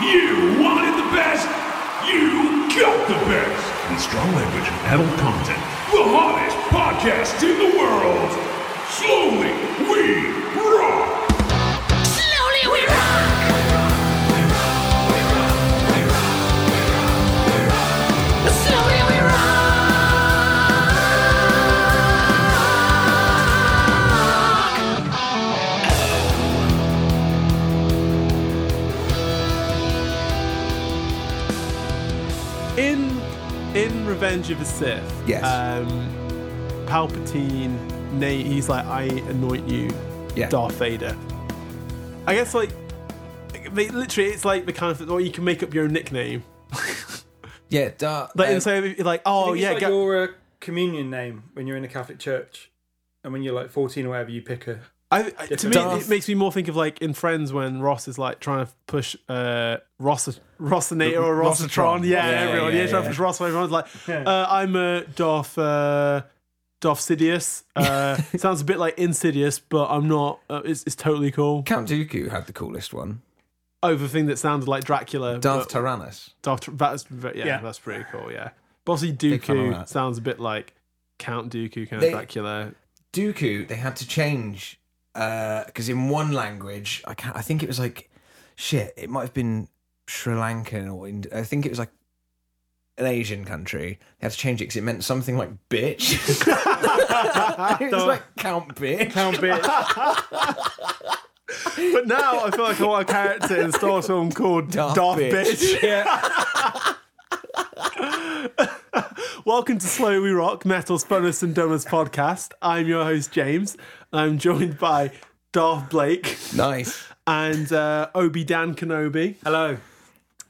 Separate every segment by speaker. Speaker 1: You wanted the best. You got the best. In strong language and adult content. The hottest podcast in the world. Slowly we rock.
Speaker 2: Slowly we rock! Slowly we rock!
Speaker 3: in in Revenge of the Sith.
Speaker 4: Yes.
Speaker 3: Um, Palpatine, Nate, he's like, I anoint you,
Speaker 4: Yeah.
Speaker 3: Darth Vader. I guess like they literally, it's like the kind of, or you can make up your own nickname.
Speaker 4: Yeah, um, Darth.
Speaker 3: Like and so you're like, oh
Speaker 5: Um, it's
Speaker 3: yeah,
Speaker 5: like
Speaker 3: go-
Speaker 5: your uh, communion name when you're in a Catholic church, and when you're like 14 or whatever, you pick a.
Speaker 3: I, I- to me,
Speaker 4: Darth-
Speaker 3: it makes me more think of like in Friends when Ross is like trying to push uh, Ross Rossinator or
Speaker 4: Rossitron.
Speaker 3: Rossitron. Yeah,
Speaker 4: Yeah,
Speaker 3: everyone.
Speaker 4: yeah,
Speaker 3: Yeah, trying to
Speaker 4: yeah.
Speaker 3: push Ross. and Everyone's like, uh, I'm uh, Darth uh, Darth Sidious. Uh, sounds a bit like Insidious, but I'm not. Uh, it's, it's totally cool.
Speaker 4: Count Dooku had the coolest one.
Speaker 3: Over thing that sounded like Dracula.
Speaker 4: Darth
Speaker 3: but
Speaker 4: Tyrannus.
Speaker 3: Darth. Tr- That's ve- yeah,
Speaker 5: Yeah.
Speaker 3: that's pretty cool. Yeah, but obviously
Speaker 4: fan of
Speaker 3: Dooku
Speaker 4: that.
Speaker 3: sounds a bit like Count Dooku, kind
Speaker 4: They-
Speaker 3: of Dracula.
Speaker 4: Dooku, they had to change because in one language, I can't. I think it was like shit. It might have been Sri Lankan or Ind- I think it was like an Asian country. They had to change it because it meant something like bitch. it was like count bitch.
Speaker 5: Count bit.
Speaker 3: But now I feel like I want a character in a Star Wars film called Darth,
Speaker 4: Darth
Speaker 3: Bitch.
Speaker 4: Bitch.
Speaker 3: Welcome to Slow We Rock, Metal's Funnest and Dumbest podcast. I'm your host, James. I'm joined by Darth Blake
Speaker 4: nice.
Speaker 3: and uh, Obi Dan Kenobi.
Speaker 5: Hello.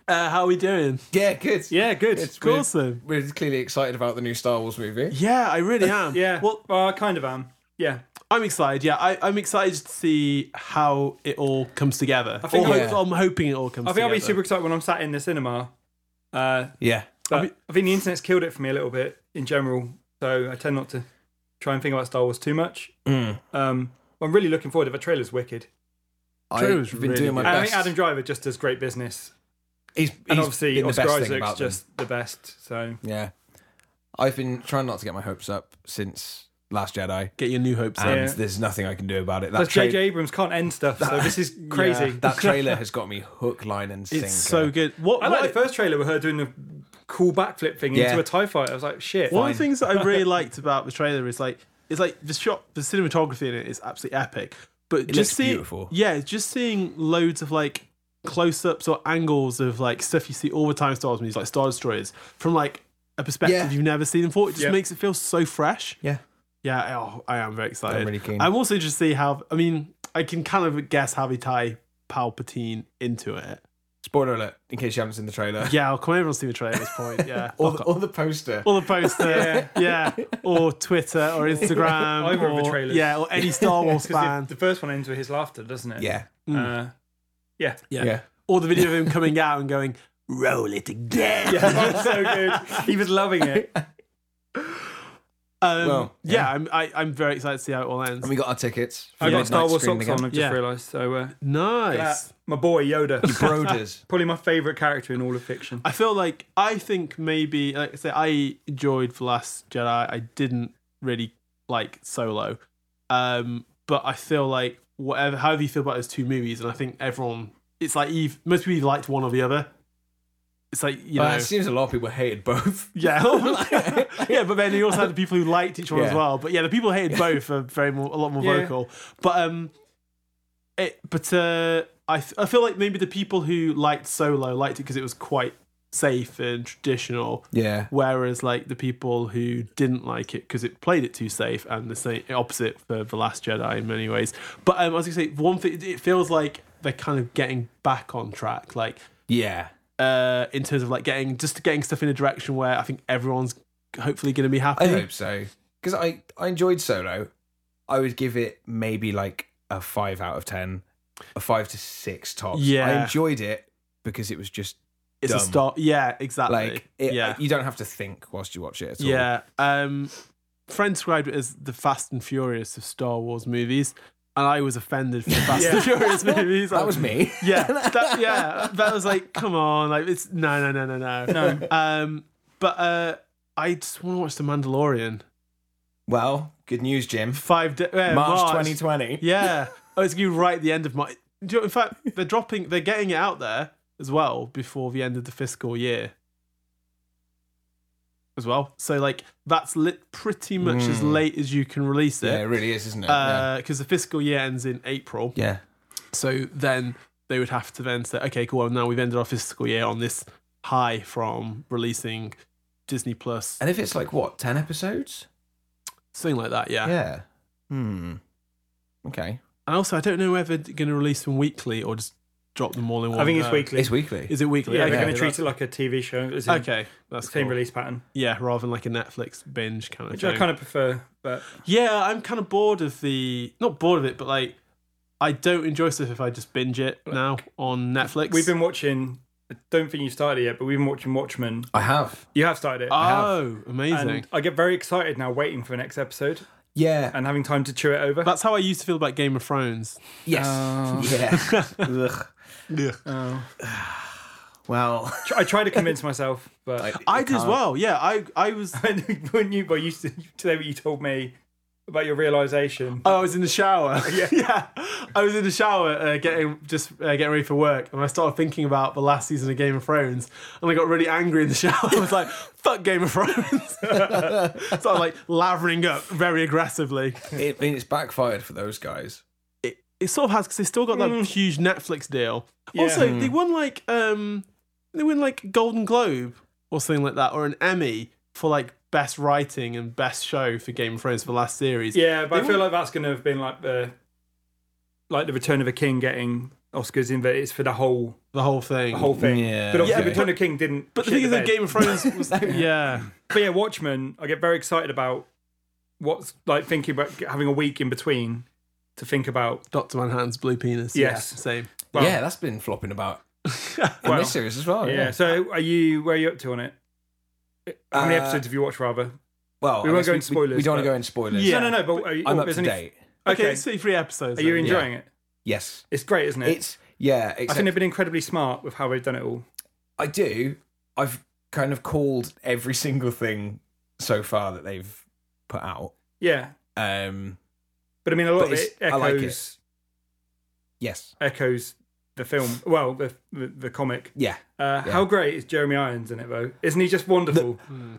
Speaker 3: Uh, how are we doing?
Speaker 4: Yeah, good.
Speaker 5: Yeah, good.
Speaker 4: It's
Speaker 5: Cool.
Speaker 4: we're-
Speaker 3: awesome.
Speaker 4: We're, clearly excited about the new Star Wars movie.
Speaker 3: Yeah, I really am.
Speaker 5: Yeah.
Speaker 3: Well,
Speaker 5: Well, well, I kind of am. Yeah.
Speaker 3: I'm excited. Yeah, I, I'm excited to see how it all comes together. I
Speaker 5: think
Speaker 3: or,
Speaker 4: I-
Speaker 3: hope- I'm hoping it all comes
Speaker 5: I think
Speaker 3: together.
Speaker 5: I'll be super excited when I'm sat in the cinema. Uh,
Speaker 4: Yeah.
Speaker 5: but I think the internet's killed it for me a little bit in general, so I tend not to try and think about Star Wars too much.
Speaker 4: Mm.
Speaker 5: Um, I'm really looking forward to the trailer's wicked.
Speaker 3: Trailer
Speaker 4: I've
Speaker 3: was
Speaker 4: been
Speaker 3: really
Speaker 4: doing my
Speaker 3: good.
Speaker 5: And I
Speaker 4: best.
Speaker 5: think Adam Driver just does great business,
Speaker 4: he's, he's
Speaker 5: and obviously
Speaker 4: been the
Speaker 5: Oscar
Speaker 4: best thing
Speaker 5: Isaac's
Speaker 4: about them.
Speaker 5: just the best. So
Speaker 4: Yeah. I've been trying not to get my hopes up since Last Jedi,
Speaker 3: Get your new hopes up.
Speaker 4: and
Speaker 5: Yeah.
Speaker 4: there's nothing I can do about it. That,
Speaker 5: Plus, J.J.
Speaker 4: tra-
Speaker 5: Abrams can't end stuff, so this is crazy.
Speaker 4: that trailer has got me hook, line, and sinker.
Speaker 3: It's so good. What,
Speaker 5: I like
Speaker 3: what
Speaker 5: the first trailer with her doing the cool backflip thing
Speaker 4: Yeah.
Speaker 5: into a TIE fighter. I was like, shit.
Speaker 3: One of the things that I really liked about the trailer is like it's like the shot, the cinematography in it is absolutely epic. But
Speaker 4: looks
Speaker 3: just seeing,
Speaker 4: beautiful.
Speaker 3: yeah, just seeing loads of like close-ups or angles of like stuff you see all the time in Star Wars movies, like Star Destroyers, from like a perspective
Speaker 4: Yeah.
Speaker 3: you've never seen before. It just
Speaker 5: Yeah.
Speaker 3: makes it feel so fresh.
Speaker 4: Yeah.
Speaker 3: Yeah, oh, I am very excited.
Speaker 4: I'm really keen.
Speaker 3: I'm also just see how. I mean, I can kind of guess how they tie Palpatine into it.
Speaker 4: Spoiler alert, in case you haven't seen the trailer.
Speaker 3: Yeah, I'll come everyone's seen the trailer at this point. Yeah,
Speaker 4: Or the, or the poster.
Speaker 3: or the poster, yeah. or Twitter or Instagram,
Speaker 5: Either of
Speaker 3: or,
Speaker 5: the trailers.
Speaker 3: yeah, or any Star Wars
Speaker 5: because
Speaker 3: fan,
Speaker 5: the, the first one ends with his laughter, doesn't it?
Speaker 4: yeah.
Speaker 5: Uh, yeah.
Speaker 3: Hmm. yeah.
Speaker 4: Yeah.
Speaker 3: or the video of him coming out and going, "Roll it again."
Speaker 5: Oh, so good. He was loving it.
Speaker 3: Um,
Speaker 4: Well,
Speaker 3: yeah, I'm, I, I'm very excited to see how it all ends.
Speaker 4: And we got our tickets.
Speaker 5: I
Speaker 4: Yeah.
Speaker 5: got Star
Speaker 4: Midnight
Speaker 5: Wars socks on,
Speaker 4: screening
Speaker 5: I've just
Speaker 3: Yeah.
Speaker 5: realised. So, uh,
Speaker 3: nice.
Speaker 5: that- my boy Yoda.
Speaker 4: again. Broders.
Speaker 5: Probably my favourite character in all of fiction.
Speaker 3: I feel like I think maybe, like I say, I enjoyed The Last Jedi. I didn't really like Solo, um, but I feel like whatever, however you feel about those two movies, and I think everyone, it's like you've most people you've liked one or the other. It's like you know,
Speaker 4: Uh, it seems a lot of people hated both.
Speaker 3: Yeah, yeah, but then you also had the people who liked each one as
Speaker 4: Yeah.
Speaker 3: well. But yeah, the people who hated both are very more, a lot more
Speaker 5: Yeah.
Speaker 3: vocal. But um, it, but uh, I f- I feel like maybe the people who liked Solo liked it because it was quite safe and traditional,
Speaker 4: Yeah.
Speaker 3: whereas like the people who didn't like it because it played it too safe, and the same opposite for the Last Jedi in many ways. But um, I was gonna say one thing. It feels like they're kind of getting back on track. Like
Speaker 4: Yeah.
Speaker 3: uh, in terms of like getting just getting stuff in a direction where I think everyone's hopefully going to be happy.
Speaker 4: I hope so. Because I, I enjoyed Solo. I would give it maybe like a 5 out of 10, a 5 to 6 tops.
Speaker 3: Yeah.
Speaker 4: I enjoyed it because it was just
Speaker 3: it's a
Speaker 4: dumb.
Speaker 3: start. Yeah, exactly.
Speaker 4: like, it,
Speaker 3: yeah,
Speaker 4: you don't have to think whilst you watch it at all.
Speaker 3: yeah. Um, friends described it as the Fast and Furious of Star Wars movies. and I was offended for the Fast and Furious movies.
Speaker 4: That was me.
Speaker 3: yeah, that, yeah. That was like, come on, like it's no, no, no, no, no.
Speaker 5: No.
Speaker 3: Um, but uh, I just want to watch The Mandalorian.
Speaker 4: Well, good news, Jim.
Speaker 3: Five da- uh,
Speaker 4: March 2020.
Speaker 3: Yeah. Oh, it's going to be right at the end of March. Do you know, in fact, they're dropping, they're getting it out there as well before the end of the fiscal year. As well. So, like, that's lit pretty much as late as you can release
Speaker 4: Mm. Yeah, it
Speaker 3: it.
Speaker 4: really is, isn't it?
Speaker 3: Because the fiscal year ends in April.
Speaker 4: yeah.
Speaker 3: So then they would have to then say, okay, cool, well, now we've ended our fiscal year on this high from releasing Disney Plus,
Speaker 4: And if it's like what, 10 episodes?
Speaker 3: something like that, yeah.
Speaker 4: Yeah. Hmm. Okay.
Speaker 3: And also, I don't know whether they're going to release them weekly or just drop them all in one.
Speaker 5: I think it's
Speaker 3: go.
Speaker 5: weekly.
Speaker 4: It's weekly.
Speaker 3: Is it weekly?
Speaker 5: yeah,
Speaker 3: okay,
Speaker 5: they're going to
Speaker 3: that's-
Speaker 5: treat it like a TV show. It's in
Speaker 3: Okay, that's
Speaker 5: same
Speaker 3: cool.
Speaker 5: release pattern,
Speaker 3: Yeah, rather than like a Netflix binge kind of
Speaker 5: which
Speaker 3: thing.
Speaker 5: I kind of prefer. But
Speaker 3: yeah, I'm kind of bored of the not bored of it, but like I don't enjoy stuff if I just binge it now on Netflix.
Speaker 5: we've been watching. I don't think you started it yet, but we've been watching Watchmen.
Speaker 4: I have.
Speaker 5: You have started it.
Speaker 3: oh amazing.
Speaker 5: and I get very excited now, waiting for the next episode
Speaker 4: Yeah.
Speaker 5: and having time to chew it over.
Speaker 3: That's how I used to feel about Game of Thrones.
Speaker 4: yes. Yeah. Ugh.
Speaker 5: Oh.
Speaker 4: Well,
Speaker 5: Tr- I try to convince myself, but
Speaker 4: Like-
Speaker 3: I did as well. Yeah, I I was.
Speaker 5: when you, well, you s- today what you told me about your realization.
Speaker 3: Oh, I was in the shower. Yeah, I was in the shower, uh, getting just uh, getting ready for work, and I started thinking about the last season of Game of Thrones, and I got really angry in the shower. I was like, "Fuck Game of Thrones!" so I'm like lavering up very aggressively.
Speaker 4: it, I mean, it's backfired for those guys.
Speaker 3: It, it sort of has because they still got that
Speaker 5: Mm.
Speaker 3: huge Netflix deal. Also, they won like um, they won like Golden Globe or something like that, or an Emmy for like best writing and best show for Game of Thrones for the last series.
Speaker 5: yeah, but I feel like that's going to have been like the like the Return of a King getting Oscars in that it's for the whole
Speaker 3: the whole thing.
Speaker 5: the whole thing.
Speaker 4: Yeah,
Speaker 5: but obviously,
Speaker 4: okay.
Speaker 5: Return of the King didn't.
Speaker 3: But the
Speaker 5: shit
Speaker 3: thing is that
Speaker 5: bed.
Speaker 3: Game of Thrones was yeah.
Speaker 5: But yeah, Watchmen. I get very excited about what's like thinking about having a week in between to think about.
Speaker 3: Doctor Manhattan's blue penis.
Speaker 5: Yes.
Speaker 3: Yeah, same.
Speaker 5: Well,
Speaker 4: yeah, that's been flopping about in
Speaker 5: Well,
Speaker 4: this series as well.
Speaker 3: Oh,
Speaker 5: yeah.
Speaker 4: Yeah.
Speaker 5: So are you? Where are you up to on it? How many
Speaker 4: Uh,
Speaker 5: episodes have you watched? Rather.
Speaker 4: Well,
Speaker 5: We
Speaker 4: I
Speaker 5: won't
Speaker 4: guess
Speaker 5: go into
Speaker 4: We,
Speaker 5: spoilers,
Speaker 4: don't want to
Speaker 5: but-
Speaker 4: go into spoilers.
Speaker 3: Yeah.
Speaker 5: No, no, no. But are you,
Speaker 4: I'm up
Speaker 5: there's
Speaker 4: to
Speaker 5: any-
Speaker 4: date.
Speaker 3: Okay,
Speaker 5: Okay.
Speaker 3: it's see three episodes.
Speaker 5: are you
Speaker 3: then.
Speaker 5: enjoying it?
Speaker 4: Yes.
Speaker 5: It's great, isn't it?
Speaker 4: It's yeah.
Speaker 5: I
Speaker 4: Except
Speaker 5: think they've been incredibly smart with how they've done it all.
Speaker 4: I do. I've kind of called every single thing so far that they've put out.
Speaker 5: Yeah,
Speaker 4: Um.
Speaker 5: but I mean, a lot
Speaker 4: But
Speaker 5: of it
Speaker 4: it's- I like it.
Speaker 5: echoes
Speaker 4: Yes.
Speaker 5: echoes the film. Well, the the, the comic.
Speaker 4: Yeah.
Speaker 5: Uh, How great is Jeremy Irons in it though? Isn't he just wonderful? Mm.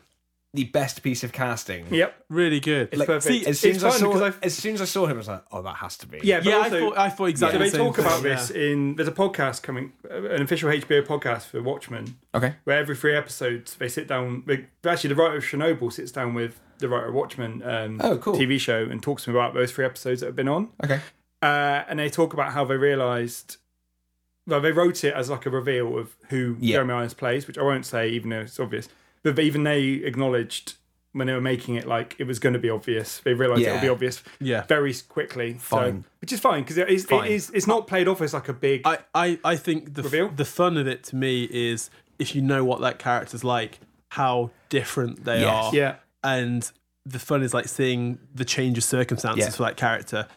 Speaker 4: The best piece of casting.
Speaker 5: Yep.
Speaker 3: Really good.
Speaker 5: It's perfect.
Speaker 3: see,
Speaker 4: As soon as
Speaker 5: It's
Speaker 4: I
Speaker 5: fun
Speaker 4: saw,
Speaker 5: because I've-
Speaker 4: as soon as I saw him, I was like, "Oh, that has to be."
Speaker 5: Yeah, but
Speaker 3: yeah,
Speaker 5: also,
Speaker 3: I thought uh, I thought
Speaker 5: so
Speaker 3: exactly.
Speaker 5: they
Speaker 3: the same
Speaker 5: talk about
Speaker 3: thing,
Speaker 5: this
Speaker 3: yeah.
Speaker 5: in. There's a podcast coming, uh, an official HBO podcast for Watchmen,
Speaker 4: Okay.
Speaker 5: where every three episodes they sit down. They, actually, the writer of Chernobyl sits down with the writer of Watchmen. Um,
Speaker 4: Oh, cool.
Speaker 5: TV show and talks to him about those three episodes that have been on.
Speaker 4: Okay.
Speaker 5: uh, and they talk about how they realised. Well, they wrote it as like a reveal of who
Speaker 4: Yeah.
Speaker 5: Jeremy Irons plays, which I won't say, even though it's obvious. But they- even they acknowledged when they were making it, like it was going to be obvious. They realised it
Speaker 4: Yeah.
Speaker 5: would be obvious,
Speaker 3: Yeah.
Speaker 5: very quickly.
Speaker 4: Fine.
Speaker 5: so, which is fine because it is,
Speaker 4: Fine.
Speaker 5: it is, it's not played off as like a big.
Speaker 3: I, I, I think the
Speaker 5: Reveal?
Speaker 3: f- the fun of it to me is if you know what that character's like, how different they
Speaker 4: Yes.
Speaker 3: are.
Speaker 5: yeah,
Speaker 3: and the fun is like seeing the change of circumstances
Speaker 4: Yeah.
Speaker 3: for that character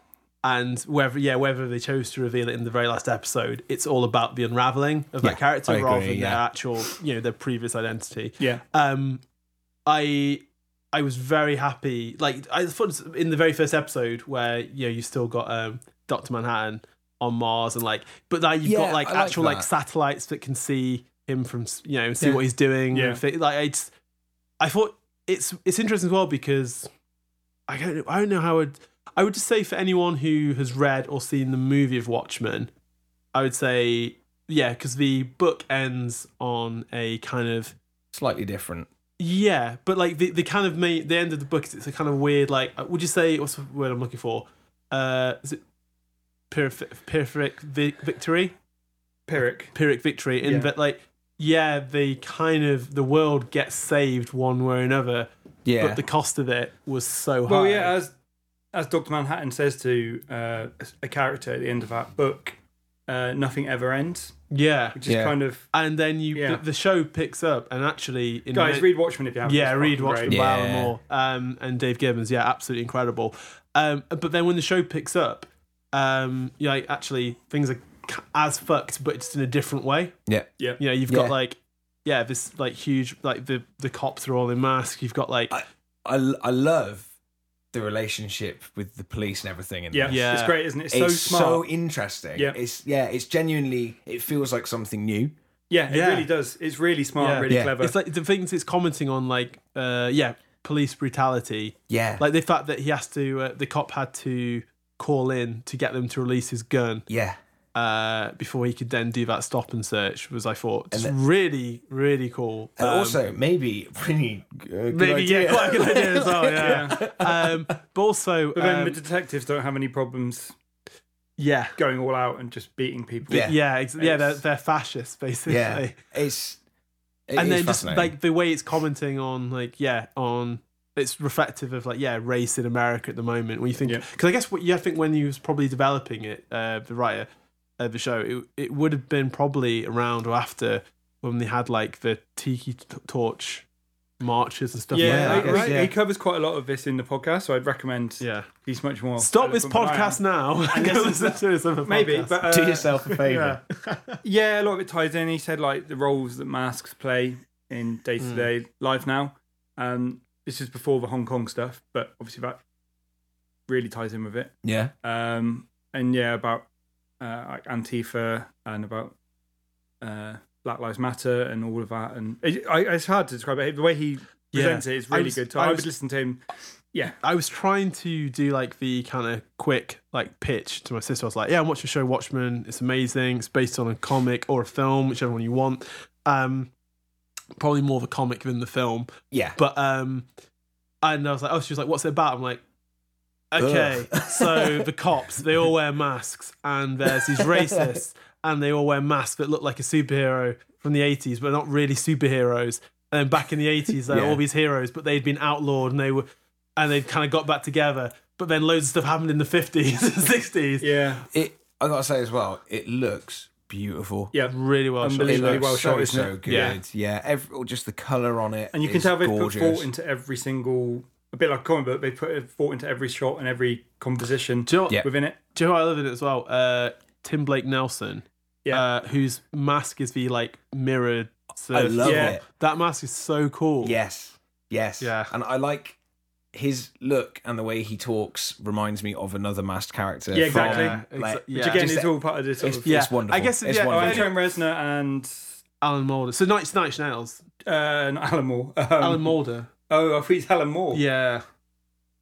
Speaker 3: and whether yeah whether they chose to reveal it in the very last episode it's all about the unraveling of
Speaker 4: Yeah,
Speaker 3: that character
Speaker 4: I
Speaker 3: rather
Speaker 4: agree,
Speaker 3: than their
Speaker 4: yeah.
Speaker 3: actual you know their previous identity
Speaker 5: yeah,
Speaker 3: um i i was very happy like i thought in the very first episode where you know you still got um dr manhattan on mars and like but now you've
Speaker 4: Yeah,
Speaker 3: got like
Speaker 4: I like
Speaker 3: actual
Speaker 4: that.
Speaker 3: like satellites that can see him from s- you know see
Speaker 4: Yeah.
Speaker 3: what he's doing
Speaker 5: Yeah.
Speaker 3: and thi- like i just i thought it's it's interesting as well because i don't know i don't know how i'd i would just say for anyone who has read or seen the movie of watchmen i would say yeah because the book ends on a kind of
Speaker 4: Slightly different.
Speaker 3: yeah, but like the, the kind of main the end of the book is it's a kind of weird like uh, would you say what's the word I'm looking for? Uh, is it pyrrhic, pyrrhic vi- victory?
Speaker 5: Pyrrhic.
Speaker 3: Pyrrhic victory in
Speaker 5: Yeah.
Speaker 3: that like yeah, the kind of the world gets saved one way or another,
Speaker 4: Yeah.
Speaker 3: but the cost of it was so high.
Speaker 5: Well, yeah, as as Doctor Manhattan says to uh, a character at the end of that book, uh, nothing ever ends,
Speaker 3: yeah.
Speaker 5: which is
Speaker 4: Yeah.
Speaker 5: kind of
Speaker 3: And then you
Speaker 5: Yeah.
Speaker 3: the, the show picks up and actually in
Speaker 5: guys
Speaker 3: the-
Speaker 5: read Watchmen if you haven't.
Speaker 3: Yeah,
Speaker 5: It's
Speaker 3: Reed
Speaker 5: fucking
Speaker 3: Watchmen,
Speaker 5: great.
Speaker 4: Yeah.
Speaker 3: Ballymore, um, and Dave Gibbons. Yeah, absolutely incredible. Um, but then when the show picks up, um, you know, like actually things are ca- as fucked, but just in a different way.
Speaker 4: Yeah.
Speaker 5: Yeah.
Speaker 3: You know, you've
Speaker 4: Yeah.
Speaker 3: got like, yeah, this like huge like the the cops are all in masks. You've got like,
Speaker 4: I, I, I love the relationship with the police and everything. In
Speaker 5: Yeah.
Speaker 4: this.
Speaker 3: Yeah. e-
Speaker 5: It's great, isn't it? It's, so
Speaker 4: It's so,
Speaker 5: smart.
Speaker 4: interesting.
Speaker 5: Yeah.
Speaker 4: It's yeah, it's genuinely it feels like something new.
Speaker 5: yeah, it
Speaker 3: Yeah.
Speaker 5: really does. It's really smart,
Speaker 3: Yeah.
Speaker 5: really
Speaker 4: Yeah.
Speaker 5: clever.
Speaker 3: it's like the things it's commenting on, like, uh, yeah, police brutality,
Speaker 4: Yeah.
Speaker 3: like the fact that he has to, uh, the cop had to call in to get them to release his gun
Speaker 4: yeah.
Speaker 3: uh, before he could then do that stop and search. Was I thought just really really cool.
Speaker 4: And
Speaker 3: Um,
Speaker 4: also maybe pretty uh, good
Speaker 3: maybe
Speaker 4: idea.
Speaker 3: yeah, quite a good idea as well. Yeah,
Speaker 5: yeah.
Speaker 3: um, but also
Speaker 5: But then the
Speaker 3: um,
Speaker 5: detectives don't have any problems
Speaker 3: yeah.
Speaker 5: going all out and just beating people.
Speaker 4: Yeah.
Speaker 3: Yeah, ex- yeah, they're,
Speaker 5: It's-
Speaker 3: they're fascists basically,
Speaker 4: Yeah. It's it
Speaker 3: and
Speaker 4: is
Speaker 3: then just
Speaker 4: fascinating.
Speaker 3: like the way it's commenting on, like, yeah, on it's reflective of like, yeah, race in America at the moment. When you think,
Speaker 5: Yeah.
Speaker 3: because I guess what you I think when he was probably developing it, uh, the writer of the show, it it would have been probably around or after when they had like the tiki t- torch marches and stuff.
Speaker 5: Yeah,
Speaker 3: like
Speaker 4: Yeah,
Speaker 5: he-
Speaker 3: that.
Speaker 4: I guess,
Speaker 5: he-
Speaker 4: yeah.
Speaker 5: he covers quite a lot of this in the podcast, so I'd recommend
Speaker 3: yeah.
Speaker 5: he's much more.
Speaker 3: Stop this
Speaker 5: eloquent than I am.
Speaker 3: podcast now. and
Speaker 5: Yes,
Speaker 3: Go listen to his other
Speaker 5: Maybe,
Speaker 3: podcast.
Speaker 5: but uh,
Speaker 4: do yourself a favor.
Speaker 3: yeah.
Speaker 5: Yeah, a lot of it ties in. He said like the roles that masks play in day to
Speaker 3: Hmm.
Speaker 5: day life now. Um, this is before the Hong Kong stuff, but obviously that really ties in with it.
Speaker 4: Yeah.
Speaker 5: Um, and yeah, about uh, like Antifa and about uh, Black Lives Matter and all of that. And it, I, it's hard to describe it. The way he
Speaker 3: Yeah.
Speaker 5: presents it is
Speaker 3: I
Speaker 5: really
Speaker 3: was-
Speaker 5: good. So
Speaker 3: I
Speaker 5: I,
Speaker 3: was-
Speaker 5: would listen to him. Yeah,
Speaker 3: I was trying to do like the kind of quick like pitch to my sister. I was like, "Yeah, I'm watching the show Watchmen. It's amazing. It's based on a comic or a film, whichever one you want. Um, probably more of a comic than the film,
Speaker 4: Yeah.
Speaker 3: but um, and I was like, oh, she was like, what's it about? I'm like, okay,
Speaker 4: Ugh.
Speaker 3: so the cops they all wear masks, and there's these racists, and they all wear masks that look like a superhero from the 80s, but not really superheroes. And then back in the 80s, there were
Speaker 4: Yeah.
Speaker 3: all these heroes, but they'd been outlawed, and they were, and they kind of got back together. But then loads of stuff happened in the 50s and 60s.
Speaker 5: yeah,
Speaker 4: It I got to say as well, it looks beautiful.
Speaker 5: yeah.
Speaker 3: Really well shot.
Speaker 4: It
Speaker 5: Unbelievable. really
Speaker 4: looks
Speaker 5: well
Speaker 4: so,
Speaker 5: shot, isn't
Speaker 4: so
Speaker 5: it?
Speaker 4: good. Yeah.
Speaker 3: Yeah.
Speaker 4: Every, or just the color on it.
Speaker 5: And you can
Speaker 4: is
Speaker 5: tell they've
Speaker 4: gorgeous.
Speaker 5: put thought into every single, a bit like a comic book, they put thought into every shot and every composition
Speaker 3: Do you know what-
Speaker 4: Yeah.
Speaker 5: within it.
Speaker 3: Do you know what I love in it as well? Uh, Tim Blake Nelson,
Speaker 5: Yeah.
Speaker 3: uh, whose mask is the like mirrored. Surf.
Speaker 4: I love
Speaker 5: Yeah.
Speaker 4: it.
Speaker 3: That mask is so cool.
Speaker 4: Yes. Yes.
Speaker 3: Yeah.
Speaker 4: And I like his look and the way he talks reminds me of another masked character.
Speaker 5: Yeah, exactly.
Speaker 3: Yeah,
Speaker 4: From, like,
Speaker 3: exa- yeah.
Speaker 5: Again,
Speaker 4: Just
Speaker 5: it's
Speaker 4: that-
Speaker 5: all part of this sort of
Speaker 3: Yeah.
Speaker 4: It's wonderful.
Speaker 3: I guess-
Speaker 4: it's
Speaker 3: yeah, I
Speaker 5: Oh, and
Speaker 4: wonderful.
Speaker 5: Trent Reznor and
Speaker 3: Alan Mulder. So Night Night Nails.
Speaker 5: uh, not Alan Moore. Um,
Speaker 3: Alan Mulder.
Speaker 5: Oh, I thought he's Alan Moore.
Speaker 3: Yeah.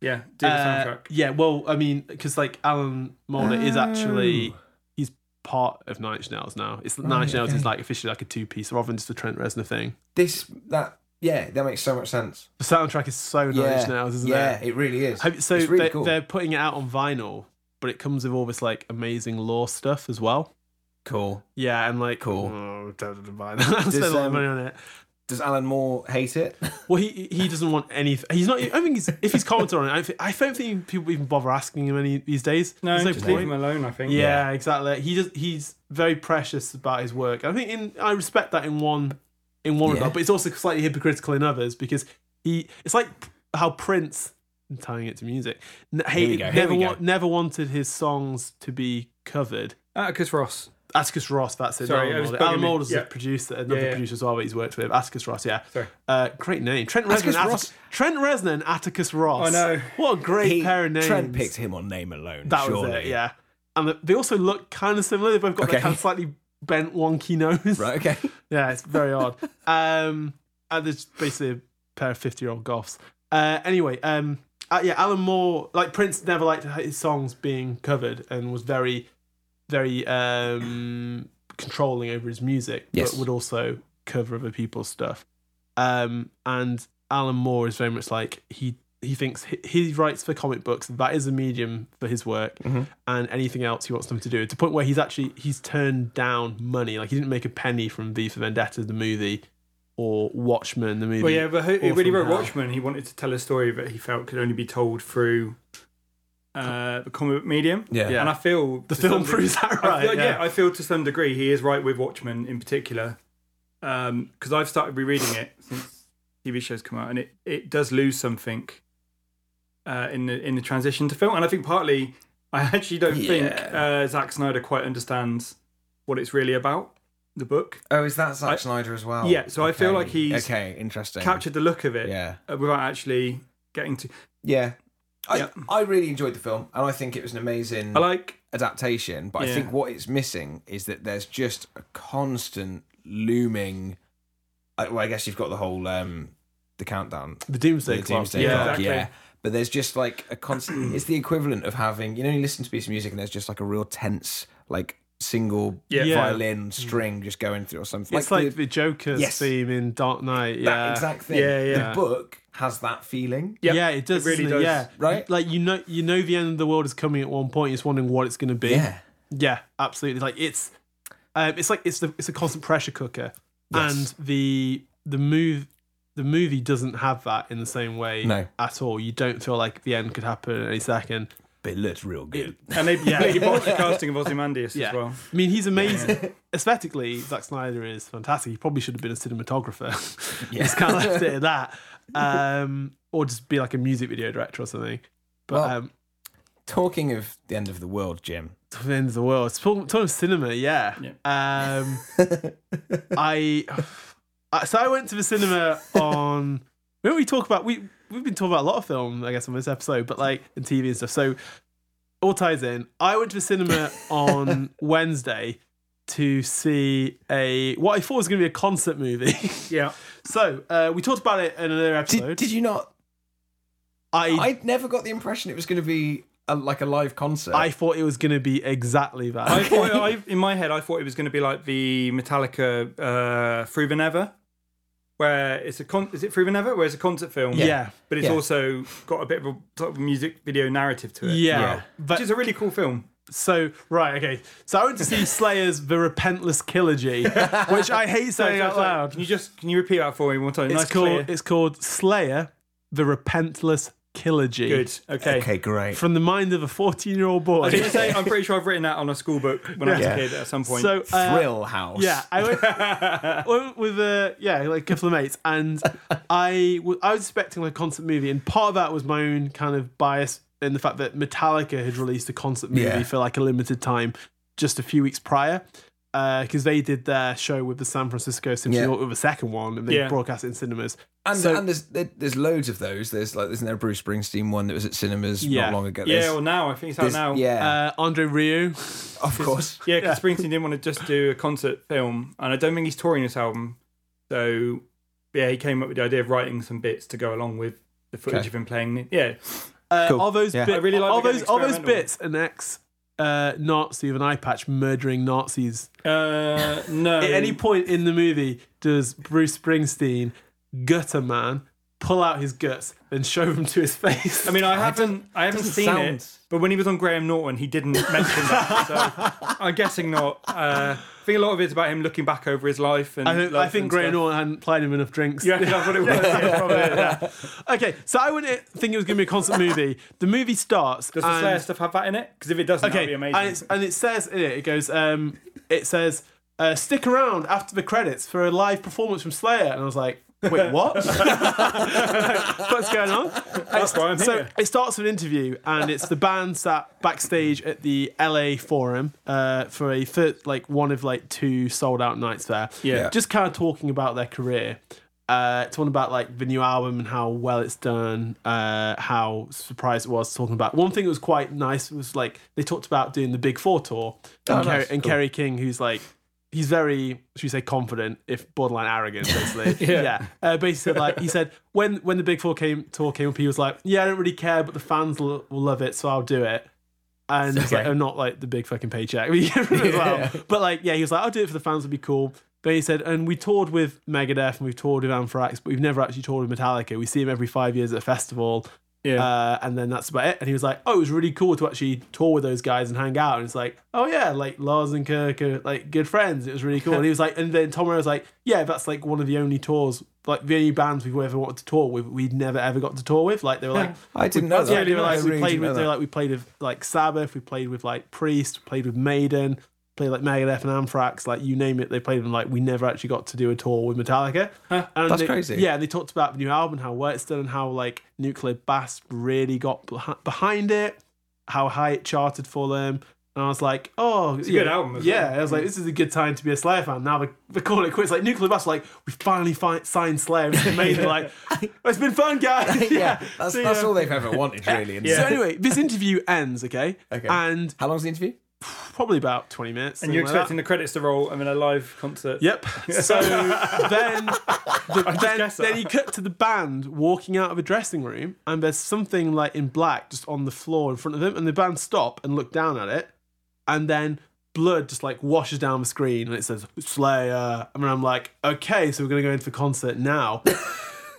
Speaker 5: yeah. Do the
Speaker 3: Uh,
Speaker 5: soundtrack.
Speaker 3: yeah. Well, I mean, because like Alan Mulder is actually he's part of Night Nails now. It's Night Nails is like officially like a two piece rather than just a Trent Reznor thing.
Speaker 4: this that yeah, that makes so much sense.
Speaker 3: The soundtrack is so
Speaker 4: Yeah.
Speaker 3: Night Nails, isn't
Speaker 4: yeah,
Speaker 3: it?
Speaker 4: it? really is.
Speaker 3: Have- so
Speaker 4: it's really
Speaker 3: they,
Speaker 4: cool.
Speaker 3: they're putting it out on vinyl, but it comes with all this like amazing lore stuff as well.
Speaker 4: cool.
Speaker 3: Yeah, and like
Speaker 4: Cool.
Speaker 3: Oh, don't, don't buy that. I spent a lot
Speaker 4: um,
Speaker 3: of money on it.
Speaker 4: Does Alan Moore hate it?
Speaker 3: Well, he he doesn't want anything. He's not. I don't think he's, if he's commented on it, I don't, think, I don't think people even bother asking him any these days.
Speaker 5: No,
Speaker 3: There's
Speaker 5: just
Speaker 3: no
Speaker 5: leave
Speaker 3: point.
Speaker 5: him alone. I think.
Speaker 3: yeah, exactly. He just he's very precious about his work. I think in I respect that in one in one
Speaker 4: Yeah.
Speaker 3: regard, but it's also slightly hypocritical in others because he it's like how Prince I'm tying it to music. n-
Speaker 4: we
Speaker 3: hated-
Speaker 4: go, here
Speaker 3: never
Speaker 4: we go.
Speaker 3: wa- never wanted his songs to be covered.
Speaker 5: Uh, Atticus Ross.
Speaker 3: Atticus Ross, that's it.
Speaker 5: Sorry,
Speaker 3: Alan
Speaker 5: I was
Speaker 3: Alda. Alan
Speaker 5: bugging me.
Speaker 3: Mulder's
Speaker 5: Yeah.
Speaker 3: a producer, another
Speaker 5: Yeah, yeah.
Speaker 3: producer as well that he's worked with. Atticus Ross, yeah.
Speaker 5: Sorry.
Speaker 3: Uh, great name. Trent Reznor,
Speaker 4: Atticus
Speaker 3: and Attic-
Speaker 4: Ross.
Speaker 3: Trent Reznor and Atticus Ross.
Speaker 5: I know.
Speaker 3: What a great
Speaker 4: He,
Speaker 3: pair of names.
Speaker 4: Trent picked him on name alone.
Speaker 3: That
Speaker 4: surely.
Speaker 3: was it, yeah. And they also look kind of similar. They've both got
Speaker 4: Okay.
Speaker 3: that kind of slightly bent, wonky nose.
Speaker 4: Right. Okay.
Speaker 3: Yeah, it's very odd. Um, and there's basically a pair of 50 year old goths. Uh, anyway, um, uh, yeah, Alan Moore, like Prince never liked his songs being covered and was very, very um, controlling over his music,
Speaker 4: Yes.
Speaker 3: but would also cover other people's stuff. Um, and Alan Moore is very much like he he thinks he, he writes for comic books. That is a medium for his work,
Speaker 4: Mm-hmm.
Speaker 3: and anything else he wants them to do. To the point where he's actually he's turned down money. Like he didn't make a penny from V for Vendetta the movie or Watchmen the movie.
Speaker 5: Well, yeah, but who-
Speaker 3: or
Speaker 5: when he
Speaker 3: from
Speaker 5: wrote
Speaker 3: Hell.
Speaker 5: Watchmen, he wanted to tell a story that he felt could only be told through uh, the comic book medium.
Speaker 4: Yeah.
Speaker 5: And I feel
Speaker 3: The
Speaker 5: to
Speaker 3: film
Speaker 5: some degree-
Speaker 3: proves that
Speaker 5: I
Speaker 3: right.
Speaker 5: feel, yeah.
Speaker 3: yeah.
Speaker 5: I feel to some degree he is right with Watchmen in particular, because I've started rereading it since TV shows come out, and it, it does lose something uh, in the in the transition to film, and I think partly I actually don't think
Speaker 4: Yeah.
Speaker 5: uh, Zack Snyder quite understands what it's really about. The book
Speaker 4: Oh, is that Zack
Speaker 5: I-
Speaker 4: Snyder as well?
Speaker 5: Yeah, so I feel like he's
Speaker 4: okay. Interesting.
Speaker 5: captured the look of it
Speaker 4: Yeah.
Speaker 5: uh, without actually getting to.
Speaker 4: Yeah. I,
Speaker 5: Yeah.
Speaker 4: I really enjoyed the film, and I think it was an amazing
Speaker 5: I like
Speaker 4: adaptation. But I
Speaker 5: Yeah.
Speaker 4: think what it's missing is that there's just a constant looming. I, well, I guess you've got the whole um, the countdown,
Speaker 3: The Doomsday
Speaker 4: the
Speaker 3: Clock.
Speaker 4: doomsday
Speaker 3: yeah.
Speaker 4: clock,
Speaker 5: exactly.
Speaker 4: yeah. But there's just like a constant. it's the equivalent of having you know you listen to a piece of music and there's just like a real tense like single
Speaker 5: Yeah.
Speaker 3: Yeah. Mm.
Speaker 4: violin string just going through or something.
Speaker 3: It's like, the, Joker's
Speaker 4: Yes.
Speaker 3: theme in Dark Knight. Yeah.
Speaker 4: that exact thing.
Speaker 5: Yeah, yeah.
Speaker 4: The book has that feeling.
Speaker 5: Yep,
Speaker 3: yeah, it does.
Speaker 5: It really
Speaker 3: doesn't
Speaker 5: does.
Speaker 3: Yeah,
Speaker 4: Right?
Speaker 3: Like you know, you know, the end of the world is coming at one point. You're just wondering what it's going to be.
Speaker 4: Yeah.
Speaker 3: Yeah, absolutely. Like it's, um, it's like it's the it's a constant pressure cooker,
Speaker 4: Yes.
Speaker 3: and the the move the movie doesn't have that in the same way
Speaker 4: No.
Speaker 3: at all. You don't feel like the end could happen at any second.
Speaker 4: But it looks real good.
Speaker 5: And they, yeah. they botched the casting of Ozymandias
Speaker 3: Yeah,
Speaker 5: as well.
Speaker 3: I mean he's amazing. Aesthetically, Zack Snyder is fantastic. He probably should have been a cinematographer. He's kind of left it at that, um, or just be like a music video director or something. But
Speaker 4: Well,
Speaker 3: um,
Speaker 4: Talking of the end of the world, Jim.
Speaker 3: to the end of the world. Talking talking of cinema, yeah. Um, I uh, so I went to the cinema on. Remember we talk about we we've been talking about a lot of film, I guess, on this episode, but like and TV and stuff. So all ties in. I went to the cinema on Wednesday to see a what I thought was going to be a concert movie.
Speaker 5: Yeah.
Speaker 3: so uh, we talked about it in another episode.
Speaker 4: Did, did you not?
Speaker 3: I
Speaker 4: I never got the impression it was going to be a, like a live concert.
Speaker 3: I thought it was going to be exactly that.
Speaker 5: I thought, I, in my head, I thought it was going to be like the Metallica uh, Through the Never, where it's a con- is it Through the Never, where it's a concert film,
Speaker 3: Yeah.
Speaker 5: but it's
Speaker 4: Yeah.
Speaker 5: also got a bit of a sort of music video narrative to it,
Speaker 3: yeah,
Speaker 4: Yeah.
Speaker 3: but
Speaker 5: which is a really cool film.
Speaker 3: So right, okay. So I went to see Slayer's "The Repentless Killergy," which I hate saying out loud.
Speaker 5: Can you just can you repeat that for me one time?
Speaker 3: It's
Speaker 5: nice
Speaker 3: called
Speaker 5: clear.
Speaker 3: it's called Slayer: The Repentless Killergy.
Speaker 5: good. Okay.
Speaker 4: great.
Speaker 3: From the mind of a fourteen-year-old
Speaker 5: I was
Speaker 3: boy.
Speaker 5: going to say, I'm pretty sure I've written that on a school book when I was
Speaker 4: Yeah.
Speaker 5: a kid at some point.
Speaker 3: so uh,
Speaker 4: Thrill House.
Speaker 3: Yeah, I went, went with uh, yeah, like a couple of mates, and I w- I was expecting like a concert movie, and part of that was my own kind of bias in the fact that Metallica had released a concert movie
Speaker 4: Yeah.
Speaker 3: for like a limited time just a few weeks prior. Because they did their show with the San Francisco Symphony
Speaker 4: Yeah.
Speaker 3: Orchestra with a second one, and they
Speaker 5: Yeah.
Speaker 3: broadcast it in cinemas.
Speaker 4: And,
Speaker 3: So-
Speaker 4: and there's there, there's loads of those. There's like isn't there a Bruce Springsteen one that was at cinemas
Speaker 3: Yeah.
Speaker 4: not long ago?
Speaker 5: yeah,
Speaker 4: There's-
Speaker 5: well now I think it's out
Speaker 4: there's-
Speaker 5: now.
Speaker 4: Yeah,
Speaker 3: Uh, Andre Rieu, uh,
Speaker 4: of course.
Speaker 5: Yeah, because Springsteen didn't want to just do a concert film, and I don't think he's touring this album. So, yeah, he came up with the idea of writing some bits to go along with the footage
Speaker 4: Okay.
Speaker 5: of him playing. it. Yeah,
Speaker 3: uh,
Speaker 4: Oh, Cool.
Speaker 3: all those
Speaker 4: Yeah.
Speaker 3: bit,
Speaker 5: I really like
Speaker 3: all
Speaker 5: the
Speaker 3: those all those
Speaker 5: experimental.
Speaker 3: bits, an ex uh, Nazi with an eye patch murdering Nazis
Speaker 5: uh, no.
Speaker 3: At any point in the movie, does Bruce Springsteen, gutter man, pull out his guts and show them to his face?
Speaker 5: I mean, I haven't, I haven't
Speaker 4: doesn't
Speaker 5: seen
Speaker 4: sound-
Speaker 5: it, but when he was on Graham Norton, he didn't mention that. So I'm guessing not. Uh, I think a lot of it's about him looking back over his life. And
Speaker 3: I think, I
Speaker 5: love
Speaker 3: think
Speaker 5: and
Speaker 3: Graham
Speaker 5: stuff.
Speaker 3: Norton hadn't played him enough drinks.
Speaker 5: Yeah, that's what it was. yeah, probably, yeah.
Speaker 3: Okay, so I wouldn't think it was going to be a concert movie. The movie starts.
Speaker 5: Does the
Speaker 3: and-
Speaker 5: Slayer stuff have that in it? Because if it doesn't, that'd be amazing.
Speaker 3: And, it's, and it says in it, it goes, um, it says, uh, stick around after the credits for a live performance from Slayer. And I was like, wait, what? What's going on? It's-
Speaker 5: why I'm
Speaker 3: so
Speaker 5: here.
Speaker 3: it starts with an interview, and it's the band sat backstage at the LA Forum uh, for a first, like one of like two sold out nights there.
Speaker 5: Yeah.
Speaker 3: just kind of talking about their career. Uh, talking about like the new album and how well it's done, uh, how surprised it was. Talking about one thing that was quite nice was like they talked about doing the Big Four tour and,
Speaker 4: Oh, nice.
Speaker 3: Kerry, and
Speaker 4: Cool.
Speaker 3: Kerry King, who's like he's very should we say confident, if borderline arrogant, basically. yeah. Uh, basically, like he said when when the Big Four came tour came up, he was like, yeah, I don't really care, but the fans will, will love it, so I'll do it. And it's like,
Speaker 4: Okay.
Speaker 3: oh, not like the big fucking paycheck. I mean, as well. But like, yeah, he was like, I'll do it for the fans, it'd be cool. But he said, and we toured with Megadeth and we've toured with Anthrax, but we've never actually toured with Metallica. We see him every five years at a festival,
Speaker 5: yeah.
Speaker 3: uh, and then that's about it. And he was like, oh, it was really cool to actually tour with those guys and hang out. And it's like, oh yeah, like Lars and Kirk are like good friends. It was really cool. and he was like, and then Tom Morello was like, yeah, that's like one of the only tours, like the only bands we've ever wanted to tour with, we'd never ever got to tour with. Like they were like, "Oh,
Speaker 4: I didn't know that.
Speaker 3: yeah, they were
Speaker 4: I
Speaker 3: like we
Speaker 4: really
Speaker 3: played
Speaker 4: didn't know
Speaker 3: with they were
Speaker 4: that.
Speaker 3: like we played with like Sabbath, we played with like Priest, played with Maiden, played like Megadeth and Anthrax, like you name it, they played them. Like we never actually got to do a tour with Metallica. And
Speaker 4: That's
Speaker 3: they-
Speaker 4: crazy.
Speaker 3: Yeah, and they talked about the new album, how well it's done, and how like Nuclear Blast really got beh- behind it, how high it charted for them. And I was like, oh, it's
Speaker 5: a good album as
Speaker 3: yeah,
Speaker 5: well.
Speaker 3: I was
Speaker 4: Mm.
Speaker 3: like, this is a good time to be a Slayer fan. Now they're, they're calling it quits. Like Nuclear Blast, like we finally fi- signed Slayer. It's amazing. like it's been fun, guys.
Speaker 4: yeah,
Speaker 3: yeah.
Speaker 4: that's,
Speaker 3: See
Speaker 4: that's
Speaker 3: ya.
Speaker 4: all they've ever wanted, really. isn't
Speaker 3: So
Speaker 4: it?
Speaker 3: anyway, this interview ends, okay?
Speaker 4: Okay.
Speaker 3: And
Speaker 4: How long's the interview?
Speaker 3: probably about twenty minutes.
Speaker 5: and you're
Speaker 3: something like
Speaker 5: expecting the credits to roll. I mean, a live concert.
Speaker 3: that. Yep. So then, the, then,
Speaker 5: guessed that.
Speaker 3: then you cut to the band walking out of a dressing room, and there's something like in black just on the floor in front of them, and the band stop and look down at it, and then blood just like washes down the screen, and it says Slayer, and I'm like, okay, so we're gonna go into the concert now.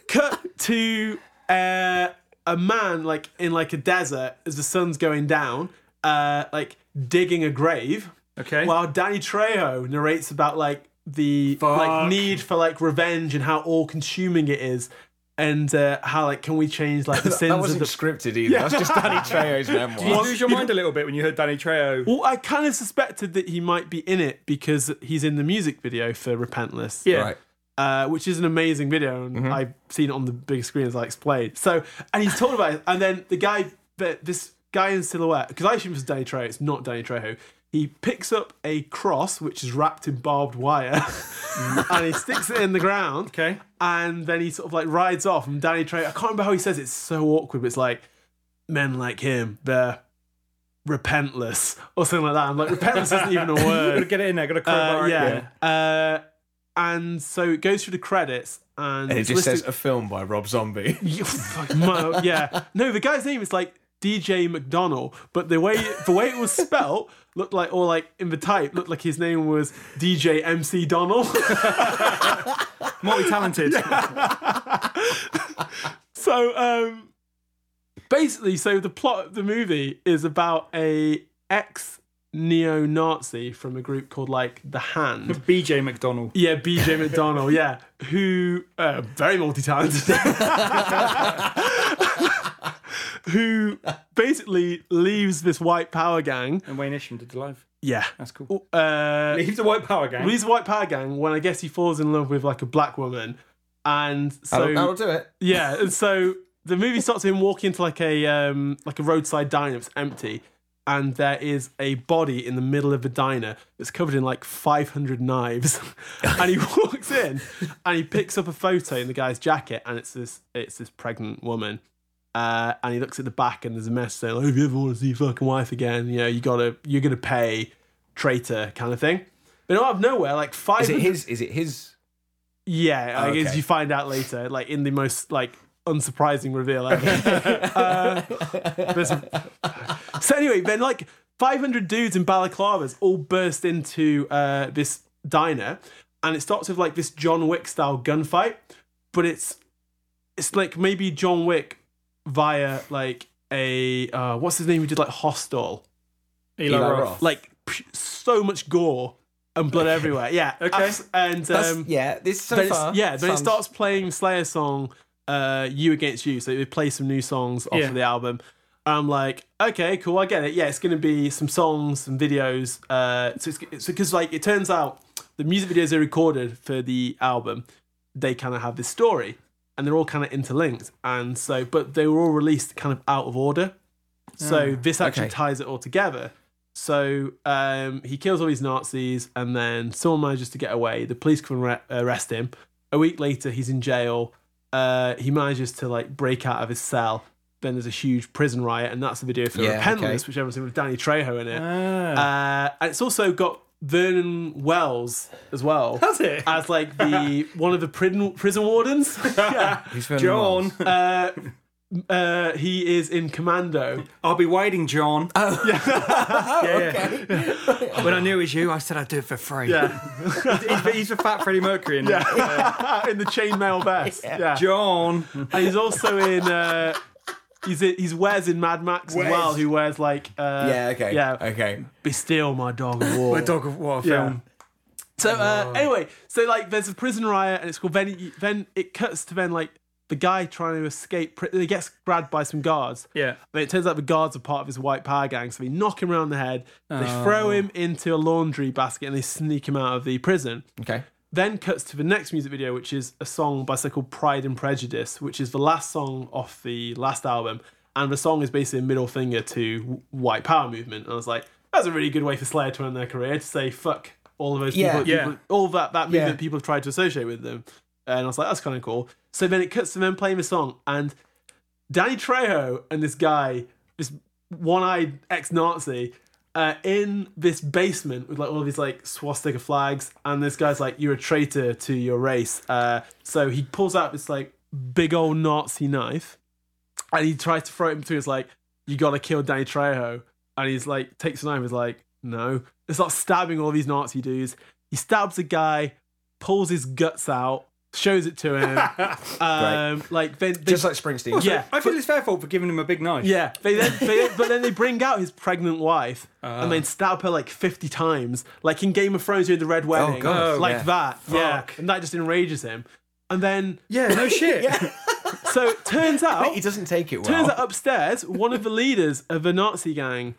Speaker 3: cut to uh, a man like in like a desert as the sun's going down, uh, like digging a grave.
Speaker 5: Okay.
Speaker 3: While Danny Trejo narrates about like the like
Speaker 5: Fuck.
Speaker 3: need for like revenge and how all-consuming it is, and uh, how like can we change like the
Speaker 4: That
Speaker 3: sins of
Speaker 4: wasn't
Speaker 3: the.
Speaker 4: scripted either. That's just Danny Trejo's
Speaker 5: Did you
Speaker 4: memoir.
Speaker 5: lose your mind a little bit when you heard Danny Trejo?
Speaker 3: Well, I kind of suspected that he might be in it because he's in the music video for Repentless.
Speaker 5: Yeah.
Speaker 4: Right.
Speaker 3: uh, which is an amazing video, and I've seen it on the big screen as I explained. So, and he's talking about it, and then the guy, that this guy in silhouette, because I assume it's Danny Trejo, it's not Danny Trejo. He picks up a cross which is wrapped in barbed wire, and he sticks it in the ground.
Speaker 5: Okay.
Speaker 3: and then he sort of like rides off, and Danny Trejo, I can't remember how he says it, it's so awkward, but it's like men like him, they're repentless or something like that. I'm like, repentless isn't even a
Speaker 5: Got to
Speaker 3: word.
Speaker 5: Uh, get it in there. Got to crowbar
Speaker 3: Uh,
Speaker 5: it
Speaker 3: yeah.
Speaker 5: in.
Speaker 3: Uh, and so it goes through the credits, and,
Speaker 4: And it
Speaker 3: it's
Speaker 4: just says
Speaker 3: listed-
Speaker 4: a film by Rob Zombie.
Speaker 3: You fuck, mo- "Yeah, no." The guy's name is like DJ McDonald, but the way the way it was spelt looked like, or like in the type looked like his name was DJ MC Donald.
Speaker 5: Multi-talented.
Speaker 3: so um basically so the plot of the movie is about a ex neo-nazi from a group called like the hand
Speaker 5: BJ McDonald.
Speaker 3: yeah bj mcdonald yeah who uh, very multi-talented who basically leaves this white power gang
Speaker 5: And Wayne Isham did the live.
Speaker 3: yeah
Speaker 5: That's cool.
Speaker 3: uh
Speaker 5: He's the White Power Gang.
Speaker 3: leaves the white power gang when i guess he falls in love with like a black woman and so
Speaker 4: That'll, that'll do it.
Speaker 3: yeah, and so the movie starts him walking into like a um like a roadside diner that's empty, and there is a body in the middle of the diner that's covered in like five hundred knives, and he walks in and he picks up a photo in the guy's jacket, and it's this it's this pregnant woman. Uh, and he looks at the back, and there's a message saying, like, "If you ever want to see your fucking wife again, you know you gotta you're gonna pay, traitor kind of thing." But out of nowhere, like five
Speaker 4: Is it
Speaker 3: hundred
Speaker 4: his? Is it his?
Speaker 3: yeah, I guess
Speaker 4: okay.
Speaker 3: you find out later, like in the most like unsurprising reveal ever. Uh, there's a- so anyway, then like 500 dudes in balaclavas all burst into uh, this diner, and it starts with like this John Wick style gunfight, but it's it's like maybe John Wick via like a uh, what's his name who did like Hostel,
Speaker 5: Eli,
Speaker 4: Eli
Speaker 5: Roth.
Speaker 4: Roth.
Speaker 3: like p- so much gore and blood everywhere. Yeah,
Speaker 5: Okay.
Speaker 3: abs- and
Speaker 4: That's-
Speaker 3: um,
Speaker 4: yeah, this so
Speaker 3: then it's-
Speaker 4: far.
Speaker 3: yeah, then it
Speaker 4: sounds-
Speaker 3: starts playing Slayer song, uh, "You Against You." So they play some new songs off
Speaker 5: Yeah.
Speaker 3: of the album. And I'm like, okay, cool, I get it. Yeah, it's going to be some songs, some videos. Uh, so it's because like it turns out the music videos they recorded for the album, they kind of have this story, and they're all kind of interlinked. And so, but they were all released kind of out of order. So this actually
Speaker 4: Ah, okay.
Speaker 3: ties it all together. So um, he kills all these Nazis, and then someone manages to get away. The police come and ra- arrest him. A week later, he's in jail. Uh, he manages to like break out of his cell. Then there's a huge prison riot, and that's the video for
Speaker 4: Yeah,
Speaker 3: Repentless,
Speaker 4: okay.
Speaker 3: which everyone's seen with Danny Trejo in it.
Speaker 5: Ah.
Speaker 3: Uh, and it's also got Vernon Wells as well.
Speaker 5: Has it?
Speaker 3: As like the one of the prison prison wardens. yeah.
Speaker 4: Who's filming
Speaker 5: John.
Speaker 4: Mars?
Speaker 3: Uh, uh, he is in Commando.
Speaker 5: I'll be waiting, John. Oh. yeah.
Speaker 4: Okay.
Speaker 5: When I knew it was you, I said I'd do it for free.
Speaker 3: Yeah.
Speaker 5: he's, he's a fat Freddie Mercury. In yeah.
Speaker 3: in the chainmail vest. Yeah.
Speaker 5: John.
Speaker 3: And he's also in. Uh, he's in, he's Wes in Mad Max as well, who wears like. Uh,
Speaker 4: Yeah. Okay.
Speaker 3: Yeah.
Speaker 4: Okay.
Speaker 3: Be still, my dog of war.
Speaker 5: My dog of war
Speaker 3: Yeah.
Speaker 5: film.
Speaker 3: So uh, anyway, so like there's a prison riot and it's called then then it cuts to then like the guy trying to escape pri- he gets grabbed by some guards.
Speaker 5: Yeah.
Speaker 3: But it turns out the guards are part of his white power gang, so they knock him around the head, they throw him into a laundry basket and they sneak him out of the prison.
Speaker 4: Okay.
Speaker 3: Then cuts to the next music video, which is a song by a so called Pride and Prejudice, which is the last song off the last album. and the song is basically a middle finger to white power movement. And I was like, that's a really good way for Slayer to end their career to say fuck all of those
Speaker 4: Yeah.
Speaker 3: people,
Speaker 5: Yeah.
Speaker 3: people- all that that movement
Speaker 4: Yeah.
Speaker 3: people have tried to associate with them. And I was like, that's kind of cool. So then it cuts to them playing the song, and Danny Trejo and this guy, this one-eyed ex-Nazi. Uh, in this basement with like all these like swastika flags, and this guy's like, "You're a traitor to your race." Uh, so he pulls out this like big old Nazi knife, and he tries to throw it between. It's like, you gotta kill Danny Trejo. And he's like, takes the knife, is like, no. It's like stabbing all these Nazi dudes. He stabs a guy, pulls his guts out, shows it to him. um, like then they,
Speaker 4: Just like Springsteen.
Speaker 3: Yeah.
Speaker 5: I feel it's fair fault for giving him a big knife.
Speaker 3: yeah, they then, they, but then they bring out his pregnant wife
Speaker 4: Uh-huh.
Speaker 3: and then stab her like fifty times, like in Game of Thrones during the Red Wedding,
Speaker 4: Oh, God.
Speaker 3: like
Speaker 4: Yeah.
Speaker 3: that. Yeah,
Speaker 5: Fuck.
Speaker 3: and that just enrages him. And then,
Speaker 5: Yeah, no shit.
Speaker 3: so it turns out
Speaker 4: He doesn't take it well.
Speaker 3: Turns out upstairs, one of the leaders of the Nazi gang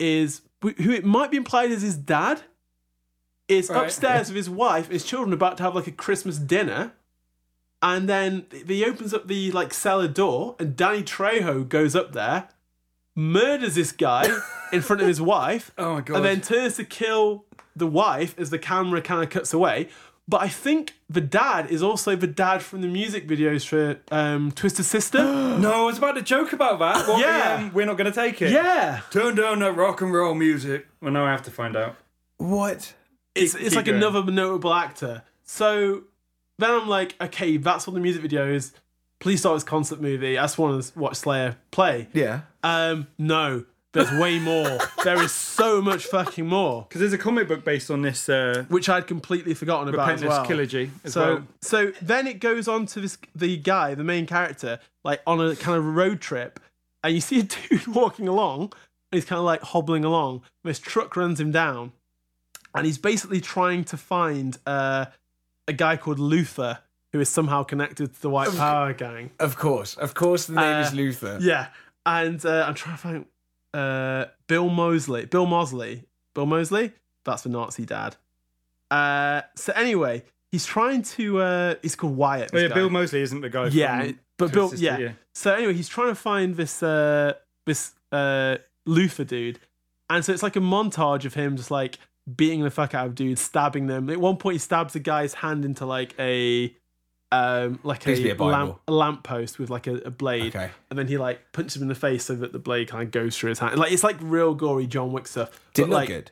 Speaker 3: is who it might be implied is his dad. Is
Speaker 5: Right.
Speaker 3: upstairs with his wife, his children, about to have like a Christmas dinner, and then th- he opens up the like cellar door, and Danny Trejo goes up there, murders this guy in front of his wife,
Speaker 5: Oh my god.
Speaker 3: and then turns to kill the wife as the camera kind of cuts away. But I think the dad is also the dad from the music videos for um, Twisted Sister.
Speaker 5: no, I was about to joke about that. What,
Speaker 3: Yeah.
Speaker 5: um, we're not going to take it.
Speaker 3: Yeah,
Speaker 5: Turn down that rock and roll music. Well, now I have to find out.
Speaker 4: what?
Speaker 3: it's it's
Speaker 5: keep
Speaker 3: like
Speaker 5: going.
Speaker 3: another notable actor. So then I'm like, okay, that's what the music video is. Please start this concert movie. I just want to watch Slayer play.
Speaker 4: Yeah.
Speaker 3: Um, no, there's way more. there is so much fucking more,
Speaker 5: Because there's a comic book based on this uh,
Speaker 3: which I'd completely forgotten about as
Speaker 5: Repentless
Speaker 3: well.
Speaker 5: Trilogy as
Speaker 3: so
Speaker 5: well.
Speaker 3: so then it goes on to this the guy, the main character, like on a kind of road trip, and you see a dude walking along, and he's kind of like hobbling along. And this truck runs him down, and he's basically trying to find uh, a guy called Luther who is somehow connected to the White Power gang.
Speaker 4: Of course. Of course the name
Speaker 3: Uh,
Speaker 4: is Luther.
Speaker 3: Yeah, and uh, I'm trying to find uh, Bill Mosley. Bill Mosley. Bill Mosley. That's the Nazi dad. Uh, so anyway, he's trying to. Uh, he's called Wyatt.
Speaker 5: Oh,
Speaker 3: this
Speaker 5: yeah,
Speaker 3: guy.
Speaker 5: Bill Mosley isn't the guy.
Speaker 3: Yeah,
Speaker 5: from
Speaker 3: but Bill.
Speaker 5: Twisted
Speaker 3: Yeah.
Speaker 5: Sister, yeah.
Speaker 3: So anyway, he's trying to find this uh, this uh, Luther dude, and so it's like a montage of him just like beating the fuck out of dudes, stabbing them. At one point, he stabs a guy's hand into like a um like
Speaker 4: Please be
Speaker 3: a,
Speaker 4: a Bible.
Speaker 3: lamp a lamp post with like a, a blade
Speaker 4: Okay.
Speaker 3: and then he like punches him in the face so that the blade kind of goes through his hand. Like it's like real gory John Wick stuff. But,
Speaker 4: Did it look
Speaker 3: like,
Speaker 4: good?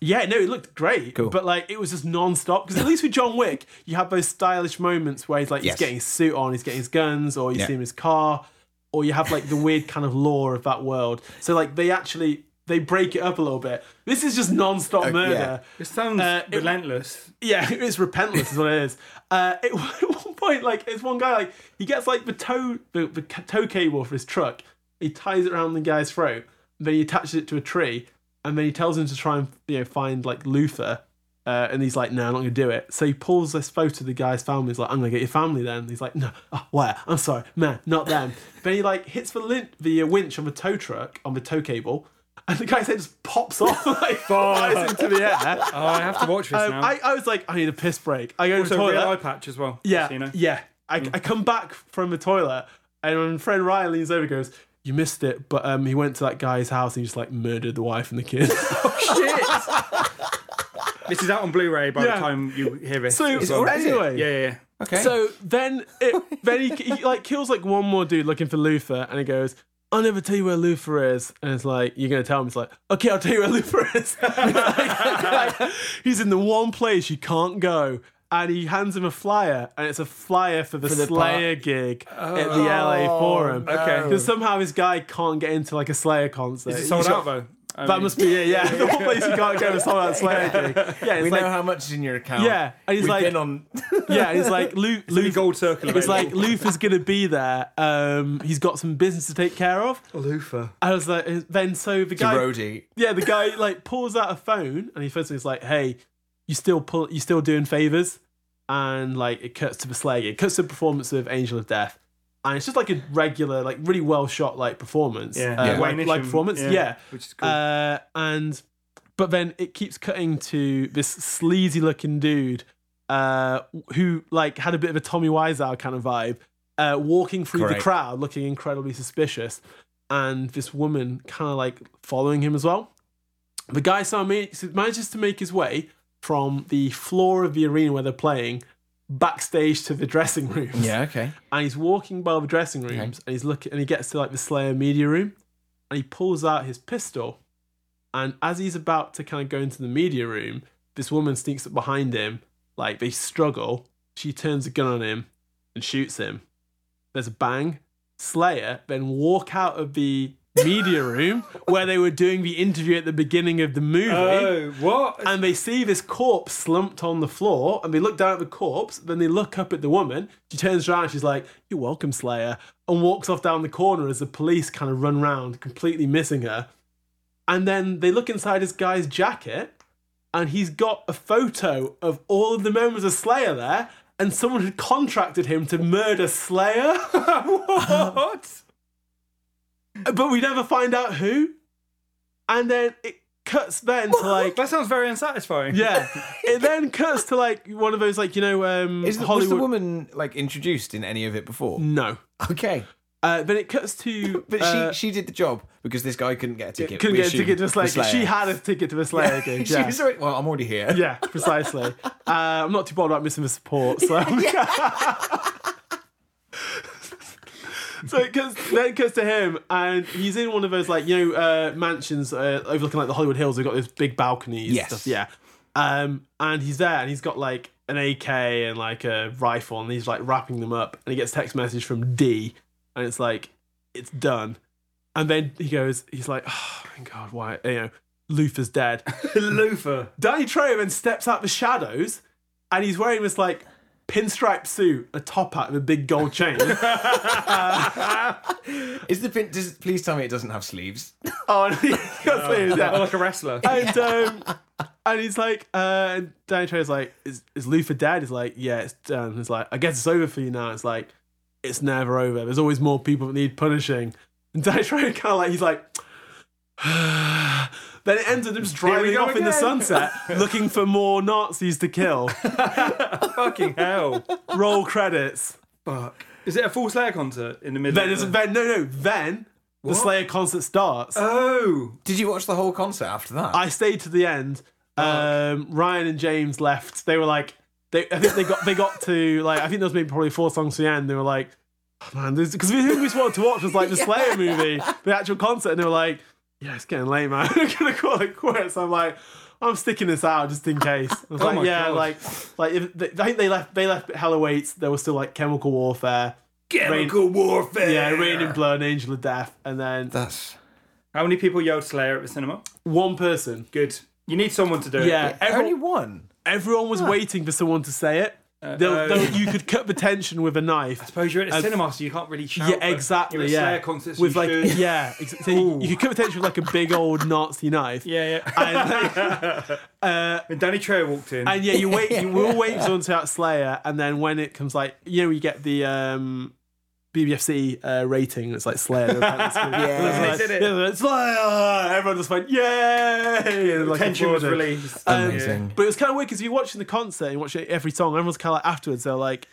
Speaker 3: Yeah, no, it looked great.
Speaker 4: Cool.
Speaker 3: But like it was just non-stop. Because at least with John Wick, you have those stylish moments where he's like
Speaker 4: Yes.
Speaker 3: he's getting his suit on, he's getting his guns, or you
Speaker 4: Yeah.
Speaker 3: see him in his car, or you have like the weird kind of lore of that world. So like they actually they break it up a little bit. This is just non-stop
Speaker 4: Oh, yeah.
Speaker 3: murder.
Speaker 5: It sounds
Speaker 3: Uh, it-
Speaker 5: relentless.
Speaker 3: Yeah, it's repentless is what it is. Uh, it, at one point, like it's one guy, like he gets like the toe, the, the c- tow cable for his truck. He ties it around the guy's throat. Then he attaches it to a tree, and then he tells him to try and you know find like Luther. Uh, and he's like, no, I'm not gonna do it. So he pulls this photo of the guy's family. He's like, I'm gonna get your family then. And he's like, no, oh, where? I'm sorry, man, not them. then he like hits the lin- the uh, winch on the tow truck on the tow cable, and the guy's head just pops off like flies into the air.
Speaker 5: Oh, I have to watch this
Speaker 3: Um,
Speaker 5: now.
Speaker 3: I, I was like, I need a piss break. I go to
Speaker 5: also,
Speaker 3: the
Speaker 5: real
Speaker 3: toilet.
Speaker 5: eye patch as well.
Speaker 3: yeah,
Speaker 5: just so you know. Hmm.
Speaker 3: yeah. I, I come back from the toilet, and when friend Ryan leans over, and goes, "You missed it," but um, he went to that guy's house and he just like murdered the wife and the kid.
Speaker 5: This is out on Blu-ray by
Speaker 3: Yeah.
Speaker 5: the time you hear it.
Speaker 3: so
Speaker 5: as well.
Speaker 4: already-
Speaker 3: anyway,
Speaker 5: yeah, yeah, yeah.
Speaker 4: Okay.
Speaker 3: So then, it, then he, he like kills like one more dude looking for Luther, and he goes, "I'll never tell you where Luther is." And it's like, "You're gonna tell him?" It's like, "Okay, I'll tell you where Luther is." Like, he's in the one place you can't go, and he hands him a flyer, and it's a flyer for the,
Speaker 4: the Oh,
Speaker 3: Slayer gig at the LA Forum.
Speaker 5: Okay.
Speaker 3: because somehow his guy can't get into like a Slayer concert.
Speaker 5: Is it
Speaker 3: He's
Speaker 5: sold
Speaker 3: got-
Speaker 5: out though? I
Speaker 3: That
Speaker 5: mean-
Speaker 3: must be it. Yeah, the one place you can't go is sold out Slayer gig. Yeah, it's
Speaker 4: we
Speaker 3: like.
Speaker 4: know how much is in your account.
Speaker 3: yeah, and he's
Speaker 4: We've
Speaker 3: like,
Speaker 4: been on.
Speaker 3: yeah, he's like, Lu-
Speaker 5: The
Speaker 3: Lu-
Speaker 5: gold circle.
Speaker 3: it's like Luther's gonna be there. Um, he's got some business to take care of.
Speaker 5: Lufa.
Speaker 3: I was like, uh, then so the guy,
Speaker 4: Roadie.
Speaker 3: yeah, the guy like pulls out a phone and he first he's like, hey, you still pull, you still doing favors, and like it cuts to the slag, it cuts to the performance of Angel of Death, and it's just like a regular, like really well shot like performance,
Speaker 5: Yeah.
Speaker 3: uh,
Speaker 5: Yeah.
Speaker 3: Like, like
Speaker 5: Wayne Isham,
Speaker 3: performance,
Speaker 5: yeah,
Speaker 3: yeah.
Speaker 5: which is cool.
Speaker 3: Uh, and but then it keeps cutting to this sleazy looking dude uh, who like had a bit of a Tommy Wiseau kind of vibe, uh, walking through
Speaker 4: Correct.
Speaker 3: the crowd, looking incredibly suspicious. and this woman kind of like following him as well. The guy somehow ma- manages to make his way from the floor of the arena where they're playing backstage to the dressing rooms.
Speaker 4: Yeah, okay.
Speaker 3: And he's walking by the dressing rooms and he's looking and he gets to like the Slayer media room and he pulls out his pistol. And as he's about to kind of go into the media room, this woman sneaks up behind him. Like they struggle. She turns a gun on him and shoots him. There's a bang. Slayer then walk out of the media room where they were doing the interview at the beginning of the movie.
Speaker 5: Oh, what?
Speaker 3: And they see this corpse slumped on the floor, and they look down at the corpse. Then they look up at the woman. She turns around, she's like, "You're welcome, Slayer," and walks off down the corner as the police kind of run round, completely missing her. And then they look inside this guy's jacket, and he's got a photo of all of the members of Slayer there, and someone had contracted him to murder Slayer.
Speaker 5: what?
Speaker 3: but we never find out who. And then it cuts then to like
Speaker 5: That sounds very unsatisfying.
Speaker 3: yeah. It then cuts to like one of those like you know um
Speaker 4: Is the, was
Speaker 3: Hollywood.
Speaker 4: the woman like introduced in any of it before?
Speaker 3: No.
Speaker 4: Okay,
Speaker 3: Uh, then it cuts to
Speaker 4: but
Speaker 3: uh,
Speaker 4: she she did the job because this guy couldn't get a ticket.
Speaker 3: couldn't
Speaker 4: we
Speaker 3: get a
Speaker 4: assume,
Speaker 3: ticket to a
Speaker 4: for
Speaker 3: Slayer.
Speaker 4: Slayer.
Speaker 3: She had a ticket to a Slayer game.
Speaker 4: she
Speaker 3: Yeah.
Speaker 4: was already, well, I'm already here.
Speaker 3: yeah, precisely. uh, I'm not too bothered about missing the support, so. So it goes, then it goes to him, and he's in one of those like you know uh, mansions uh, overlooking like the Hollywood Hills. They've got those big balconies. and
Speaker 4: Yes.
Speaker 3: stuff, yeah. Um, and he's there, and he's got like an AK and like a rifle, and he's like wrapping them up. And he gets a text message from D, and it's like, it's done. And then he goes, he's like, oh my god, why? You know, Luther's dead.
Speaker 5: Loofah.
Speaker 3: Danny Trejo then steps out the shadows and he's wearing this like pinstripe suit, a top hat, and a big gold chain.
Speaker 4: Is the pin? Does, please tell me it doesn't have sleeves.
Speaker 3: oh, and he's got sleeves,
Speaker 5: Or
Speaker 3: yeah.
Speaker 5: like a wrestler.
Speaker 3: And, um, and he's like, uh, and Danny Trejo's like, is, is Luther dead? He's like, yeah, it's done. He's like, I guess it's over for you now. It's like, it's never over. There's always more people that need punishing. And Danny Trejo kind of like, he's like, then it ends with him just driving
Speaker 5: go
Speaker 3: off in the
Speaker 5: again.
Speaker 3: sunset looking for more Nazis to kill.
Speaker 5: Fucking hell.
Speaker 3: Roll credits.
Speaker 5: Fuck. Is it a full Slayer concert in the middle?
Speaker 3: Then,
Speaker 5: of
Speaker 3: it's,
Speaker 5: the-
Speaker 3: then no, no, then the Slayer concert starts.
Speaker 5: Oh,
Speaker 4: Did you watch the whole concert after that?
Speaker 3: I stayed to the end. Um, Ryan and James left. They were like, they, I think they got they got to like I think there was maybe probably four songs to the end. They were like, oh, man, because the thing we just wanted to watch was like the Slayer movie, the actual concert, and they were like, yeah, it's getting late, man. I'm gonna call it quits. I'm like. I'm sticking this out just in case. I was
Speaker 5: Oh my
Speaker 3: like, yeah,
Speaker 5: God.
Speaker 3: like, like if they, I think they left. They left. Hell awaits. There was still like chemical warfare.
Speaker 5: chemical warfare.
Speaker 3: Yeah, rain and blood, and angel of death, and then
Speaker 4: That's
Speaker 5: How many people yelled Slayer at the cinema?
Speaker 3: one person
Speaker 5: Good. You need someone to do it.
Speaker 3: Yeah,
Speaker 4: only
Speaker 3: everyone,
Speaker 4: one.
Speaker 3: everyone was waiting for someone to say it. They'll-
Speaker 5: oh.
Speaker 3: they'll- you could cut the tension with a knife.
Speaker 5: suppose you're at a
Speaker 3: Uh,
Speaker 5: cinema, so you can't really shout.
Speaker 3: Yeah,
Speaker 5: but
Speaker 3: exactly.
Speaker 5: You're at
Speaker 3: yeah,
Speaker 5: Slayer concerts.
Speaker 3: with
Speaker 5: you
Speaker 3: like
Speaker 5: should.
Speaker 3: yeah, ex- so you, you could cut the tension with like a big old Nazi knife.
Speaker 5: yeah, yeah.
Speaker 3: And, like, uh,
Speaker 5: And Danny Trejo walked in.
Speaker 3: and yeah, you wait. You will wait for someone to out Slayer, and then when it comes like you know, you get the um, BBFC uh, rating. It's like Slayer.
Speaker 4: Yeah.
Speaker 5: They did it.
Speaker 3: Yeah, it's Slayer. Everyone just went yay. and, like,
Speaker 5: Tension was
Speaker 3: applauded. Um,
Speaker 5: released.
Speaker 4: Amazing.
Speaker 3: But it was kind of weird because you're watching the concert and you watch every song. Everyone's kind of like afterwards, they're like,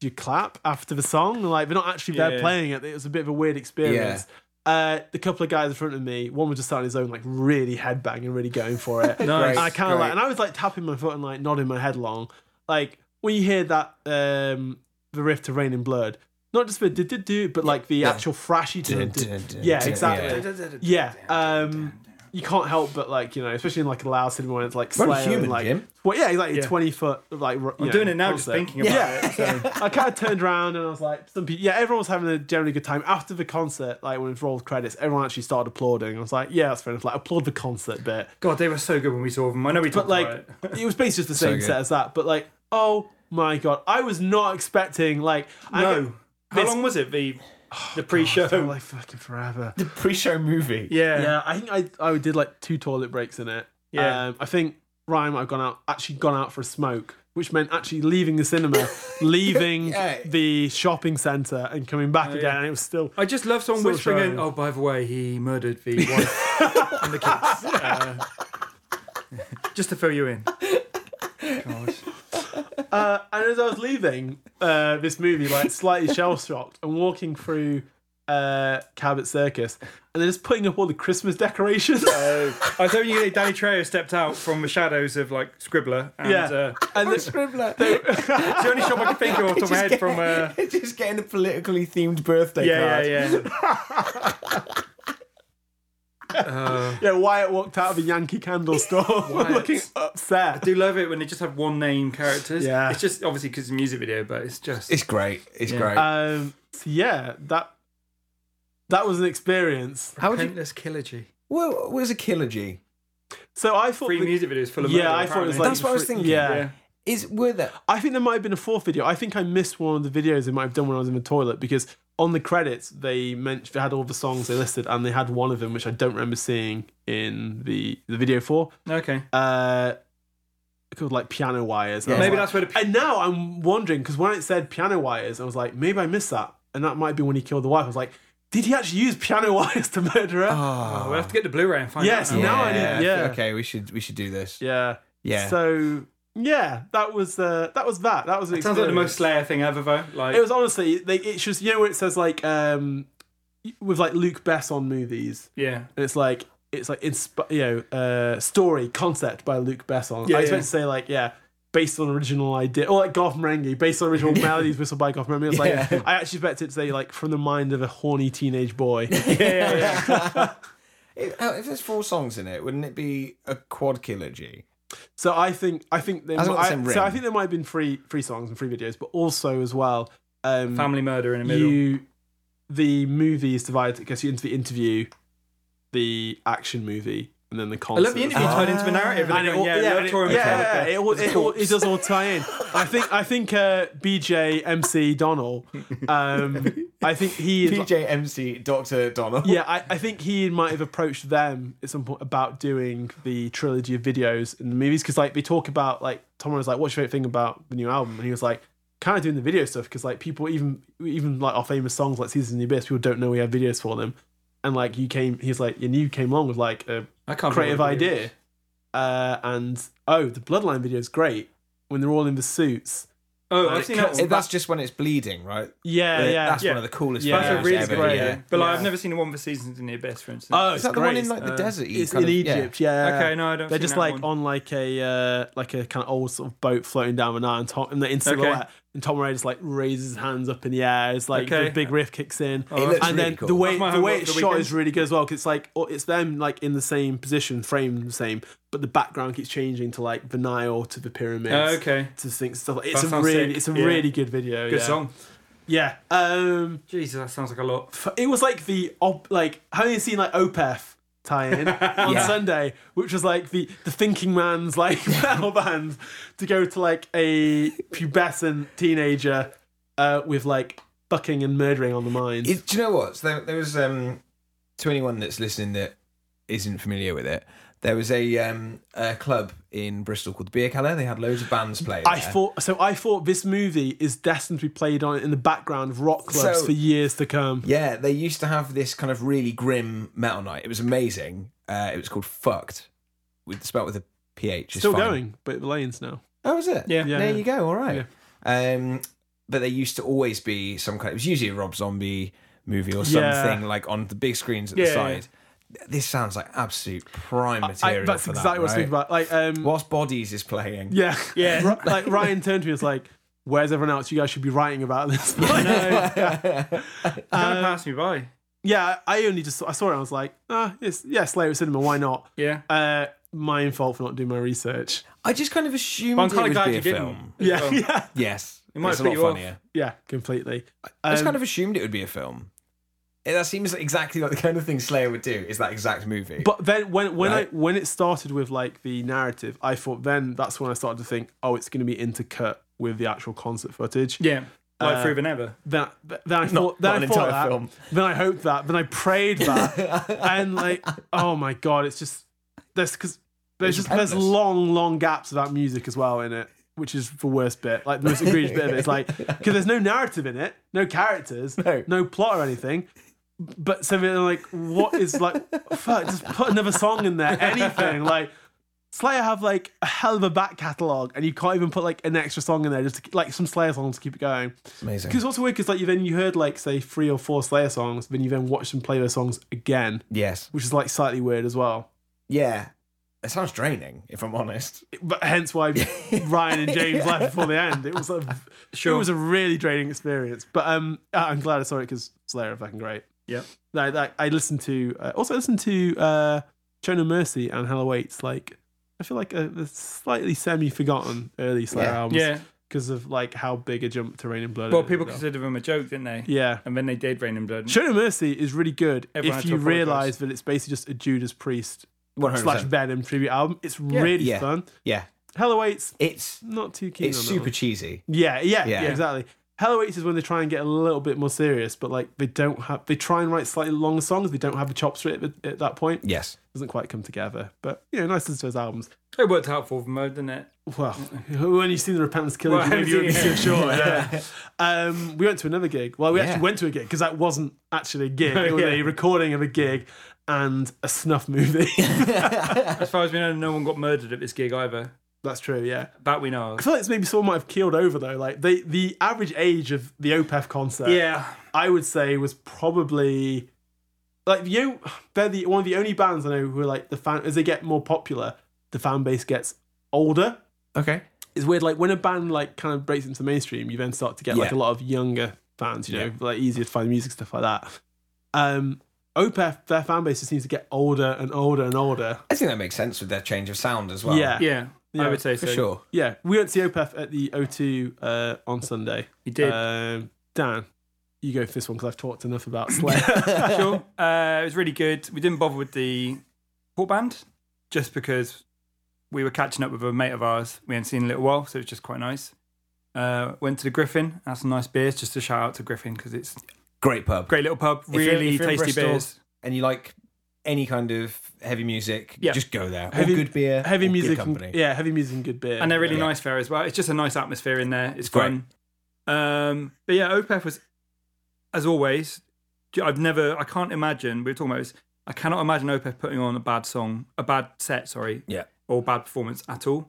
Speaker 3: do you clap after the song? Like, they're not actually there
Speaker 5: Yeah.
Speaker 3: playing it. It was a bit of a weird experience. Uh, the couple of guys in front of me, one was just sat on his own, like really headbanging, really going for it.
Speaker 5: Yeah. Nice.
Speaker 3: And I kind of
Speaker 4: great.
Speaker 3: like, and I was like tapping my foot and like nodding my head along. Like when you hear that, um, the riff to Rain in Blood, not just the did did do, but like the actual thrashy did.
Speaker 4: dun, dun,
Speaker 3: Yeah,
Speaker 4: dun,
Speaker 3: exactly. Yeah. Um, you can't help but like you know, especially in like a loud cinema when it's like
Speaker 4: We're
Speaker 3: Slayer,
Speaker 4: a human,
Speaker 3: and, like
Speaker 4: Jim.
Speaker 3: well, yeah, exactly.
Speaker 5: Yeah.
Speaker 3: Twenty foot like I'm
Speaker 5: I'm doing it now, just thinking about it. So.
Speaker 3: I kind of turned around and I was like, some people, yeah, everyone was having a generally good time after the concert. Like when it rolled credits, everyone actually started applauding. I was like, yeah, that's fair enough. Like applaud the concert bit,
Speaker 5: God, they were so good when we saw them. I know we
Speaker 3: but
Speaker 5: talked
Speaker 3: like
Speaker 5: about it.
Speaker 3: it was basically just the same
Speaker 4: good.
Speaker 3: set as that. But like, oh my god, I was not expecting like I
Speaker 5: No. How
Speaker 3: this- Oh,
Speaker 5: long was it? The the pre-show.
Speaker 3: felt like fucking forever.
Speaker 4: The pre-show movie.
Speaker 5: yeah.
Speaker 3: Yeah, I think I, I did like two toilet breaks in it.
Speaker 5: Yeah.
Speaker 3: um, I think Ryan might have gone out actually gone out for a smoke, which meant actually leaving the cinema, leaving
Speaker 4: Yeah.
Speaker 3: the shopping centre, and coming back again. And it was still
Speaker 5: I just love someone
Speaker 3: So
Speaker 5: whispering in,
Speaker 3: shy.
Speaker 5: oh, by the way, he murdered the wife and the kids. Uh, just to fill you in. God.
Speaker 3: uh, and as I was leaving uh, this movie, like slightly shell shocked, and walking through uh, Cabot Circus, and they're just putting up all the Christmas decorations. Oh.
Speaker 5: I thought you Danny Trejo stepped out from the shadows of like Scribbler. And,
Speaker 3: yeah,
Speaker 5: Uh,
Speaker 3: and
Speaker 4: I'm
Speaker 3: the-
Speaker 4: Scribbler.
Speaker 5: it's the only shop I can think of off the top of my head
Speaker 4: get-
Speaker 5: from. Uh,
Speaker 4: just getting a politically themed birthday
Speaker 5: yeah,
Speaker 4: card.
Speaker 5: yeah, yeah.
Speaker 3: yeah, Wyatt walked out of a Yankee Candle store looking
Speaker 5: I
Speaker 3: upset.
Speaker 5: do love it when they just have one name characters.
Speaker 3: Yeah.
Speaker 5: It's just obviously because it's a music video, but it's just.
Speaker 4: It's great. It's
Speaker 5: Yeah.
Speaker 4: great.
Speaker 3: Um, so yeah, that that was an experience.
Speaker 4: How would you?
Speaker 5: Relentless Killergy.
Speaker 4: Well, where's a kilogy?
Speaker 3: So I thought,
Speaker 5: Free
Speaker 3: the-
Speaker 5: music videos full of
Speaker 3: yeah,
Speaker 5: murder,
Speaker 3: I thought it was
Speaker 5: apparently.
Speaker 3: like
Speaker 4: That's what I was
Speaker 3: free-
Speaker 4: thinking.
Speaker 3: Yeah. Oh,
Speaker 5: Yeah.
Speaker 4: Is were there?
Speaker 3: I think there might have been a fourth video. I think I missed one of the videos they might have done when I was in the toilet because on the credits they mentioned they had all the songs they listed and they had one of them which I don't remember seeing in the the video for.
Speaker 5: Okay.
Speaker 3: Uh, called like piano wires.
Speaker 4: Yeah.
Speaker 5: Maybe
Speaker 3: that's.
Speaker 5: that's where the.
Speaker 3: And now I'm wondering because when it said piano wires, I was like, maybe I missed that, and that might be when he killed the wife. I was like, did he actually use piano wires to murder her?
Speaker 4: Oh,
Speaker 5: we'll have to get the Blu ray and find
Speaker 3: Yes,
Speaker 5: out.
Speaker 3: now I need- yeah.
Speaker 4: Okay, we should we should do this.
Speaker 3: Yeah.
Speaker 4: Yeah.
Speaker 3: So yeah, that was uh, that was that. That was an
Speaker 5: It sounds like the
Speaker 3: experience.
Speaker 5: most Slayer thing ever, though. Like,
Speaker 3: It was honestly, they, it's just you know where it says like um, with like Luke Bess on movies,
Speaker 5: yeah.
Speaker 3: and it's like it's like insp- you know uh, story concept by Luke Besson.
Speaker 5: Yeah,
Speaker 3: I was meant to
Speaker 5: yeah.
Speaker 3: say like yeah. Based on original idea, or like Garth Marenghi, based on original melodies whistled by Garth Marenghi. It's like
Speaker 4: Yeah.
Speaker 3: I actually expected it to say like from the mind of a horny teenage boy.
Speaker 4: If, how- if there's four songs in it, wouldn't it be a quadkilogy?
Speaker 3: so I think I think there,
Speaker 4: That's what
Speaker 3: I,
Speaker 4: it's in
Speaker 3: so I
Speaker 4: Ring.
Speaker 3: think there might have been free free songs and free videos, but also as well um,
Speaker 5: Family murder in the middle.
Speaker 3: you the movie is divided because you into the interview, the action movie, and then the Ah.
Speaker 5: I
Speaker 3: concert.
Speaker 5: love the interview tied into the narrative.
Speaker 3: And it all, yeah,
Speaker 5: yeah,
Speaker 3: and it- yeah, yeah, it, all, it, all, it does all tie in. I think I think uh, BJ MC Donald. Um, I think he is.
Speaker 4: PJMC Doctor Donald.
Speaker 3: yeah, I, I think he might have approached them at some point about doing the trilogy of videos and the movies because like they talk about like Tom was like, "What's your favorite thing about the new album?" and he was like, "Kind of doing the video stuff because like people even even like our famous songs like Seasons in the Abyss, people don't know we have videos for them." And like you came, he's like, and you came along with like a
Speaker 5: I can't
Speaker 3: creative
Speaker 5: remember what it
Speaker 3: idea. Uh, and oh, the Bloodline video is great when they're all in the suits.
Speaker 5: Oh,
Speaker 3: And
Speaker 5: I've
Speaker 3: it
Speaker 5: seen
Speaker 3: cuts
Speaker 5: that
Speaker 4: It-
Speaker 5: one.
Speaker 4: that's just when it's bleeding, right?
Speaker 3: Yeah,
Speaker 4: Uh,
Speaker 3: yeah.
Speaker 4: That's
Speaker 5: yeah.
Speaker 4: one of the coolest.
Speaker 3: Yeah.
Speaker 5: That's
Speaker 4: videos
Speaker 5: a really
Speaker 4: ever,
Speaker 5: good idea.
Speaker 4: yeah.
Speaker 5: But like,
Speaker 3: Yeah.
Speaker 5: I've never seen the one for Seasons in the Abyss, for instance.
Speaker 3: Oh,
Speaker 4: Is
Speaker 3: it's
Speaker 4: that the
Speaker 3: great.
Speaker 4: one in like the
Speaker 5: Uh,
Speaker 4: desert?
Speaker 3: It's in
Speaker 4: kind of- yeah.
Speaker 3: Egypt, yeah.
Speaker 5: okay, no, I don't.
Speaker 3: They're
Speaker 5: seen
Speaker 3: just
Speaker 5: that
Speaker 3: like
Speaker 5: one.
Speaker 3: on like a uh, like a kind of old sort of boat floating down the Nile, and Tom and they're in
Speaker 5: Okay.
Speaker 3: silhouette, and Tom Ray just like raises his hands up in the air. It's like
Speaker 5: Okay.
Speaker 3: the big riff kicks in,
Speaker 4: It looks
Speaker 3: and
Speaker 4: really
Speaker 3: then
Speaker 4: cool.
Speaker 3: the way
Speaker 5: That's my
Speaker 3: the way
Speaker 5: homework
Speaker 3: it's
Speaker 5: for the
Speaker 3: shot
Speaker 5: weekend.
Speaker 3: is really good as well because it's like or it's them like in the same position, framed the same, but the background keeps changing to like the Nile to the pyramids.
Speaker 5: Oh, okay.
Speaker 3: To things stuff. Like, it's a
Speaker 5: sounds
Speaker 3: really
Speaker 5: sick.
Speaker 3: it's a
Speaker 5: Yeah.
Speaker 3: really good video.
Speaker 5: Good
Speaker 3: yeah.
Speaker 5: song.
Speaker 3: Yeah. Um,
Speaker 5: Jesus, that sounds like a lot.
Speaker 3: f- it was like the op- like having seen like Opeth tie-in on
Speaker 4: Yeah.
Speaker 3: Sunday, which was like the the thinking man's like metal band to go to like a pubescent teenager uh, with like fucking and murdering on the mind.
Speaker 4: It- do you know what? So there, there was um, to anyone that's listening that isn't familiar with it. There was a, um, a club in Bristol called the Beer Keller. They had loads of bands playing.
Speaker 3: I thought so. I thought this movie is destined to be played on in the background of rock clubs
Speaker 4: So-
Speaker 3: for years to come.
Speaker 4: Yeah, they used to have this kind of really grim metal night. It was amazing. Uh, it was called Fucked, with spelled with a ph. It's
Speaker 3: Still
Speaker 4: fine.
Speaker 3: going, but the lanes now.
Speaker 4: Oh, is it?
Speaker 5: Yeah. Yeah,
Speaker 4: There
Speaker 3: yeah.
Speaker 4: you go. All right. Um, but there used to always be some kind. It was usually a Rob Zombie movie or
Speaker 3: Yeah.
Speaker 4: something like on the big screens at
Speaker 5: Yeah,
Speaker 4: the
Speaker 5: yeah.
Speaker 4: side. This sounds like absolute prime
Speaker 3: I,
Speaker 4: material.
Speaker 3: that's
Speaker 4: for
Speaker 3: exactly
Speaker 4: that,
Speaker 3: what I was
Speaker 4: right?
Speaker 3: thinking about. Like, um,
Speaker 4: Whilst Bodies is playing.
Speaker 3: Yeah.
Speaker 5: Yeah.
Speaker 3: Ri- like Ryan turned to me and was like, Where's everyone else? You guys should be writing about this.
Speaker 5: It's kind of passed me by.
Speaker 3: yeah, I only just I saw it. and I was like, ah, it's yeah, Slayer at cinema. Why not?
Speaker 5: Yeah.
Speaker 3: Uh, my own fault for not doing my research.
Speaker 4: I just kind of assumed
Speaker 5: But I'm
Speaker 4: it
Speaker 5: kind
Speaker 4: would
Speaker 5: of glad
Speaker 4: be a
Speaker 5: you didn't.
Speaker 4: film.
Speaker 5: as
Speaker 3: Yeah,
Speaker 5: well.
Speaker 3: yeah,
Speaker 4: Yes,
Speaker 5: It might
Speaker 4: it's a
Speaker 5: put
Speaker 4: lot
Speaker 5: you off.
Speaker 4: funnier.
Speaker 3: yeah, completely.
Speaker 4: I just
Speaker 3: Um,
Speaker 4: kind of assumed it would be a film. Yeah, That seems exactly like the kind of thing Slayer would do. Is that exact movie?
Speaker 3: But then when when
Speaker 4: Right.
Speaker 3: I when it started with like the narrative, I thought then that's when I started to think, oh, it's going to be intercut with the actual concert footage.
Speaker 5: Yeah. Like through the never.
Speaker 3: Then then I thought
Speaker 4: not
Speaker 3: then I
Speaker 4: an
Speaker 3: thought
Speaker 4: entire
Speaker 3: that.
Speaker 4: film.
Speaker 3: Then I hoped that. Then I prayed that. and like, oh my god, it's just there's because there's just there's
Speaker 4: relentless.
Speaker 3: long long gaps about music as well in it, which is the worst bit. Like the most egregious bit of it is like because there's no narrative in it, no characters,
Speaker 4: No.
Speaker 3: plot or anything. But so they're like, what is like, fuck? Just put another song in there, anything like. Slayer have like a hell of a back catalogue, and you can't even put like an extra song in there, just to, like some Slayer songs to keep it going.
Speaker 4: Amazing.
Speaker 3: Because what's weird is like you then you heard like say three or four Slayer songs, then you then watched them play those songs again,
Speaker 4: Yes.
Speaker 3: which is like slightly weird as well.
Speaker 4: Yeah. It sounds draining, if I'm honest.
Speaker 3: But hence why Ryan and James left before the end. It was like it
Speaker 5: Sure.
Speaker 3: was a really draining experience. But um, I- I'm glad I saw it because Slayer are fucking great.
Speaker 5: Yeah.
Speaker 3: Like, like I listened to uh, also listened to uh, Chona Mercy and Hell Awaits. Like I feel like a, a slightly semi forgotten early Slayer
Speaker 4: Yeah.
Speaker 3: albums.
Speaker 5: Yeah.
Speaker 3: because of like how big a jump to Rain and Blood.
Speaker 5: Well,
Speaker 3: is,
Speaker 5: people
Speaker 3: though.
Speaker 5: considered them a joke, didn't they?
Speaker 3: yeah.
Speaker 5: And then they did Rain and Blood.
Speaker 3: Chona Mercy is really good
Speaker 5: Everyone
Speaker 3: if
Speaker 5: had
Speaker 3: you
Speaker 5: to apologise.
Speaker 3: realize that it's basically just a Judas Priest
Speaker 4: 100%.
Speaker 3: slash Venom tribute album. It's really
Speaker 4: Yeah.
Speaker 3: fun.
Speaker 4: Yeah.
Speaker 3: Hell Awaits,
Speaker 4: It's
Speaker 3: not too keen.
Speaker 4: it's
Speaker 3: on that
Speaker 4: super
Speaker 3: one.
Speaker 4: cheesy.
Speaker 3: Yeah, yeah,
Speaker 4: Yeah.
Speaker 3: yeah, exactly. Hello Eights is when they try and get a little bit more serious, but like they don't have, they try and write slightly longer songs. They don't have the chops for it at, at that point.
Speaker 4: Yes.
Speaker 3: doesn't quite come together. But you know, nice to listen to those albums.
Speaker 5: It worked out for them, though, didn't it?
Speaker 3: Well, when you see the Repentance Killer,
Speaker 5: Well, I
Speaker 3: maybe you won't be so
Speaker 5: haven't seen it.
Speaker 3: sure. yeah. Um, we went to another gig. Well, we
Speaker 4: Yeah.
Speaker 3: actually went to a gig because that wasn't actually a gig. It was
Speaker 5: Yeah.
Speaker 3: a recording of a gig and a snuff movie.
Speaker 5: As far as we know, no one got murdered at this gig either.
Speaker 3: That's true. Yeah.
Speaker 5: That we know.
Speaker 3: I
Speaker 5: of.
Speaker 3: feel like it's maybe someone might have keeled over though. Like they, the average age of the OPEF concert.
Speaker 5: Yeah.
Speaker 3: I would say was probably like you. know, They're the one of the only bands I know who are like the fan as they get more popular, the fan base gets older.
Speaker 4: Okay.
Speaker 3: It's weird. Like when a band like kind of breaks into the mainstream, you then start to get like
Speaker 4: Yeah.
Speaker 3: a lot of younger fans. You know,
Speaker 4: Yeah.
Speaker 3: like easier to find music stuff like that. Um, Opeth, their fan base just seems to get older and older and older.
Speaker 4: I think that makes sense with their change of sound as well.
Speaker 3: Yeah.
Speaker 5: Yeah.
Speaker 3: Yeah,
Speaker 5: I would say
Speaker 4: For
Speaker 5: so.
Speaker 4: sure.
Speaker 3: Yeah, we went to see Opeth at the O2 uh, on Sunday.
Speaker 5: You did.
Speaker 3: Um, Dan, you go for this one because I've talked enough about Slayer.
Speaker 5: sure. Uh, it was really good. We didn't bother with the port band just because we were catching up with a mate of ours we hadn't seen in a little while, so it was just quite nice. Uh, went to the Griffin, had some nice beers. Just a shout out to Griffin because it's a
Speaker 4: Great pub.
Speaker 5: great little pub,
Speaker 4: If you're-
Speaker 5: really
Speaker 4: if you're in
Speaker 5: tasty
Speaker 4: Bristol
Speaker 5: beers.
Speaker 4: And you like any kind of heavy music,
Speaker 5: Yeah.
Speaker 4: just go there. All
Speaker 3: Heavy-
Speaker 4: good beer.
Speaker 3: heavy
Speaker 4: all good
Speaker 3: music,
Speaker 4: company.
Speaker 3: and, yeah, heavy music and good beer,
Speaker 5: And they're really
Speaker 4: Yeah.
Speaker 5: nice there as well. It's just a nice atmosphere in there. It's
Speaker 4: Great.
Speaker 5: fun. Um, but yeah, OPEF was, as always, I've never, I can't imagine, we were talking about this, I cannot imagine OPEF putting on a bad song, a bad set, sorry,
Speaker 4: Yeah.
Speaker 5: or bad performance at all.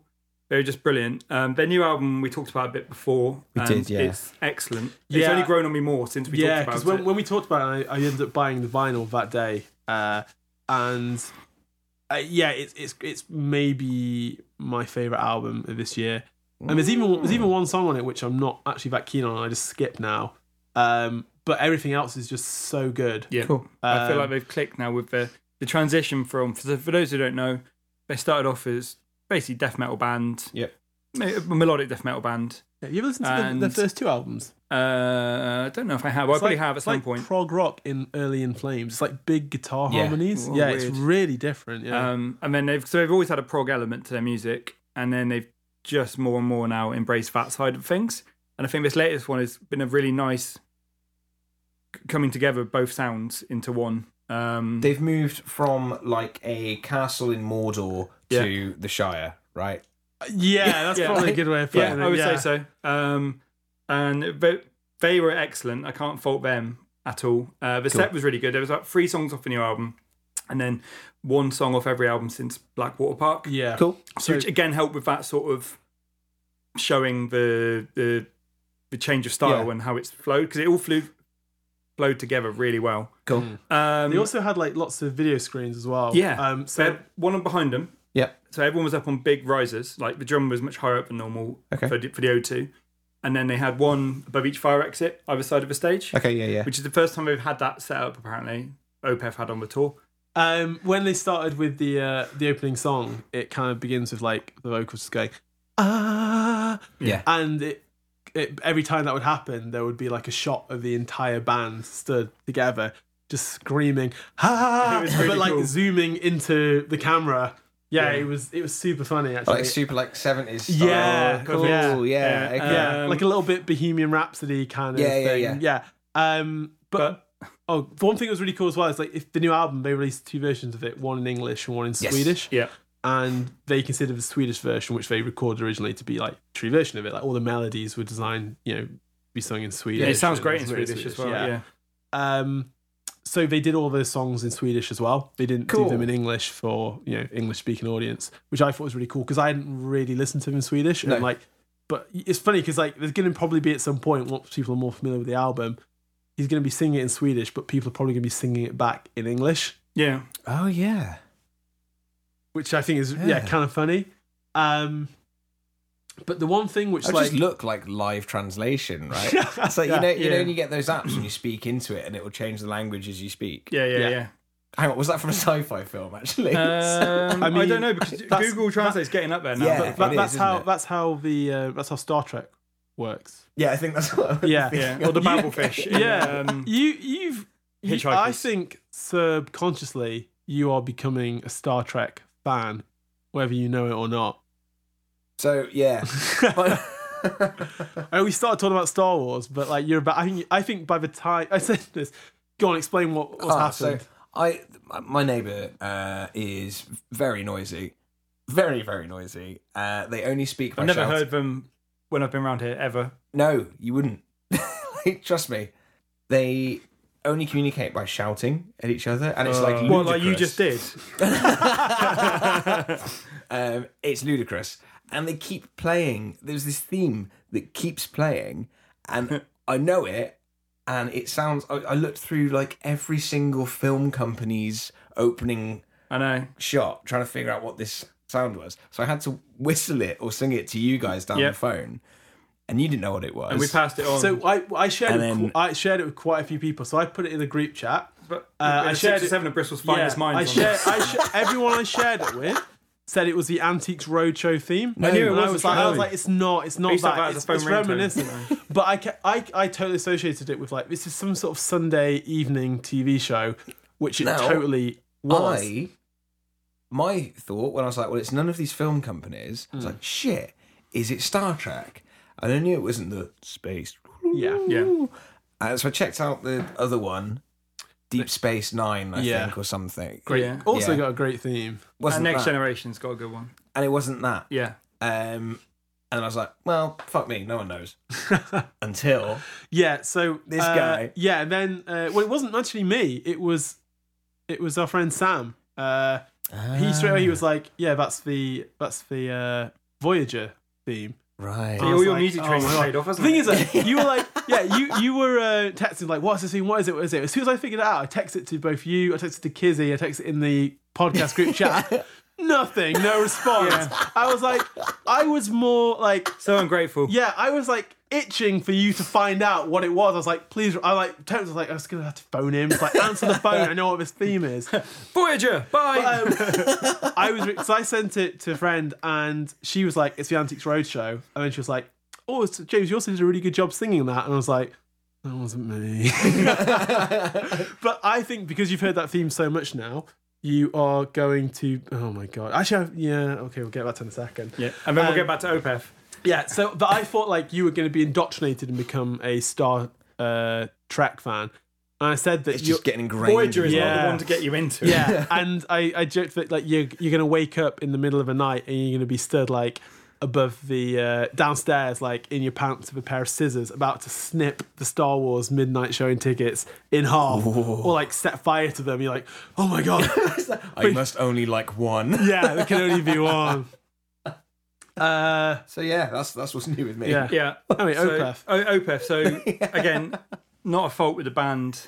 Speaker 5: They were just brilliant. Um, their new album we talked about a bit before. We
Speaker 4: did, yeah.
Speaker 5: It's excellent. It's
Speaker 3: Yeah.
Speaker 5: only grown on me more since we
Speaker 3: yeah,
Speaker 5: talked
Speaker 3: because
Speaker 5: about
Speaker 3: when,
Speaker 5: it.
Speaker 3: when we talked about it, I, I ended up buying the vinyl that day, uh, and uh, yeah, it's it's it's maybe my favorite album of this year. And there's even there's even one song on it which I'm not actually that keen on. I just skip now, um, but everything else is just so good.
Speaker 5: yeah,
Speaker 4: Cool.
Speaker 5: I feel
Speaker 3: Um,
Speaker 5: like they've clicked now with the the transition from. For, for those who don't know, they started off as basically death metal band,
Speaker 4: Yep.
Speaker 5: me- a melodic death metal band.
Speaker 3: Yeah, you ever listened to
Speaker 5: And-
Speaker 3: the, the first two albums?
Speaker 5: Uh, I don't know if I have. I probably
Speaker 3: like-
Speaker 5: have at
Speaker 3: it's
Speaker 5: some
Speaker 3: like
Speaker 5: point.
Speaker 3: Prog rock in early in flames. It's like big guitar
Speaker 4: Yeah.
Speaker 3: harmonies.
Speaker 5: Whoa,
Speaker 3: yeah, it's
Speaker 5: weird.
Speaker 3: really different. Yeah,
Speaker 5: Um, and then they've so they've always had a prog element to their music, and then they've just more and more now embraced that side of things. And I think this latest one has been a really nice c- coming together of both sounds into one. Um,
Speaker 4: They've moved from like a castle in Mordor to the Shire, right?
Speaker 3: yeah, that's
Speaker 5: yeah.
Speaker 3: probably a good way of
Speaker 5: yeah,
Speaker 3: putting it.
Speaker 5: I would
Speaker 3: yeah.
Speaker 5: say so. Um, and they, they were excellent. I can't fault them at all. Uh, the set was really good. There was like three songs off the new album, and then one song off every album since Blackwater Park.
Speaker 3: Yeah,
Speaker 4: Cool.
Speaker 5: So, which again helped with that sort of showing the the the change of style
Speaker 4: Yeah.
Speaker 5: and how it's flowed because it all flew flowed together really well.
Speaker 4: Cool.
Speaker 3: Mm.
Speaker 5: Um,
Speaker 3: They also had like lots of video screens as well.
Speaker 5: yeah,
Speaker 3: Um, so
Speaker 5: they had one behind them,
Speaker 4: Yep.
Speaker 5: so everyone was up on big risers. Like the drum was much higher up than normal
Speaker 4: Okay.
Speaker 5: for, the- for the O2, and then they had one above each fire exit either side of the stage,
Speaker 4: Okay. Yeah. Yeah.
Speaker 5: which is the first time they've had that set up. Apparently, OPEF had on the tour.
Speaker 3: um, when they started with the uh, the opening song, it kind of begins with like the vocals just going ah,
Speaker 4: Yeah.
Speaker 3: and it, it every time that would happen, there would be like a shot of the entire band stood together, just screaming ah,
Speaker 5: It was really
Speaker 3: but like
Speaker 5: cool.
Speaker 3: zooming into the camera. Yeah,
Speaker 5: Yeah.
Speaker 3: it was it was super funny actually.
Speaker 4: Like super like seventies.
Speaker 3: Yeah,
Speaker 4: Cool.
Speaker 3: yeah,
Speaker 4: Yeah.
Speaker 5: yeah,
Speaker 4: okay.
Speaker 5: uh,
Speaker 3: yeah,
Speaker 5: Um,
Speaker 3: like a little bit Bohemian Rhapsody kind of
Speaker 4: Yeah, yeah,
Speaker 3: thing. Yeah, Um, but, oh, the one thing that was really cool as well is like if the new album they released two versions of it, one in English and one in
Speaker 4: Yes.
Speaker 3: Swedish,
Speaker 5: Yeah,
Speaker 3: and they considered the Swedish version, which they recorded originally, to be like the true version of it. Like all the melodies were designed, you know, to be sung in Swedish.
Speaker 5: it sounds
Speaker 3: and
Speaker 5: great in
Speaker 3: it's really
Speaker 5: Swedish as well. Yeah,
Speaker 3: Um, so they did all those songs in Swedish as well. They didn't
Speaker 4: Cool.
Speaker 3: do them in English for you know English speaking audience, which I thought was really cool because I hadn't really listened to them in Swedish. And
Speaker 4: No.
Speaker 3: like, but it's funny because like there's going to probably be at some point once people are more familiar with the album, he's going to be singing it in Swedish, but people are probably going to be singing it back in English,
Speaker 5: Yeah.
Speaker 4: Oh yeah.
Speaker 3: which I think is yeah,
Speaker 4: Yeah.
Speaker 3: kind of funny. Um, but the one thing which
Speaker 4: It would
Speaker 3: like
Speaker 4: just look like live translation, right?
Speaker 3: Yeah.
Speaker 4: so you
Speaker 3: Yeah.
Speaker 4: know, you know,
Speaker 5: Yeah.
Speaker 4: when you get those apps and you speak into it, and it will change the language as you speak.
Speaker 5: Yeah, yeah,
Speaker 3: Yeah.
Speaker 5: yeah.
Speaker 4: Hang on, was that from a sci-fi film? Actually,
Speaker 5: Um,
Speaker 3: I
Speaker 5: I,
Speaker 3: mean,
Speaker 5: don't know because
Speaker 3: that's-
Speaker 5: Google Translate's getting up there now.
Speaker 4: Yeah.
Speaker 5: but-
Speaker 3: that,
Speaker 4: it is,
Speaker 3: that's
Speaker 4: isn't
Speaker 3: how
Speaker 4: it?
Speaker 3: that's how the uh, that's how Star Trek works.
Speaker 4: yeah, I think that's what. I was
Speaker 3: Yeah.
Speaker 4: thinking
Speaker 5: yeah. Or the
Speaker 4: of.
Speaker 5: Babelfish. in,
Speaker 3: Yeah.
Speaker 5: um,
Speaker 4: Mm.
Speaker 3: You you've you,
Speaker 5: Hitchhikers.
Speaker 3: I think subconsciously you are becoming a Star Trek fan, whether you know it or not.
Speaker 4: So yeah. But-
Speaker 3: I always started talking about Star Wars, but like you're about I think I think by the time I said this, go on, explain what what's
Speaker 4: Ah,
Speaker 3: happened.
Speaker 4: So I, my neighbour uh, is very noisy, very very noisy. Uh, they only speak. By
Speaker 5: I've never
Speaker 4: shout.
Speaker 5: heard them when I've been around here ever.
Speaker 4: No, you wouldn't. like, trust me. They only communicate by shouting at each other, and it's like ludicrous.
Speaker 5: Well, Uh, like you just did.
Speaker 4: Um, it's ludicrous, and they keep playing. There's this theme that keeps playing, and I know it. And it sounds. I, I looked through like every single film company's opening
Speaker 5: I know.
Speaker 4: shot trying to figure out what this sound was. So I had to whistle it or sing it to you guys down
Speaker 5: Yep.
Speaker 4: the phone, and you didn't know what it was.
Speaker 5: And we passed it on.
Speaker 3: So I, I shared
Speaker 4: And
Speaker 3: it with
Speaker 4: then-
Speaker 3: qu- I shared it with quite a few people. So I put it in the group chat.
Speaker 5: but
Speaker 3: uh, I
Speaker 5: I
Speaker 3: shared
Speaker 5: shared
Speaker 3: it-
Speaker 5: seven of Bristol's finest minds.
Speaker 3: I
Speaker 5: on
Speaker 3: shared,
Speaker 5: this.
Speaker 3: I sh- everyone I shared it with said it was the Antiques Roadshow theme.
Speaker 4: I knew it
Speaker 3: and I
Speaker 5: was
Speaker 3: was like, I was
Speaker 5: Roadshow.
Speaker 3: like, it's not, it's
Speaker 5: I
Speaker 3: not
Speaker 5: used to
Speaker 3: that.
Speaker 5: have that as a
Speaker 3: it's,
Speaker 5: phone
Speaker 3: it's
Speaker 5: ringtone,
Speaker 3: reminiscent.
Speaker 5: didn't
Speaker 3: but I, ca- I, I totally associated it with like this is some sort of Sunday evening TV show, which it
Speaker 4: Now,
Speaker 3: totally was.
Speaker 4: I, my thought when I was like, well, it's none of these film companies. I
Speaker 5: Hmm.
Speaker 4: was like, shit, is it Star Trek? And I knew it wasn't the space.
Speaker 3: Yeah.
Speaker 5: Yeah.
Speaker 4: And Uh, so I checked out the other one, Deep Space Nine, I
Speaker 3: Yeah.
Speaker 4: think, or something.
Speaker 5: Great.
Speaker 3: Great. Also
Speaker 4: Yeah.
Speaker 3: got a great theme.
Speaker 5: And
Speaker 4: Wasn't
Speaker 5: Next
Speaker 4: that.
Speaker 5: Generation's got a good one.
Speaker 4: And it wasn't that.
Speaker 5: Yeah.
Speaker 4: Um, and I was like, well, fuck me, no one knows. Until
Speaker 3: Yeah. So
Speaker 4: This
Speaker 3: uh,
Speaker 4: guy.
Speaker 3: Yeah. And then uh, well, it wasn't actually me. It was, it was our friend Sam. Uh, he straight
Speaker 4: Ah.
Speaker 3: away he was like, yeah, that's the that's the uh, Voyager theme.
Speaker 4: right.
Speaker 3: I
Speaker 5: All
Speaker 3: was
Speaker 5: your
Speaker 3: like,
Speaker 5: music
Speaker 3: oh
Speaker 5: training
Speaker 3: my God.
Speaker 5: paid off,
Speaker 3: The
Speaker 5: hasn't
Speaker 3: thing
Speaker 5: it?
Speaker 3: is, like, you were like, yeah, you you were uh, texting like, what's this thing? What is it? What is it? As soon as I figured it out, I texted to both you, I texted to Kizzy, I texted in the podcast group chat. Nothing, no response. I was like, I was more like,
Speaker 5: so ungrateful.
Speaker 3: yeah, I was like itching for you to find out what it was. I was like, please, I like, texted, I was like, I was gonna have to phone him. It's like, answer the phone. I know what this theme is.
Speaker 5: Voyager. Bye.
Speaker 3: Um, I was so I sent it to a friend, and she was like, "It's the Antiques Roadshow," and then she was like, "Oh, it's, James, you also did a really good job singing that," and I was like. That wasn't me. but I think because you've heard that theme so much now, you are going to. Oh my god! Actually, I- yeah. Okay, we'll get back to it in a second.
Speaker 5: yeah. And then
Speaker 3: um,
Speaker 5: we'll get back to OPEF.
Speaker 3: Yeah, so but I thought like you were going to be indoctrinated and become a Star uh, Trek fan, and I said that
Speaker 4: It's
Speaker 3: you're
Speaker 4: just getting ingrained.
Speaker 5: Voyager is
Speaker 4: in you.
Speaker 5: not
Speaker 3: Yeah.
Speaker 5: the one to get you into. it.
Speaker 3: yeah, and I, I joked that like you're you're gonna wake up in the middle of the night and you're gonna be stood like above the uh, downstairs like in your pants with a pair of scissors about to snip the Star Wars midnight showing tickets in half or like set fire to them. You're like, oh my god,
Speaker 4: I must only like one.
Speaker 3: yeah, there can only be one. Uh,
Speaker 4: So yeah, that's that's what's new with me.
Speaker 3: yeah,
Speaker 5: Yeah.
Speaker 3: Oh, wait,
Speaker 5: so,
Speaker 3: Opeth.
Speaker 5: O- Opeth. So again, not a fault with the band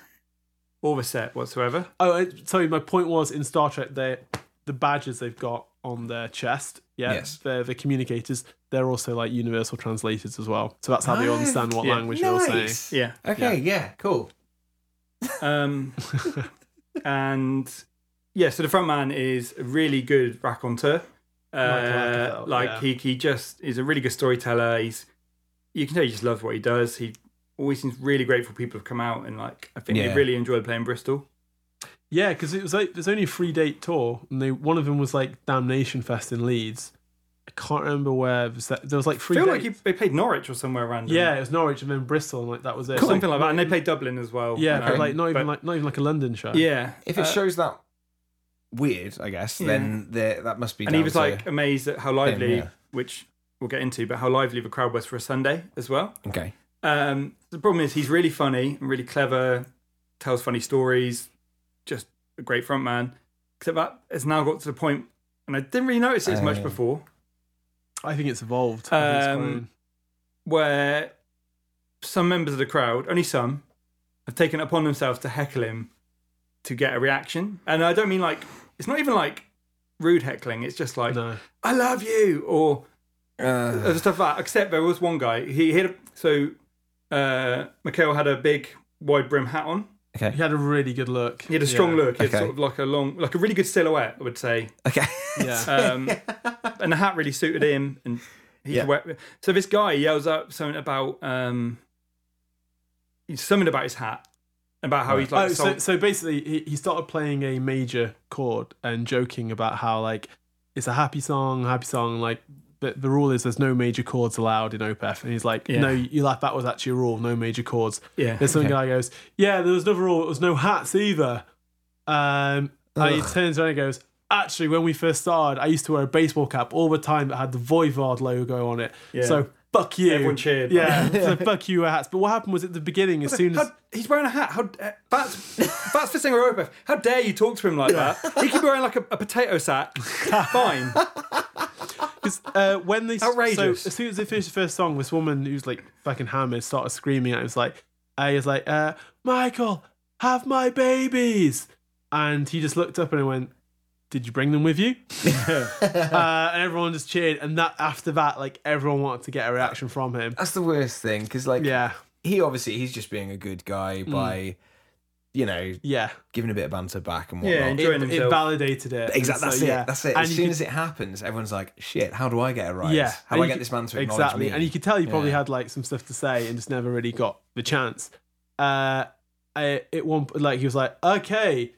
Speaker 5: or the set whatsoever.
Speaker 3: Oh, I, sorry. My point was in Star Trek, they the badges they've got on their chest. Yeah,
Speaker 4: Yes.
Speaker 3: they're the communicators. They're also like universal translators as well. So that's how they
Speaker 4: Ah,
Speaker 3: understand what
Speaker 5: yeah.
Speaker 3: language they're saying.
Speaker 4: Nice.
Speaker 5: Yeah.
Speaker 4: Okay, yeah, cool.
Speaker 5: Um, and yeah, so the front man is a really good raconteur. Uh,
Speaker 3: Michael Apathow,
Speaker 5: like
Speaker 3: yeah.
Speaker 5: he he just is a really good storyteller. He's you can tell he just loves what he does. He always seems really grateful people have come out and like I think he
Speaker 4: Yeah.
Speaker 5: really enjoyed playing Bristol.
Speaker 3: Yeah, because it was like there's only a three date tour, and they one of them was like Damnation Fest in Leeds. I can't remember where it was that- there was like
Speaker 5: I
Speaker 3: three.
Speaker 5: feel
Speaker 3: dates.
Speaker 5: like he, they played Norwich or somewhere random.
Speaker 3: yeah, it was Norwich and then Bristol, and like that was it.
Speaker 5: something like that. And they played Dublin as well.
Speaker 3: yeah,
Speaker 5: you
Speaker 3: but,
Speaker 5: know,
Speaker 3: like not even
Speaker 5: but-
Speaker 3: like not even like a London show.
Speaker 5: yeah. Uh,
Speaker 4: If it shows that weird, I guess, then there that must be.
Speaker 5: and he
Speaker 4: down
Speaker 5: was
Speaker 4: to-
Speaker 5: like amazed at how lively,
Speaker 4: yeah.
Speaker 5: which we'll get into, but how lively the crowd was for a Sunday as well.
Speaker 4: okay,
Speaker 5: Um, the problem is he's really funny and really clever, tells funny stories, just a great front man. Except that it's now got to the point, and I didn't really notice it as much
Speaker 4: Oh.
Speaker 5: before,
Speaker 3: I think it's evolved. I think it's
Speaker 5: Um,
Speaker 3: grown.
Speaker 5: where some members of the crowd, only some, have taken it upon themselves to heckle him to get a reaction. And I don't mean like, it's not even like rude heckling, it's just like,
Speaker 3: no.
Speaker 5: I love you, or
Speaker 4: Uh,
Speaker 5: other stuff like that. Except there was one guy. He hit a, so uh, Mikhail had a big wide brim hat on.
Speaker 3: He had a really good look.
Speaker 5: He had a strong
Speaker 3: yeah.
Speaker 5: look. He had
Speaker 4: Okay.
Speaker 5: sort of like a long, like a really good silhouette, I would say.
Speaker 4: okay.
Speaker 3: Yeah.
Speaker 5: Um, and the hat really suited him. And he's
Speaker 4: Yeah.
Speaker 5: wet. So this guy yells out something about um, something about his hat, about how he's like.
Speaker 3: oh, so,
Speaker 5: sold-
Speaker 3: so basically, he, he started playing a major chord and joking about how like it's a happy song, happy song. Like the, the rule is there's no major chords allowed in OPEF, and he's like,
Speaker 5: Yeah.
Speaker 3: no, you like that was actually a rule, no major chords.
Speaker 5: yeah.
Speaker 3: Then some guy goes, yeah, there was another rule, it was no hats either. Um, and he
Speaker 4: Ugh.
Speaker 3: turns around and goes, actually, when we first started, I used to wear a baseball cap all the time that had the Voivod logo on it.
Speaker 5: Yeah.
Speaker 3: So. Fuck you.
Speaker 5: Everyone cheered.
Speaker 3: Yeah. so fuck you, wear hats. But what happened was at the beginning, as soon as
Speaker 5: How- he's wearing a hat. How uh, that's that's the singer Robeth. How dare you talk to him like that? He could be wearing like a, a potato sack. Fine.
Speaker 3: Because uh, when they
Speaker 5: Outrageous.
Speaker 3: so as soon as they finished the first song, this woman who's like fucking hammered started screaming. And it was like, I was like, uh, Michael, have my babies, and he just looked up and went, Did you bring them with you? uh, and everyone just cheered. And that after that, like everyone wanted to get a reaction from him.
Speaker 4: That's the worst thing because, like,
Speaker 3: Yeah,
Speaker 4: he obviously he's just being a good guy
Speaker 3: Mm.
Speaker 4: by, you know,
Speaker 3: yeah.
Speaker 4: giving a bit of banter back and
Speaker 5: Yeah,
Speaker 4: whatnot.
Speaker 5: enjoy-
Speaker 3: It,
Speaker 5: Enjoying
Speaker 3: it
Speaker 5: himself.
Speaker 3: validated it.
Speaker 4: Exactly.
Speaker 3: And
Speaker 4: That's
Speaker 3: so,
Speaker 4: it.
Speaker 3: yeah.
Speaker 4: That's it.
Speaker 3: And
Speaker 4: as
Speaker 3: you
Speaker 4: soon
Speaker 3: could-
Speaker 4: as it happens, everyone's like, "Shit, how do I get a rise?
Speaker 3: Yeah.
Speaker 4: How
Speaker 3: And
Speaker 4: do I
Speaker 3: you
Speaker 4: get
Speaker 3: could-
Speaker 4: this man to acknowledge
Speaker 3: Exactly.
Speaker 4: me?"
Speaker 3: And you could tell he probably
Speaker 4: Yeah.
Speaker 3: had like some stuff to say and just never really got the chance. Uh, I, at one p- like he was like, okay,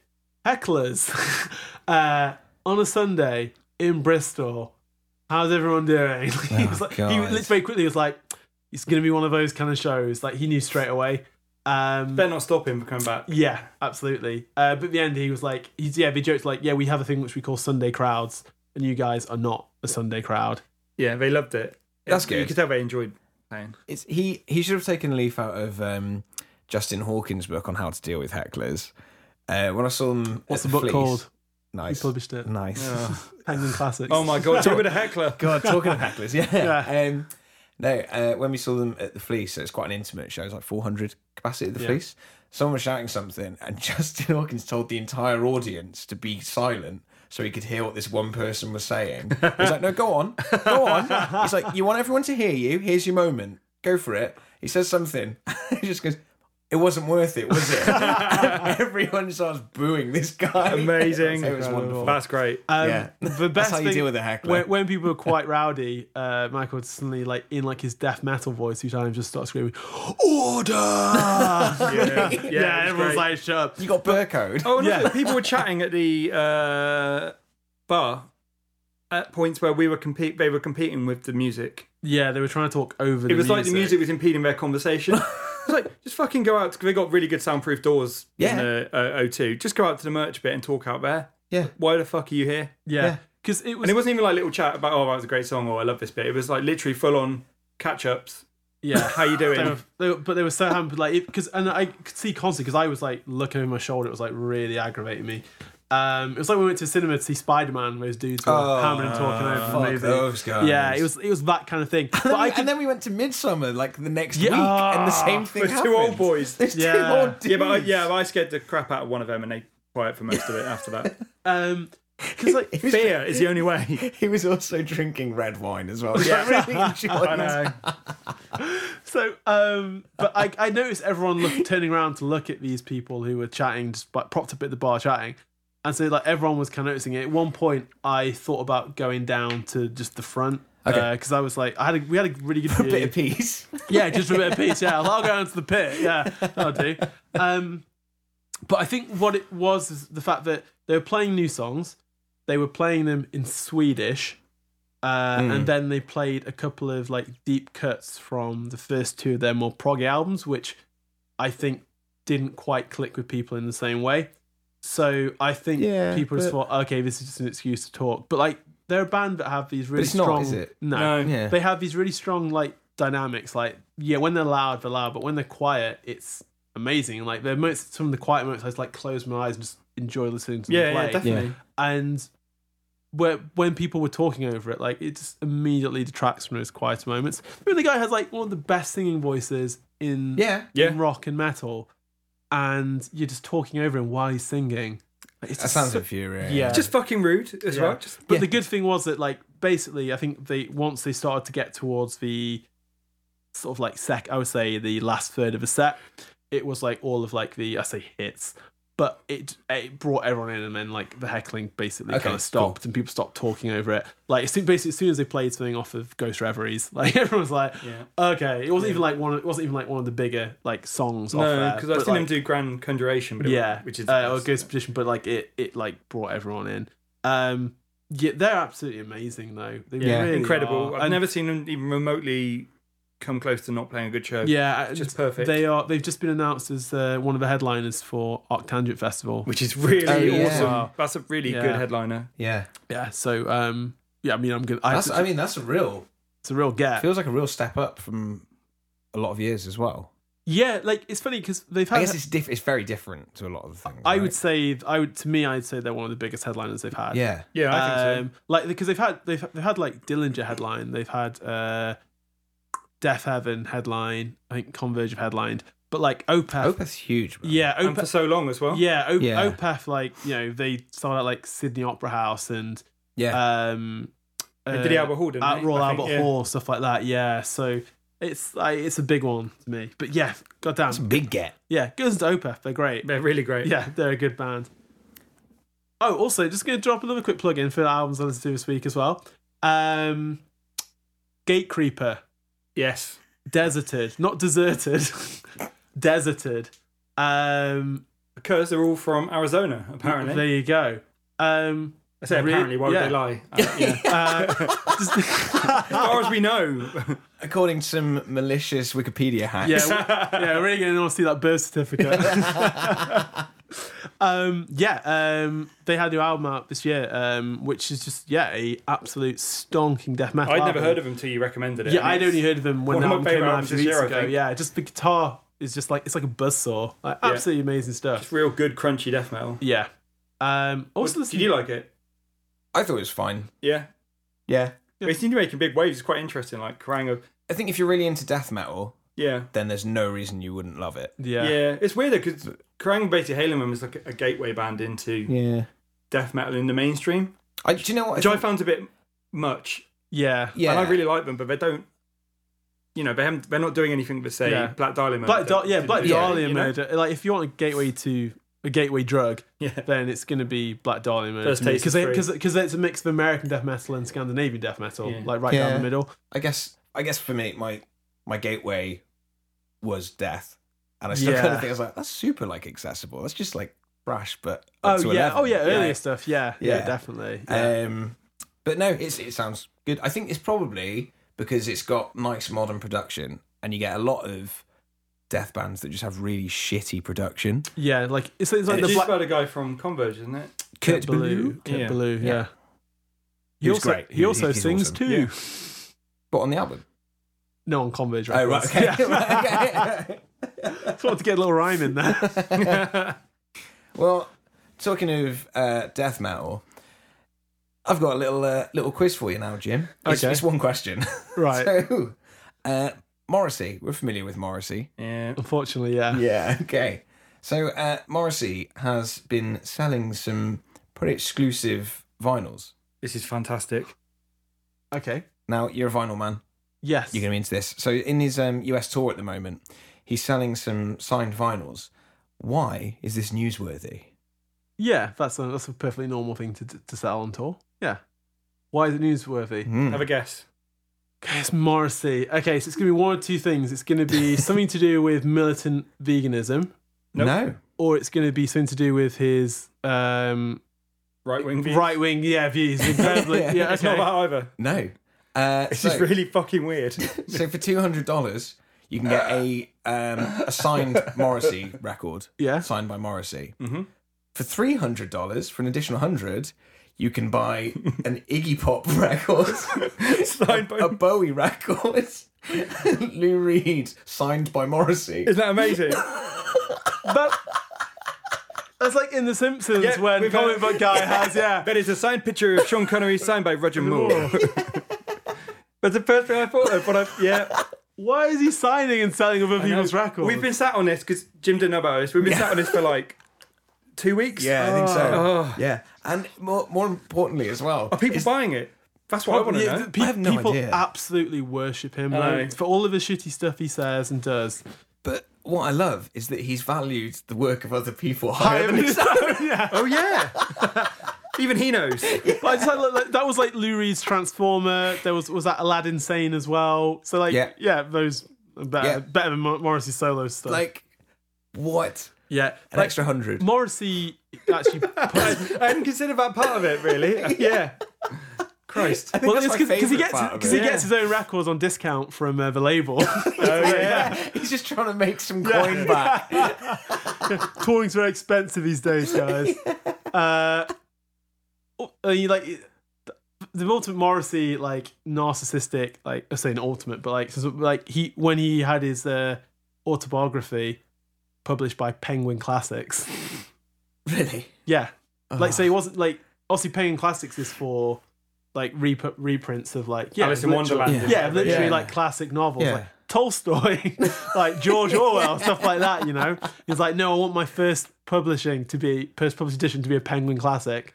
Speaker 3: hecklers, uh, on a Sunday in Bristol, how's everyone doing? he
Speaker 4: Oh,
Speaker 3: was like, he
Speaker 4: God.
Speaker 3: lit- very quickly was like, it's gonna be one of those kind of shows. Like he knew straight away. Um,
Speaker 5: Better not stop him from coming back.
Speaker 3: yeah, absolutely. Uh, but at the end, he was like, he's, yeah, they joked like, yeah, we have a thing which we call Sunday crowds, and you guys are not a Sunday crowd.
Speaker 5: Yeah, they loved it.
Speaker 4: That's
Speaker 5: It-
Speaker 4: good.
Speaker 5: You could tell they enjoyed playing.
Speaker 4: it's he he should have taken a leaf out of um, Justin Hawkins' book on how to deal with hecklers. Uh, when I saw him, at
Speaker 3: What's the book
Speaker 4: Fleas-
Speaker 3: called? He
Speaker 4: Nice,
Speaker 3: published it.
Speaker 4: nice.
Speaker 3: Penguin Classics.
Speaker 5: Oh my god, talking to heckler.
Speaker 4: God, talking of hecklers, yeah. Um, no, uh, when we saw them at the Fleece, so it's quite an intimate show. It's like 400 capacity at the Fleece. Someone was shouting something, and Justin Hawkins told the entire audience to be silent so he could hear what this one person was saying. He's like, "No, go on, go on." He's like, "You want everyone to hear you? Here's your moment. Go for it." He says something. he just goes. It wasn't worth it, was it? And everyone starts booing this guy.
Speaker 5: Amazing.
Speaker 4: it was wonderful.
Speaker 5: That's great.
Speaker 3: Um,
Speaker 4: Yeah.
Speaker 3: The best
Speaker 4: That's how you
Speaker 3: thing,
Speaker 4: deal with a heckler.
Speaker 3: When, when people are quite rowdy, uh, Michael would suddenly, like in like his death metal voice, each time just start screaming, "Order!" yeah,
Speaker 5: yeah, it was
Speaker 3: everyone's
Speaker 5: great.
Speaker 3: like, "Shut up!"
Speaker 4: You got Burkode.
Speaker 5: Oh, and also, people were chatting at the uh, bar at points where we were compete. They were competing with the music.
Speaker 3: Yeah, they were trying to talk over.
Speaker 5: It was like the music was impeding their conversation. It's like, just fucking go out because they got really good soundproof doors in
Speaker 4: Yeah.
Speaker 5: the uh, O2. Just go out to the merch bit and talk out there.
Speaker 4: Yeah.
Speaker 5: Why the fuck are you here?
Speaker 3: Yeah, because it was.
Speaker 5: And it wasn't even like little chat about oh that was a great song or I love this bit. It was like literally full on catch ups.
Speaker 3: yeah,
Speaker 5: How you
Speaker 3: they were,
Speaker 5: doing?
Speaker 3: they were, but they were so hampered, like because and I could see constantly because I was like looking over my shoulder. It was like really aggravating me. Um, it was like we went to the cinema to see Spider Man. Those dudes were
Speaker 4: Oh,
Speaker 3: hammering and talking over the
Speaker 4: Fuck
Speaker 3: movie.
Speaker 4: those guys.
Speaker 3: Yeah, it was it was that kind of thing. But
Speaker 4: Then
Speaker 3: I
Speaker 4: we-
Speaker 3: could
Speaker 4: and then we went to Midsummer like the next
Speaker 3: Yeah.
Speaker 4: week, and the same thing.
Speaker 5: There's two
Speaker 4: happened.
Speaker 5: old boys.
Speaker 4: There's
Speaker 3: Yeah.
Speaker 4: two old dudes.
Speaker 5: Yeah, but I, yeah, but I scared the crap out of one of them, and they quiet for most of it after that.
Speaker 3: um, because like
Speaker 4: he was,
Speaker 5: Fear is the only way.
Speaker 4: he was also drinking red wine as well. Yeah, really enjoyed
Speaker 5: I
Speaker 4: it.
Speaker 5: know.
Speaker 3: So, um, but I, I noticed everyone look, turning around to look at these people who were chatting, just like propped up at the bar chatting. And so, like, everyone was kind of noticing it. At one point, I thought about going down to just the front.
Speaker 4: Okay.
Speaker 3: Because I was like, I had a, we had a really good
Speaker 4: a
Speaker 3: view.
Speaker 4: bit of peace.
Speaker 3: yeah, just for a bit of peace. Yeah, I'll go down to the pit. Yeah, I'll do. Um, but I think what it was is the fact that they were playing new songs. They were playing them in Swedish, uh,
Speaker 4: Hmm.
Speaker 3: and then they played a couple of like deep cuts from the first two of their more proggy albums, which I think didn't quite click with people in the same way. So I think
Speaker 4: Yeah,
Speaker 3: people just
Speaker 4: but-
Speaker 3: thought, okay, this is just an excuse to talk. But like, they're a band that have these really
Speaker 4: it's not,
Speaker 3: strong.
Speaker 4: is it?
Speaker 5: No.
Speaker 4: Yeah.
Speaker 3: They have these really strong like dynamics. Like yeah, when they're loud, they're loud, but when they're quiet, it's amazing. And like there are moments, some of the quiet moments, I just like close my eyes and just enjoy listening to
Speaker 5: Yeah,
Speaker 3: them play.
Speaker 5: yeah, definitely.
Speaker 3: And where when people were talking over it, like it just immediately detracts from those quieter moments. But the guy has like one of the best singing voices in
Speaker 4: Yeah.
Speaker 5: Yeah.
Speaker 3: in rock and metal, and you're just talking over him while he's singing. It's
Speaker 4: That
Speaker 3: just
Speaker 4: sounds
Speaker 3: so-
Speaker 4: infuriating.
Speaker 3: yeah.
Speaker 5: Just fucking rude as
Speaker 3: Yeah.
Speaker 5: well. Just
Speaker 3: But
Speaker 4: Yeah.
Speaker 3: the good thing was that, like, basically, I think they once they started to get towards the sort of like sec, I would say the last third of a set, it was like all of like the I say hits, but it it brought everyone in, and then like the heckling basically
Speaker 4: Okay,
Speaker 3: kind
Speaker 4: cool.
Speaker 3: of stopped, and people stopped talking over it. Like, as soon, basically, as soon as they played something off of Ghost Reveries, like everyone was like,
Speaker 5: Yeah.
Speaker 3: okay, it wasn't even like one, of, it wasn't even like one of the bigger like songs. off
Speaker 5: no,
Speaker 3: there,
Speaker 5: because
Speaker 3: but,
Speaker 5: I've seen
Speaker 3: like-
Speaker 5: him do Grand Conjuration, but it,
Speaker 3: yeah,
Speaker 5: which is
Speaker 3: uh, or Ghost Petition, but like it, it like brought everyone in. Um, yeah, they're absolutely amazing though. They
Speaker 4: Yeah.
Speaker 3: really
Speaker 5: incredible.
Speaker 3: are.
Speaker 5: I've
Speaker 3: And-
Speaker 5: never seen him even remotely come close to not playing a good show.
Speaker 3: Yeah, and
Speaker 5: just perfect.
Speaker 3: They are. They've just been announced as uh, one of the headliners for Arctangent Festival.
Speaker 5: which is really
Speaker 4: Oh, yeah.
Speaker 5: awesome.
Speaker 3: Wow.
Speaker 5: That's a really
Speaker 3: Yeah.
Speaker 5: good headliner.
Speaker 4: Yeah.
Speaker 3: Yeah, so um, yeah, I mean, I'm gonna. I,
Speaker 4: That's,
Speaker 3: it's,
Speaker 4: I mean, that's a real,
Speaker 3: a real get.
Speaker 4: feels like a real step up from a lot of years as well.
Speaker 3: yeah, like it's funny because they've had.
Speaker 4: I guess it's diff- it's very different to a lot of the things.
Speaker 3: I
Speaker 4: right?
Speaker 3: would say I would to me I'd say they're one of the biggest headliners they've had.
Speaker 4: Yeah.
Speaker 5: Yeah, I think
Speaker 3: um, Like because they've had they've, they've had like Dillinger headline, they've had uh, Death Heaven headline, I think Converge have headlined, but like Opeth,
Speaker 4: Opeth's huge. Man.
Speaker 3: yeah,
Speaker 5: so. And for
Speaker 3: Opeth,
Speaker 5: so long as well.
Speaker 3: Um, yeah, Op-
Speaker 4: Yeah.
Speaker 3: Opeth, like you know they started at like Sydney Opera House and
Speaker 4: Yeah.
Speaker 3: um,
Speaker 5: They
Speaker 3: uh,
Speaker 5: did the Albert Hall, didn't
Speaker 3: at
Speaker 5: they?
Speaker 3: Royal
Speaker 5: I think,
Speaker 3: Albert
Speaker 5: yeah.
Speaker 3: Hall stuff like that. Yeah, so. It's like it's a big one to me, but yeah, goddamn,
Speaker 4: That's a big get.
Speaker 3: yeah, Guns to Opeth, they're great.
Speaker 5: They're really great.
Speaker 3: Yeah, they're a good band. Oh, also, just going to drop another quick plug in for the albums I listened to this week as well. Um, Gate Creeper,
Speaker 5: Yes.
Speaker 3: Deserted, not deserted, deserted. Um,
Speaker 5: Because they're all from Arizona, apparently.
Speaker 3: there you go. Um,
Speaker 5: I say
Speaker 3: Re-
Speaker 5: apparently, why would
Speaker 3: yeah.
Speaker 5: they lie? Uh, yeah. as
Speaker 3: uh, just-
Speaker 5: far as we know.
Speaker 4: According to some malicious Wikipedia hack.
Speaker 3: yeah, we- yeah, we're really going to want to see that birth certificate. um, yeah, um, they had their album out this year, um, which is just yeah, a absolute stonking death metal.
Speaker 5: I'd
Speaker 3: album.
Speaker 5: never heard of them till you recommended it.
Speaker 3: Yeah,
Speaker 5: and
Speaker 3: I'd
Speaker 5: Um, it's-
Speaker 3: only heard of them when
Speaker 5: one
Speaker 3: the
Speaker 5: of
Speaker 3: album
Speaker 5: my
Speaker 3: came
Speaker 5: favourite
Speaker 3: out a
Speaker 5: albums
Speaker 3: few
Speaker 5: this
Speaker 3: weeks
Speaker 5: year, I
Speaker 3: ago.
Speaker 5: think.
Speaker 3: Yeah, just the guitar is just like it's like a buzzsaw. Like,
Speaker 5: Yeah.
Speaker 3: Absolutely amazing stuff.
Speaker 5: It's real good, crunchy death metal.
Speaker 3: Yeah. Um, also,
Speaker 5: Did
Speaker 3: listen-
Speaker 5: you like it?
Speaker 4: I thought it was fine.
Speaker 5: Yeah.
Speaker 4: Yeah.
Speaker 5: They seem to be making big waves. It's quite interesting, like crying of.
Speaker 4: I think if you're really into death metal,
Speaker 5: Yeah.
Speaker 4: then there's no reason you wouldn't love it.
Speaker 3: yeah.
Speaker 5: Yeah. It's weird though, because Kerrang! Betty Halen was like a gateway band into
Speaker 4: Yeah.
Speaker 5: death metal in the mainstream,
Speaker 4: I, do you know what?
Speaker 5: which I found a bit much.
Speaker 3: yeah,
Speaker 4: yeah.
Speaker 5: And I really like them, but they don't. You know, they haven't, they're not doing anything but say
Speaker 3: Yeah.
Speaker 5: Black Dahlia murder.
Speaker 3: Black Dahlia, yeah,
Speaker 5: Didn't
Speaker 3: Black
Speaker 5: do that,
Speaker 3: Dahlia
Speaker 5: you know?
Speaker 3: murder. Like, if you want a gateway to a gateway drug,
Speaker 5: Yeah.
Speaker 3: then it's going to be Black Dahlia murder
Speaker 5: First taste
Speaker 3: because
Speaker 5: is free.
Speaker 3: because it's a mix of American death metal and Scandinavian death metal,
Speaker 5: Yeah.
Speaker 3: like right down
Speaker 4: Yeah.
Speaker 3: the middle.
Speaker 4: I guess I guess for me, my my gateway was death, and I still
Speaker 3: Yeah.
Speaker 4: kind of think I was like, that's super like accessible. That's just like brash, but up
Speaker 3: Oh
Speaker 4: to
Speaker 3: yeah,
Speaker 4: 11.
Speaker 3: oh yeah, earlier stuff. Yeah, yeah,
Speaker 4: Yeah.
Speaker 3: definitely. Yeah.
Speaker 4: Um, but no, it's, it sounds good. I think it's probably because it's got nice modern production, and you get a lot of death bands that just have really shitty production.
Speaker 3: yeah, like it's, it's like the
Speaker 5: Produced
Speaker 3: Black
Speaker 5: by the guy from Converge, isn't it?
Speaker 4: Kurt
Speaker 3: Blue, Kurt
Speaker 5: Yeah.
Speaker 3: Blue, yeah.
Speaker 4: Yeah.
Speaker 3: He
Speaker 4: Who's
Speaker 3: also,
Speaker 4: great.
Speaker 3: He,
Speaker 4: He-
Speaker 3: also
Speaker 4: he's
Speaker 3: sings
Speaker 4: awesome.
Speaker 3: too.
Speaker 5: Yeah.
Speaker 4: but on the album.
Speaker 3: No, on Converge
Speaker 4: Oh
Speaker 3: Records.
Speaker 4: right, okay.
Speaker 3: Yeah. Just wanted to get a little rhyme in there.
Speaker 4: Well, talking of uh, death metal, I've got a little uh, little quiz for you now, Jim. It's,
Speaker 3: Okay.
Speaker 4: it's one question.
Speaker 3: Right.
Speaker 4: so, uh, Morrissey, we're familiar with Morrissey.
Speaker 5: Yeah.
Speaker 3: Unfortunately, yeah.
Speaker 4: Yeah. Okay. So uh, Morrissey has been selling some pretty exclusive vinyls.
Speaker 5: This is fantastic.
Speaker 3: Okay.
Speaker 4: Now you're a vinyl man.
Speaker 3: Yes.
Speaker 4: You're going to be into this. So in his um, US tour at the moment, he's selling some signed vinyls. Why is this newsworthy?
Speaker 3: yeah, that's a, that's a perfectly normal thing to, to sell on tour. Yeah. Why is it newsworthy?
Speaker 4: Hmm.
Speaker 5: Have a guess.
Speaker 3: Okay, it's Morrissey. Okay, so it's going to be one or two things. It's going to be something to do with militant veganism,
Speaker 5: Nope.
Speaker 4: No.
Speaker 3: or it's going to be something to do with his um,
Speaker 5: Right wing view.
Speaker 3: right wing, yeah, views. Incredibly.
Speaker 4: Yeah,
Speaker 3: yeah,
Speaker 5: It's not
Speaker 3: okay.
Speaker 5: that either.
Speaker 4: No. Uh,
Speaker 5: This
Speaker 4: so-
Speaker 5: is really fucking weird.
Speaker 4: So for two hundred dollars, you can get a um, a signed Morrissey record.
Speaker 3: Yeah.
Speaker 4: signed by Morrissey.
Speaker 5: Mhm.
Speaker 4: For three hundred dollars, for an additional hundred, you can buy an Iggy Pop record,
Speaker 5: Signed by-
Speaker 4: a Bowie record, Lou Reed signed by Morrissey.
Speaker 5: Isn't that amazing?
Speaker 3: That, that's like in The Simpsons
Speaker 5: Yeah,
Speaker 3: when
Speaker 5: we've
Speaker 3: comic
Speaker 5: had-
Speaker 3: book guy has yeah.
Speaker 5: That is a signed picture of Sean Connery signed by Roger Moore. That's the first thing I thought of, but I, yeah.
Speaker 3: Why is he signing and selling other people's records?
Speaker 5: We've been sat on this because Jim didn't know about this. We've been sat on this for like two weeks. Ah.
Speaker 4: Yeah, I think
Speaker 5: Oh.
Speaker 4: so. Yeah, and more more importantly as well,
Speaker 5: Are people buying it? That's what I want to
Speaker 3: Yeah,
Speaker 5: know.
Speaker 3: pe-
Speaker 4: I have no
Speaker 3: people
Speaker 4: idea.
Speaker 3: absolutely worship him
Speaker 5: I know.
Speaker 3: though, for all of the shitty stuff he says and does.
Speaker 4: But what I love is that he's valued the work of other people higher than his own.
Speaker 3: yeah.
Speaker 5: oh yeah. Even he knows.
Speaker 3: But I just had, like, like, that was like Lou Reed's Transformer. There was was that Aladdin Sane as well. So like
Speaker 4: Yeah.
Speaker 3: yeah, those are better
Speaker 4: Yeah.
Speaker 3: better than Mor- Morrissey's solo stuff.
Speaker 4: Like, what?
Speaker 3: yeah,
Speaker 4: An
Speaker 3: like,
Speaker 4: extra hundred.
Speaker 3: Morrissey actually.
Speaker 5: I hadn't considered that part of it really. Yeah. Christ.
Speaker 4: think
Speaker 3: Well,
Speaker 4: that's
Speaker 3: it's
Speaker 4: my
Speaker 3: because he
Speaker 4: favourite
Speaker 3: gets
Speaker 4: part of
Speaker 3: because
Speaker 4: it.
Speaker 3: he gets his own records on discount from uh, the label,
Speaker 4: he's just trying to make some coin back.
Speaker 3: touring's very expensive these days, guys. Uh, uh, you like the ultimate Morrissey, like narcissistic, like I say, an ultimate, but like so- like he when he had his uh, autobiography published by Penguin Classics,
Speaker 4: Really?
Speaker 3: yeah, like so he wasn't like obviously Penguin Classics is for like rep- reprints of like yeah,
Speaker 5: Alice in
Speaker 3: literally-
Speaker 5: Wonderland.
Speaker 4: Yeah.
Speaker 5: and
Speaker 3: yeah,
Speaker 5: whatever.
Speaker 3: literally
Speaker 4: Yeah.
Speaker 3: like classic novels,
Speaker 4: Yeah.
Speaker 3: like Tolstoy, like George Orwell, stuff like that. You know, he's like, no, I want my first publishing to be first published edition to be a Penguin classic.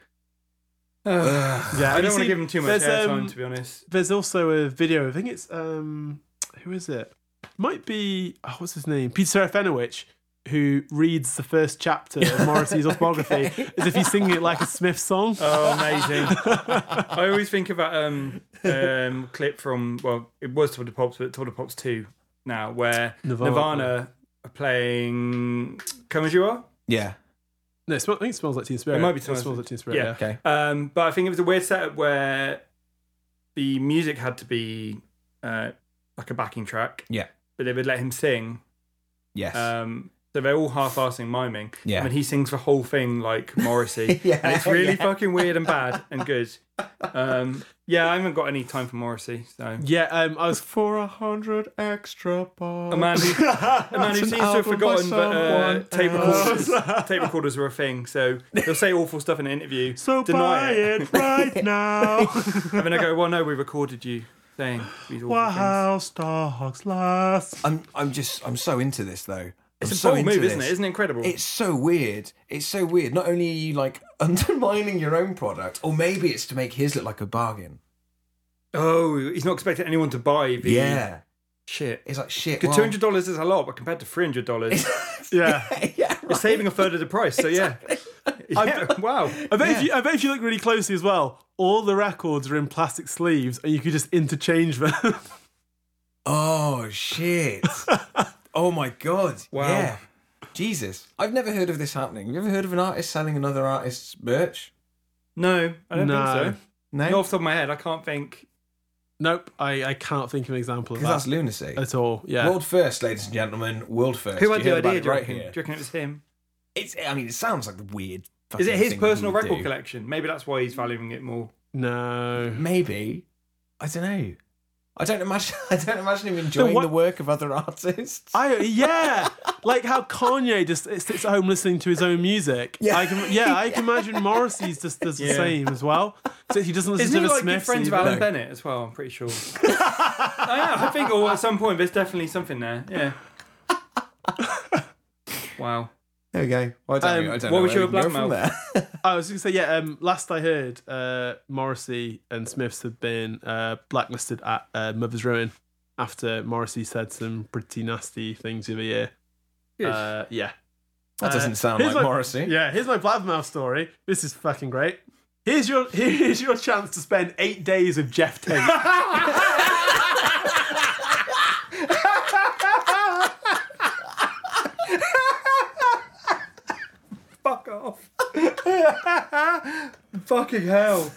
Speaker 3: Yeah,
Speaker 5: I
Speaker 3: you
Speaker 5: don't want to
Speaker 3: see,
Speaker 5: give him too much
Speaker 3: there's,
Speaker 5: airtime,
Speaker 3: um,
Speaker 5: to be honest.
Speaker 3: There's also a video. I think it's um, who is it? Might be oh, what's his name? Peter Serafinovich, who reads the first chapter of Morrissey's autobiography as if he's singing it like a Smith song.
Speaker 5: Oh, amazing! I always think about um um clip from well, it was Tour de Pops, but Tour de Pops two now, where
Speaker 3: Nirvana.
Speaker 5: Nirvana, are playing "Come as You Are."
Speaker 4: Yeah.
Speaker 3: no, it smell- I think it smells like Teen Spirit.
Speaker 5: It might be
Speaker 3: smells like Teen Spirit.
Speaker 5: Yeah.
Speaker 3: yeah.
Speaker 4: Okay.
Speaker 5: Um, but I think it was a weird setup where the music had to be uh, like a backing track,
Speaker 4: Yeah.
Speaker 5: but they would let him sing.
Speaker 4: Yes.
Speaker 5: Um, so they're all half-assing miming.
Speaker 4: Yeah.
Speaker 5: And he sings the whole thing like Morrissey.
Speaker 4: Yeah,
Speaker 5: And it's really
Speaker 4: yeah.
Speaker 5: fucking weird and bad and good. Um, yeah, I haven't got any time for Morrissey. So
Speaker 3: Yeah, um, I was
Speaker 4: For a hundred extra bucks.
Speaker 5: a man who, a man who
Speaker 4: an
Speaker 5: seems to have
Speaker 4: album by
Speaker 5: forgotten that uh,
Speaker 4: someone
Speaker 5: tape
Speaker 4: else.
Speaker 5: recorders, tape recorders were a thing. So they'll say awful stuff in an interview.
Speaker 3: so
Speaker 5: deny
Speaker 3: buy it. right now.
Speaker 5: And then I go, well, no, we recorded you saying these awful things.
Speaker 3: Wow, dogs last.
Speaker 4: I'm. I'm just. I'm so into this though.
Speaker 5: It's
Speaker 4: I'm
Speaker 5: a
Speaker 4: so
Speaker 5: bold
Speaker 4: into
Speaker 5: move,
Speaker 4: this.
Speaker 5: isn't it? Isn't it incredible?
Speaker 4: It's so weird. It's so weird. Not only are you like undermining your own product, or maybe it's to make his look like a bargain.
Speaker 5: oh, he's not expecting anyone to buy the
Speaker 4: Yeah.
Speaker 5: shit.
Speaker 4: It's like shit.
Speaker 5: Because
Speaker 4: well-
Speaker 5: two hundred dollars is a lot, but compared to three hundred dollars,
Speaker 3: Yeah.
Speaker 4: yeah.
Speaker 5: you're saving a third of the price. So yeah, yeah. wow.
Speaker 3: I bet, if you, I bet if you look really closely as well, all the records are in plastic sleeves and you could just interchange them.
Speaker 4: Oh shit! oh my god!
Speaker 5: Wow.
Speaker 4: Yeah. Jesus, I've never heard of this happening. Have you ever heard of an artist selling another artist's merch?
Speaker 5: No, I don't
Speaker 3: No.
Speaker 5: think so. Not off the top of my head, I can't think.
Speaker 3: nope, I, I can't think of an example of
Speaker 4: 'Cause that's
Speaker 3: that
Speaker 4: lunacy.
Speaker 3: at all. Yeah.
Speaker 4: World first, ladies and gentlemen. World first.
Speaker 5: Who
Speaker 4: You
Speaker 5: had the
Speaker 4: heard about
Speaker 5: idea?
Speaker 4: it
Speaker 5: Do you,
Speaker 4: right
Speaker 5: reckon?
Speaker 4: here?
Speaker 5: do you reckon it was him?
Speaker 4: It's. I mean, it sounds like the weird.
Speaker 5: Is it
Speaker 4: fucking
Speaker 5: his
Speaker 4: thing
Speaker 5: personal
Speaker 4: you
Speaker 5: record
Speaker 4: do.
Speaker 5: collection? Maybe that's why he's valuing it more.
Speaker 3: no.
Speaker 4: Maybe. I don't know. I don't imagine. I don't imagine him enjoying
Speaker 3: what-
Speaker 4: the work of other artists.
Speaker 3: I yeah, like how Kanye just sits at home listening to his own music.
Speaker 4: Yeah.
Speaker 3: I can, yeah, I can imagine Morrissey's just does the
Speaker 5: Yeah.
Speaker 3: same as well. So he doesn't listen
Speaker 5: Isn't
Speaker 3: to
Speaker 5: he
Speaker 3: the
Speaker 5: like good
Speaker 3: Smiths.
Speaker 5: friends with
Speaker 3: either.
Speaker 5: Alan Bennett as well? I'm pretty sure. I, know, I think, or at some point, there's definitely something there. Yeah. Wow.
Speaker 4: there we go. Well, I don't,
Speaker 3: Um,
Speaker 4: know. I don't
Speaker 5: what
Speaker 4: know
Speaker 5: was
Speaker 4: where
Speaker 5: your
Speaker 4: we can go from
Speaker 5: blackmail?
Speaker 4: there.
Speaker 3: I was going to say, yeah. Um, last I heard, uh, Morrissey and Smiths have been uh, blacklisted at uh, Mother's Ruin after Morrissey said some pretty nasty things the other year.
Speaker 5: Good.
Speaker 3: Uh, yeah. Uh,
Speaker 4: that
Speaker 5: Uh,
Speaker 4: doesn't sound
Speaker 3: here's
Speaker 4: like
Speaker 3: my-
Speaker 4: Morrissey.
Speaker 3: Yeah. Here's my Blavmouth story. This is fucking great. Here's your here's your chance to spend eight days with Jeff Tate.
Speaker 5: Fuck off. Fucking hell.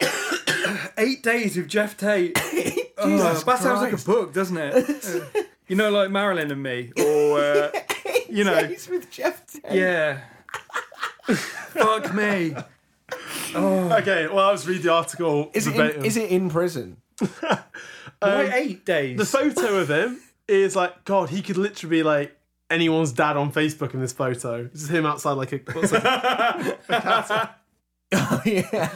Speaker 5: Eight days with Jeff Tate. Jesus that sounds like a book, doesn't it? Uh, you know, like Marilyn and me, or uh, you know,
Speaker 4: He's with Jeff. Tate.
Speaker 5: yeah. Fuck me.
Speaker 3: okay. Well, I was read the article.
Speaker 4: Is it, in, is it in prison?
Speaker 5: Why eight days?
Speaker 3: the photo of him is like God. He could literally be like anyone's dad on Facebook in this photo. It's just him outside like a. What's that?
Speaker 4: Oh, yeah.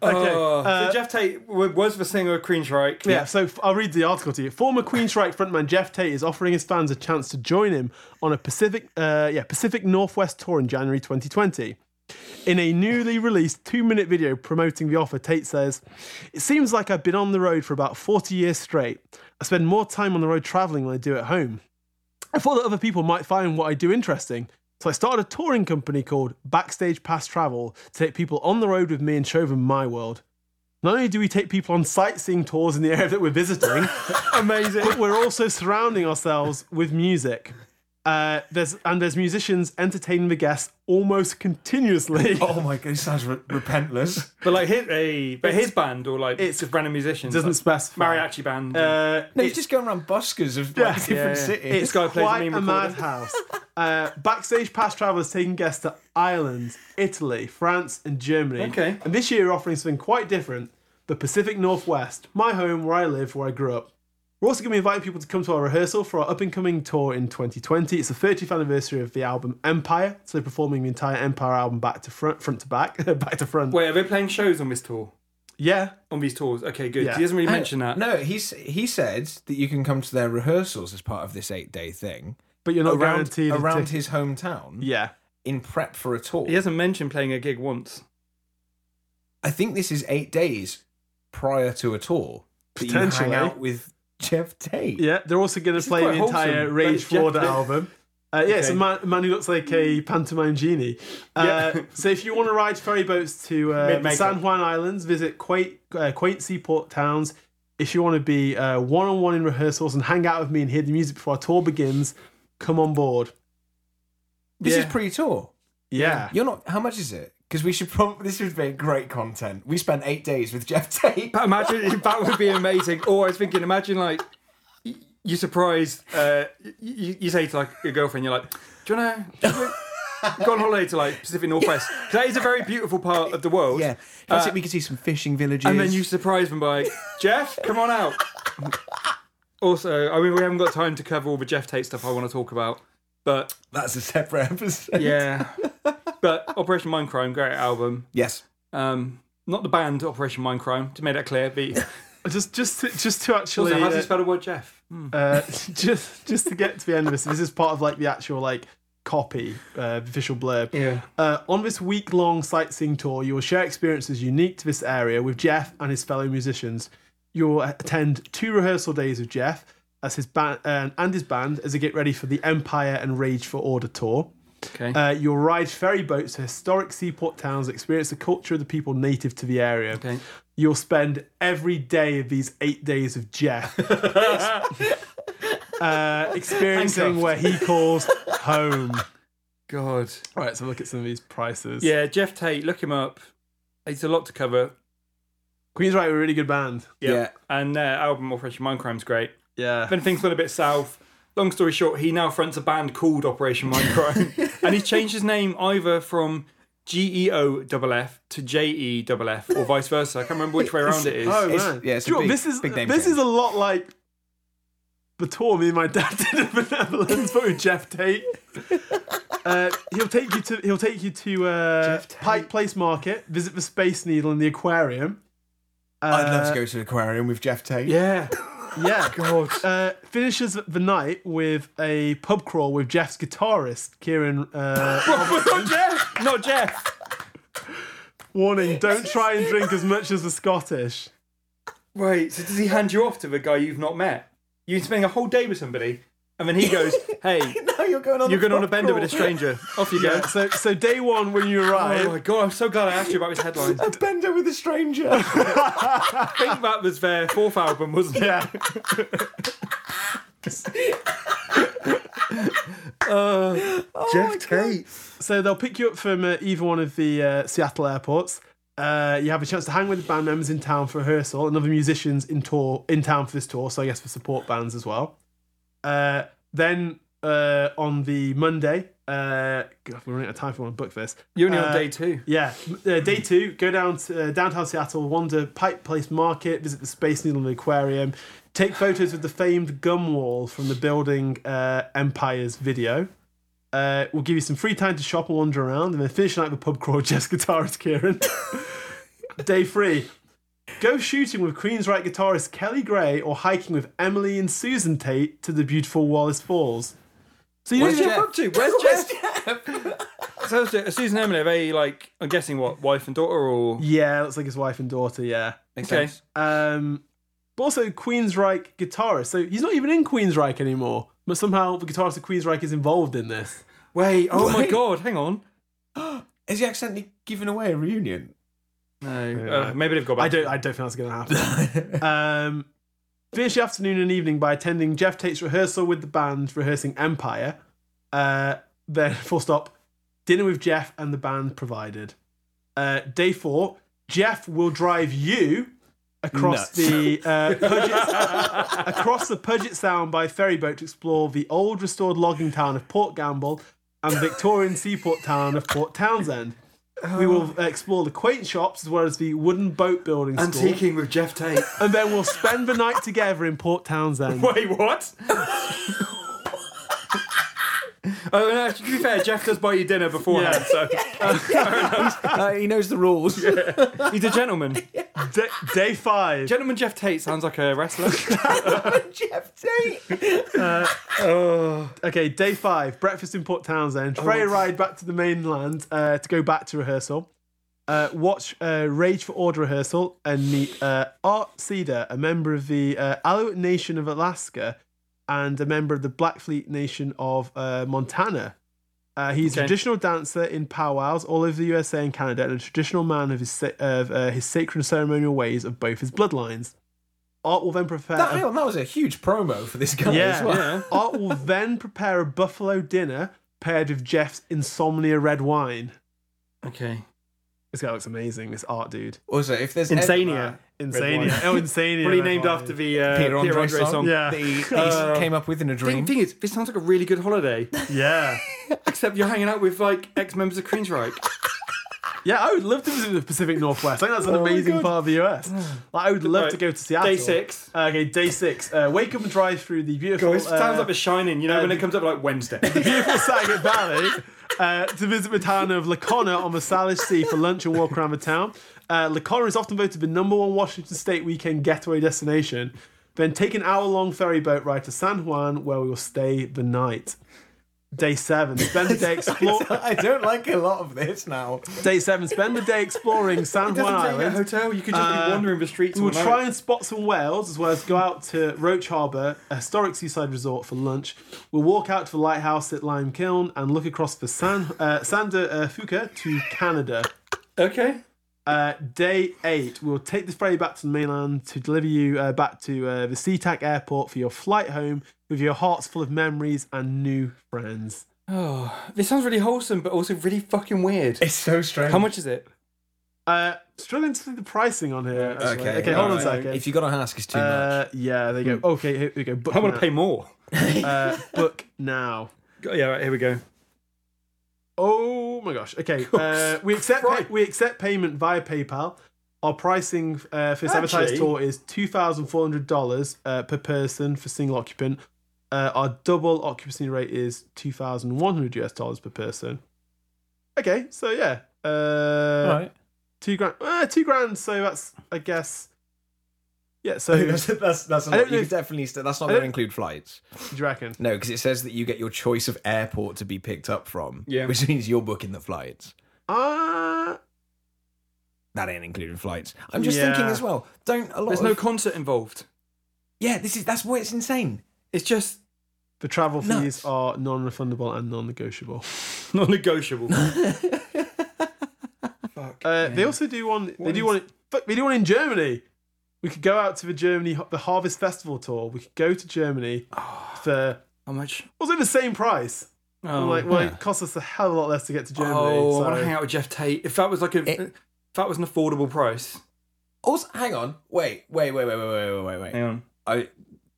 Speaker 3: Okay.
Speaker 5: so Jeff Tate w- was the singer of Queensryche.
Speaker 3: Yeah, so f- I'll read the article to you. Former Queensryche frontman Jeff Tate is offering his fans a chance to join him on a Pacific, uh, yeah, Pacific Northwest tour in January 2020. In a newly released two-minute video promoting the offer, Tate says, "It seems like I've been on the road for about 40 years straight. I spend more time on the road traveling than I do at home. I thought that other people might find what I do interesting." So I started a touring company called Backstage Pass Travel to take people on the road with me and show them my world. Not only do we take people on sightseeing tours in the area that we're visiting,
Speaker 5: Amazing.
Speaker 3: but we're also surrounding ourselves with music. Uh, there's and there's musicians entertaining the guests almost continuously.
Speaker 4: oh my god, it sounds re- repentless.
Speaker 5: but like his, eh, but his band or like
Speaker 3: it's-
Speaker 5: just random musicians.
Speaker 3: doesn't
Speaker 5: like
Speaker 3: specify.
Speaker 5: mariachi band.
Speaker 3: Uh,
Speaker 4: No,
Speaker 3: it's-
Speaker 4: he's just going around buskers of like,
Speaker 3: Yeah,
Speaker 4: different
Speaker 5: yeah, yeah.
Speaker 4: cities.
Speaker 3: It's
Speaker 5: This guy plays a
Speaker 3: quite
Speaker 5: meme
Speaker 3: a
Speaker 5: recorder.
Speaker 3: madhouse. uh, backstage pass travelers taking guests to Ireland, Italy, France, and Germany.
Speaker 5: Okay.
Speaker 3: And this year, we're offering something quite different: the Pacific Northwest, my home, where I live, where I grew up. We're also going to be inviting people to come to our rehearsal for our up and coming tour in 2020. It's the 30th anniversary of the album Empire, so they're performing the entire Empire album back to front, front to back, back to front.
Speaker 5: Wait, are they playing shows on this tour?
Speaker 3: Yeah,
Speaker 5: On these tours? Okay, good.
Speaker 3: Yeah.
Speaker 5: He doesn't really
Speaker 4: Hang-
Speaker 5: mention that.
Speaker 4: No, he's he said that you can come to their rehearsals as part of this eight day thing
Speaker 3: but you're not
Speaker 4: around
Speaker 3: guaranteed a
Speaker 4: around
Speaker 3: ticket.
Speaker 4: his hometown
Speaker 3: Yeah,
Speaker 4: in prep for a tour.
Speaker 5: He hasn't mentioned playing a gig once.
Speaker 4: I think this is eight days prior to a tour that you hang
Speaker 3: Potentially.
Speaker 4: out with Jeff Tate.
Speaker 3: yeah. They're also going to play the
Speaker 5: quite
Speaker 3: entire
Speaker 5: wholesome.
Speaker 3: Rage
Speaker 5: Thanks, Jeff.
Speaker 3: Florida album. Uh, yeah, it's a
Speaker 5: Okay.
Speaker 3: man, a man who looks like a pantomime genie. Uh,
Speaker 5: Yeah.
Speaker 3: so if you want to ride ferry boats to uh, the
Speaker 5: Mid-May
Speaker 3: San
Speaker 5: Cup.
Speaker 3: Juan Islands, visit quaint, uh, quaint seaport towns. If you want to be one on one in rehearsals and hang out with me and hear the music before our tour begins, come on board.
Speaker 4: This is
Speaker 5: Yeah.
Speaker 4: pre tour.
Speaker 3: Yeah.
Speaker 4: You're not. How much is it? Because we should probably. This would be great content. We spent eight days with Jeff Tate.
Speaker 5: But imagine that would be amazing. Or I was thinking, imagine like y- you surprise, uh, y- you, you say to like your girlfriend, you're like, do you know? Go on holiday to like Pacific Northwest. 'Cause That is a very beautiful part of the world.
Speaker 4: Yeah, that's it. We could see some fishing villages.
Speaker 5: And then you surprise them by, Jeff, come on out. also, I mean, we haven't got time to cover all the Jeff Tate stuff I want to talk about, but
Speaker 4: That's a separate episode.
Speaker 5: yeah. but Operation Mindcrime, great album.
Speaker 4: Yes.
Speaker 5: Um, not the band Operation Mindcrime, to make that clear. But
Speaker 3: Just, just, to, just to actually,
Speaker 5: also, how's
Speaker 3: uh,
Speaker 5: he spell the word Jeff? Hmm.
Speaker 3: uh, just, just to get to the end of this. This is part of like the actual like copy, uh, official blurb.
Speaker 5: Yeah.
Speaker 3: Uh, on this week long sightseeing tour, you will share experiences unique to this area with Jeff and his fellow musicians. You will attend two rehearsal days with Jeff as his band uh, and his band as they get ready for the Empire and Rage for Order tour.
Speaker 5: Okay.
Speaker 3: Uh, you'll ride ferry boats to historic seaport towns, experience the culture of the people native to the area.
Speaker 5: Okay.
Speaker 3: You'll spend every day of these eight days of Jeff uh, experiencing
Speaker 5: Handcuffed.
Speaker 3: where he calls home.
Speaker 5: God.
Speaker 3: All right, so look at some of these prices.
Speaker 5: Yeah, Jeff Tate, look him up. It's a lot to cover.
Speaker 3: Queen's right, we're a really good band.
Speaker 4: Yeah.
Speaker 5: And their album Operation Mindcrime's great.
Speaker 3: Yeah.
Speaker 5: Then things went a bit south. Long story short, he now fronts a band called Operation Mindcrime. and he's changed his name either from G E O double F to J E double F or vice versa. I can't remember which way around it is.
Speaker 3: Oh
Speaker 4: It's-
Speaker 3: man,
Speaker 4: yeah, it's
Speaker 3: Do you know
Speaker 4: a
Speaker 3: what,
Speaker 4: big-
Speaker 3: this is
Speaker 4: big name
Speaker 3: this
Speaker 4: change.
Speaker 3: is a lot like the tour me and my dad did in the Netherlands, but with Jeff Tate. Uh, he'll take you to he'll take you to uh,
Speaker 4: Jeff Tate.
Speaker 3: Pike Place Market, visit the Space Needle and the aquarium. Uh,
Speaker 4: I'd love to go to an aquarium with Jeff Tate.
Speaker 5: Yeah.
Speaker 3: Yeah, God. Uh, finishes the night with a pub crawl with Jeff's guitarist, Kieran. Uh,
Speaker 5: not Jeff! Not Jeff!
Speaker 3: warning: Don't try and drink as much as the Scottish.
Speaker 5: Wait, so does he hand you off to the guy you've not met? You're spending a whole day with somebody, and then he goes, hey,
Speaker 4: No, Oh, you're going on.
Speaker 5: you're
Speaker 4: the
Speaker 5: going on a
Speaker 4: pub
Speaker 5: bender with a
Speaker 4: crawl.
Speaker 5: stranger. Off you go.
Speaker 3: Yeah. So, so day one when you
Speaker 5: Oh my
Speaker 3: arrive,
Speaker 5: god, I'm so glad I asked you about his headlines. I
Speaker 4: A bender with a stranger.
Speaker 5: think that was their fourth album, wasn't it?
Speaker 3: yeah.
Speaker 4: Oh,
Speaker 5: Jeff Tate.
Speaker 3: So they'll pick you up from uh, either one of the uh, Seattle airports. Uh, you have a chance to hang with the band members in town for rehearsal and other musicians in tour in town for this tour. So I guess for support bands as well. Uh, then uh, on the Monday, uh, God, we're running out of time if we want to book this.
Speaker 5: You're only on
Speaker 3: Uh,
Speaker 5: day two.
Speaker 3: Yeah, uh, day two. Go down to uh, downtown Seattle, wander Pike Place Market, visit the Space Needle and Aquarium. take photos of the famed gum wall from the building uh, Empire's video. Uh, we'll give you some free time to shop and wander around, and then finish the night with a pub crawl. Jazz guitarist Kieran. Day three. Go shooting with Queensryche guitarist Kelly Gray or hiking with Emily and Susan Tate to the beautiful Wallace Falls. So you
Speaker 4: Where's
Speaker 3: didn't-
Speaker 4: Jeff?
Speaker 5: up to? Where's Jeff? so it's, uh, Susan and Emily, are they like, I'm guessing what, wife and daughter or?
Speaker 3: Yeah, looks like his wife and daughter, yeah.
Speaker 4: Makes
Speaker 5: Okay.
Speaker 4: sense.
Speaker 3: Um, but also Queensryche guitarist. So he's not even in Queensryche anymore, but somehow the guitarist of Queensryche is involved in this.
Speaker 5: Wait, oh my
Speaker 4: Wait.
Speaker 5: god, hang on.
Speaker 4: Has he accidentally given away a reunion?
Speaker 5: No, uh, maybe they've got back.
Speaker 3: I don't, I don't think that's going to happen. um, finish the afternoon and evening by attending Jeff Tate's rehearsal with the band, rehearsing Empire. Uh, then full stop. Dinner with Jeff and the band provided. Uh, day four. Jeff will drive you across
Speaker 4: Nuts.
Speaker 3: the uh, Puget, across the Puget Sound by ferry boat to explore the old restored logging town of Port Gamble and Victorian seaport town of Port Townsend. We will explore the quaint shops as well as the wooden boat building school,
Speaker 5: Antiquing with Jeff Tate.
Speaker 3: and then we'll spend the night together in Port Townsend.
Speaker 5: Wait, what? oh, no, to be fair, Jeff does buy you dinner beforehand,
Speaker 4: Uh, he knows the rules.
Speaker 5: so he's a gentleman.
Speaker 3: Da- day five.
Speaker 5: Gentleman Jeff Tate sounds like a wrestler.
Speaker 4: Jeff Tate.
Speaker 3: Okay, day five. Breakfast in Port Townsend. Train ride back to the mainland uh, to go back to rehearsal. Uh, watch uh, Rage for Order rehearsal and meet uh, Art Cedar, a member of the uh, Aleut Nation of Alaska and a member of the Blackfleet Nation of uh, Montana. Uh, he's a
Speaker 5: Okay.
Speaker 3: traditional dancer in powwows all over the USA and Canada and a traditional man of his, sa- of, uh, his sacred and ceremonial ways of both his bloodlines. Art will then prepare.
Speaker 4: That,
Speaker 3: a-
Speaker 4: hang on, that was a huge promo for this guy
Speaker 3: yeah.
Speaker 4: as well.
Speaker 3: Art will then prepare a buffalo dinner paired with Jeff's insomnia red wine.
Speaker 5: Okay.
Speaker 3: This guy looks amazing, this art dude.
Speaker 4: Also, if there's
Speaker 5: Insania.
Speaker 3: Insania.
Speaker 5: wine.
Speaker 3: Oh, Insania.
Speaker 5: Probably
Speaker 3: red
Speaker 5: named
Speaker 3: wine.
Speaker 5: after the uh,
Speaker 4: Uh, Peter Andre song.
Speaker 3: Yeah.
Speaker 4: that he, he
Speaker 5: Uh,
Speaker 4: came up with in a
Speaker 5: The thing,
Speaker 4: dream.
Speaker 5: thing is, this sounds like a really good holiday,
Speaker 3: Yeah.
Speaker 5: except you're hanging out with like ex members of Queensryche.
Speaker 3: Yeah, I would love to visit the Pacific Northwest. I think that's an amazing part of the US. Like, I would love
Speaker 5: Oh Right.
Speaker 3: to go to Seattle.
Speaker 5: Day six.
Speaker 3: Uh, okay, day six. Uh, wake up and drive through the beautiful.
Speaker 5: God, this sounds
Speaker 3: uh,
Speaker 5: like The Shining, you know, when it comes up like Wednesday.
Speaker 3: beautiful Sagat Valley uh, to visit the town of Lacona on the Salish Sea for lunch and walk around the town. Uh, Lacona is often voted the number one Washington State weekend getaway destination. Then take an hour long ferry boat ride to San Juan where we will stay the night. Day seven, spend the day exploring.
Speaker 4: I don't like a lot of this now.
Speaker 3: day seven, spend the day exploring San Juan
Speaker 5: a
Speaker 3: Island.
Speaker 5: hotel, you could just
Speaker 3: Uh,
Speaker 5: be wandering the streets.
Speaker 3: We'll
Speaker 5: all night.
Speaker 3: try and spot some whales as well as go out to Roach Harbour, a historic seaside resort, for lunch. We'll walk out to the lighthouse at Lime Kiln and look across the San, uh, San de uh, Fuca to Canada.
Speaker 5: Okay.
Speaker 3: Uh, day eight, we'll take the ferry back to the mainland to deliver you uh, back to uh, the SeaTac airport for your flight home with your hearts full of memories and new friends.
Speaker 5: Oh, this sounds really wholesome, but also really fucking weird.
Speaker 4: It's so strange.
Speaker 5: How much is it?
Speaker 3: Uh, struggling to see the pricing on here. actually.
Speaker 4: Okay,
Speaker 3: okay, hold on a
Speaker 5: alright.
Speaker 3: second.
Speaker 4: If you got to ask, it's too
Speaker 3: uh, yeah, there you go. Okay, here we go. Book
Speaker 5: I want
Speaker 3: now.
Speaker 5: to pay more.
Speaker 3: Uh, book now.
Speaker 5: Yeah, right, here we go.
Speaker 3: Oh my gosh. Okay. Uh, we accept pay-
Speaker 5: Christ.
Speaker 3: we accept payment via PayPal. Our pricing uh, for this advertised
Speaker 5: Actually-
Speaker 3: tour is two thousand four hundred dollars uh, per person for single occupant. Uh, our double occupancy rate is two thousand one hundred US dollars per person. Okay, so yeah, uh,
Speaker 4: much. Right.
Speaker 3: two grand, uh, two grand. So that's I guess, yeah. So do
Speaker 4: that's that's, that's a
Speaker 3: I
Speaker 4: lot.
Speaker 3: don't know
Speaker 4: You
Speaker 3: if-
Speaker 4: could definitely st- that's not
Speaker 3: I
Speaker 4: going to
Speaker 3: don't-
Speaker 4: include flights.
Speaker 3: you reckon?
Speaker 4: No, because it says that you get your choice of airport to be picked up from.
Speaker 5: Yeah.
Speaker 4: which means you're booking the flights.
Speaker 3: Uh,
Speaker 4: That ain't including flights. I'm just thinking
Speaker 3: Yeah.
Speaker 4: as well. Don't a lot.
Speaker 5: There's
Speaker 4: of,
Speaker 5: no concert involved.
Speaker 4: yeah, this is that's why it's insane.
Speaker 5: It's just
Speaker 3: the travel fees
Speaker 4: Nuts.
Speaker 3: are non-refundable and non-negotiable.
Speaker 5: non-negotiable. Fuck.
Speaker 3: Uh, They also do one. They do one. Fuck, they do one in Germany. We could go out to the Germany the Harvest Festival tour. We could go to Germany for
Speaker 5: How much?
Speaker 3: also the same price.
Speaker 5: Ah. Oh,
Speaker 3: like, well,
Speaker 4: yeah.
Speaker 3: it costs us a hell of a lot less to get to Germany.
Speaker 5: oh
Speaker 3: so-
Speaker 5: I want to hang out with Jeff Tate. If that was like a,
Speaker 4: It-
Speaker 5: if that was an affordable price.
Speaker 4: Also, hang on. Wait, wait, wait, wait, wait, wait, wait, wait, wait.
Speaker 5: on.
Speaker 4: I,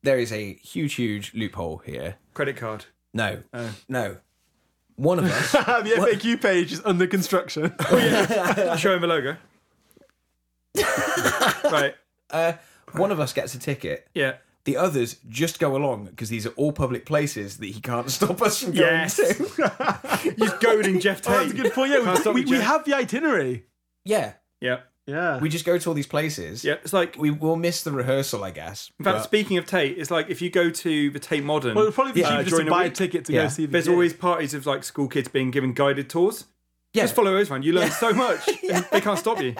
Speaker 4: there is a huge, huge loophole here.
Speaker 5: Credit card.
Speaker 4: No,
Speaker 5: Oh.
Speaker 4: no. One of us.
Speaker 3: the FAQ page is under construction.
Speaker 5: Show him the logo. right.
Speaker 4: uh, one of us gets a ticket,
Speaker 5: Yeah.
Speaker 4: The others just go along because these are all public places that he can't stop us from going
Speaker 5: Yes.
Speaker 4: to.
Speaker 5: He's goading Jeff Tate.
Speaker 3: Oh, that's a good point.
Speaker 5: Can't
Speaker 3: Yeah,
Speaker 5: stop
Speaker 3: we,
Speaker 5: me,
Speaker 3: we, we
Speaker 5: Jeff.
Speaker 3: have the itinerary.
Speaker 4: yeah,
Speaker 5: Yeah.
Speaker 3: Yeah.
Speaker 4: we just go to all these places.
Speaker 5: Yeah. It's like,
Speaker 4: we will miss the rehearsal, I guess.
Speaker 5: in fact,
Speaker 4: but-
Speaker 5: speaking of Tate, it's like if you go to the Tate Modern,
Speaker 3: well, it would probably be
Speaker 5: uh,
Speaker 3: cheaper just
Speaker 5: during
Speaker 3: to
Speaker 5: the
Speaker 3: buy a
Speaker 5: week,
Speaker 3: ticket to
Speaker 4: Yeah.
Speaker 3: go see the
Speaker 5: there's
Speaker 3: gig.
Speaker 5: always parties of like school kids being given guided tours.
Speaker 4: yeah,
Speaker 5: Just follow those around. You learn so much. and They can't stop you.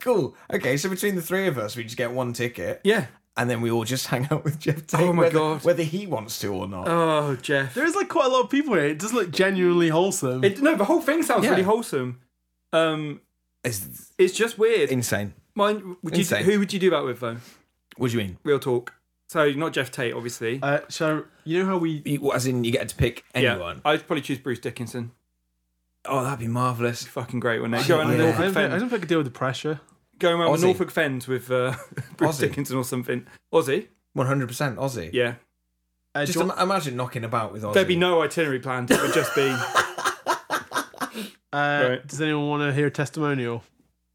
Speaker 4: cool. Okay, so between the three of us, we just get one ticket,
Speaker 5: Yeah.
Speaker 4: and then we all just hang out with Jeff. Tate,
Speaker 5: Oh my
Speaker 4: whether,
Speaker 5: God.
Speaker 4: whether he wants to or not.
Speaker 5: Oh, Jeff.
Speaker 3: There is like quite a lot of people here. It does look genuinely wholesome.
Speaker 5: It, no, the whole thing sounds
Speaker 4: Yeah.
Speaker 5: really wholesome. Um,
Speaker 4: It's
Speaker 5: it's just weird.
Speaker 4: insane.
Speaker 5: Mine, would you,
Speaker 4: Insane.
Speaker 5: who would you do that with though?
Speaker 4: What do you mean?
Speaker 5: Real talk. So not Jeff Tate, obviously.
Speaker 3: uh, so you know how we
Speaker 4: You, as in, you get to pick anyone.
Speaker 5: I'd probably choose Bruce Dickinson.
Speaker 4: Oh, that'd be marvelous.
Speaker 5: Fucking great, wouldn't it? Go around
Speaker 3: I
Speaker 5: the
Speaker 4: Oh,
Speaker 3: don't,
Speaker 4: Yeah.
Speaker 5: Norfolk
Speaker 3: think, I
Speaker 5: Fens.
Speaker 3: don't think I could deal with the pressure.
Speaker 5: Going around
Speaker 4: Aussie.
Speaker 5: the Norfolk Fens with uh, Bruce
Speaker 4: Aussie.
Speaker 5: Dickinson or something. Aussie.
Speaker 4: One hundred percent Aussie.
Speaker 5: Yeah.
Speaker 3: Uh,
Speaker 4: Just
Speaker 3: do you
Speaker 4: im- imagine knocking about with Aussie.
Speaker 5: There'd be no itinerary planned. It would just be
Speaker 3: want- uh,
Speaker 5: Right.
Speaker 3: Does anyone want to hear a testimonial?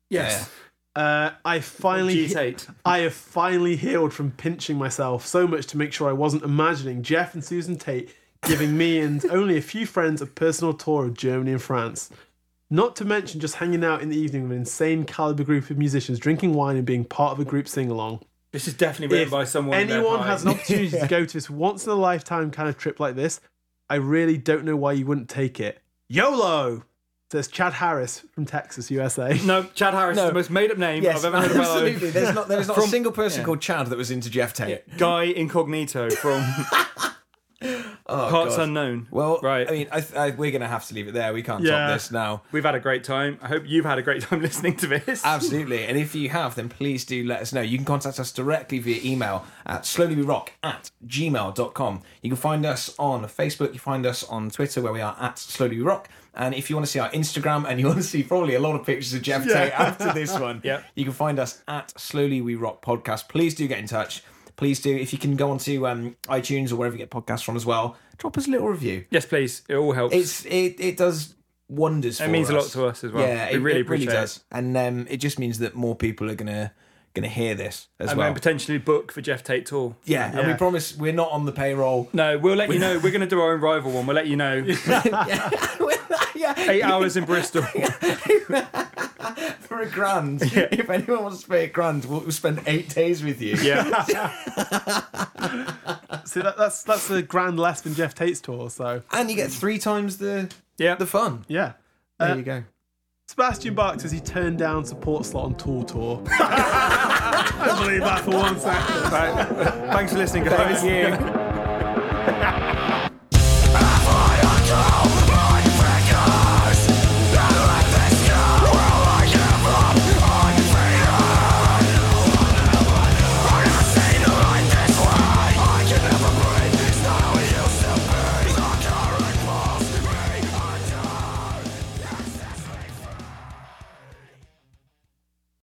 Speaker 5: yes.
Speaker 3: Uh, I finally,
Speaker 5: G Tate.
Speaker 3: I have finally healed from pinching myself so much to make sure I wasn't imagining Jeff and Susan Tate giving me and only a few friends a personal tour of Germany and France. Not to mention just hanging out in the evening with an insane caliber group of musicians, drinking wine and being part of a group sing along.
Speaker 5: This is definitely written
Speaker 3: If
Speaker 5: by someone. in their
Speaker 3: anyone
Speaker 5: pie.
Speaker 3: has an opportunity to go to this once in a lifetime kind of trip like this, I really don't know why you wouldn't take it. YOLO! Says Chad Harris from Texas, USA.
Speaker 5: No, Chad Harris is
Speaker 4: No.
Speaker 5: the most made up name
Speaker 4: Yes,
Speaker 5: I've ever heard in my life.
Speaker 4: absolutely. There's not there's not a
Speaker 5: From-
Speaker 4: single person
Speaker 5: yeah.
Speaker 4: called Chad that was into Jeff Tate.
Speaker 5: Guy Incognito from
Speaker 4: Oh,
Speaker 5: Hearts
Speaker 4: God.
Speaker 5: Unknown.
Speaker 4: Well,
Speaker 5: right.
Speaker 4: I mean, I, th- I, we're going to have to leave it there. We can't
Speaker 3: Yeah.
Speaker 4: top this now.
Speaker 5: We've had a great time. I hope you've had a great time listening to this.
Speaker 4: Absolutely. And if you have, then please do let us know. You can contact us directly via email at slowlywerock at gmail.com. You can find us on Facebook. You find us on Twitter, where we are at slowlywerock. And if you want to see our Instagram and you want to see probably a lot of pictures of Jeff Tate after this one,
Speaker 5: Yep.
Speaker 4: you can find us at Slowly We Rock Podcast. Please do get in touch. Please do. If you can go onto um, iTunes or wherever you get podcasts from as well, drop us a little review.
Speaker 5: yes, please. It all helps.
Speaker 4: It's it, it does wonders.
Speaker 5: it means a lot to us as well.
Speaker 4: Yeah, it
Speaker 5: we really
Speaker 4: it really
Speaker 5: appreciate
Speaker 4: does,
Speaker 5: it.
Speaker 4: and um, it just means that more people are gonna gonna hear this as
Speaker 5: And
Speaker 4: well.
Speaker 5: then potentially book for Jeff Tate Tour.
Speaker 4: yeah, and we
Speaker 3: Yeah.
Speaker 4: promise we're not on the payroll.
Speaker 5: No, we'll let you know. We're going to do our own rival one. We'll let you know.
Speaker 4: yeah,
Speaker 5: Eight hours in Bristol.
Speaker 4: for a grand. If anyone wants to pay a grand, we'll, we'll spend eight days with you.
Speaker 5: Yeah.
Speaker 3: See, that, that's that's a grand less than Jeff Tate's tour, so
Speaker 4: and you get three times the
Speaker 5: Yeah.
Speaker 4: the fun.
Speaker 3: yeah.
Speaker 4: There you go.
Speaker 3: Sebastian Bach says he turned down support slot on Tool Tour. I believe that for one second.
Speaker 5: Right. Thanks for listening, guys.
Speaker 4: you.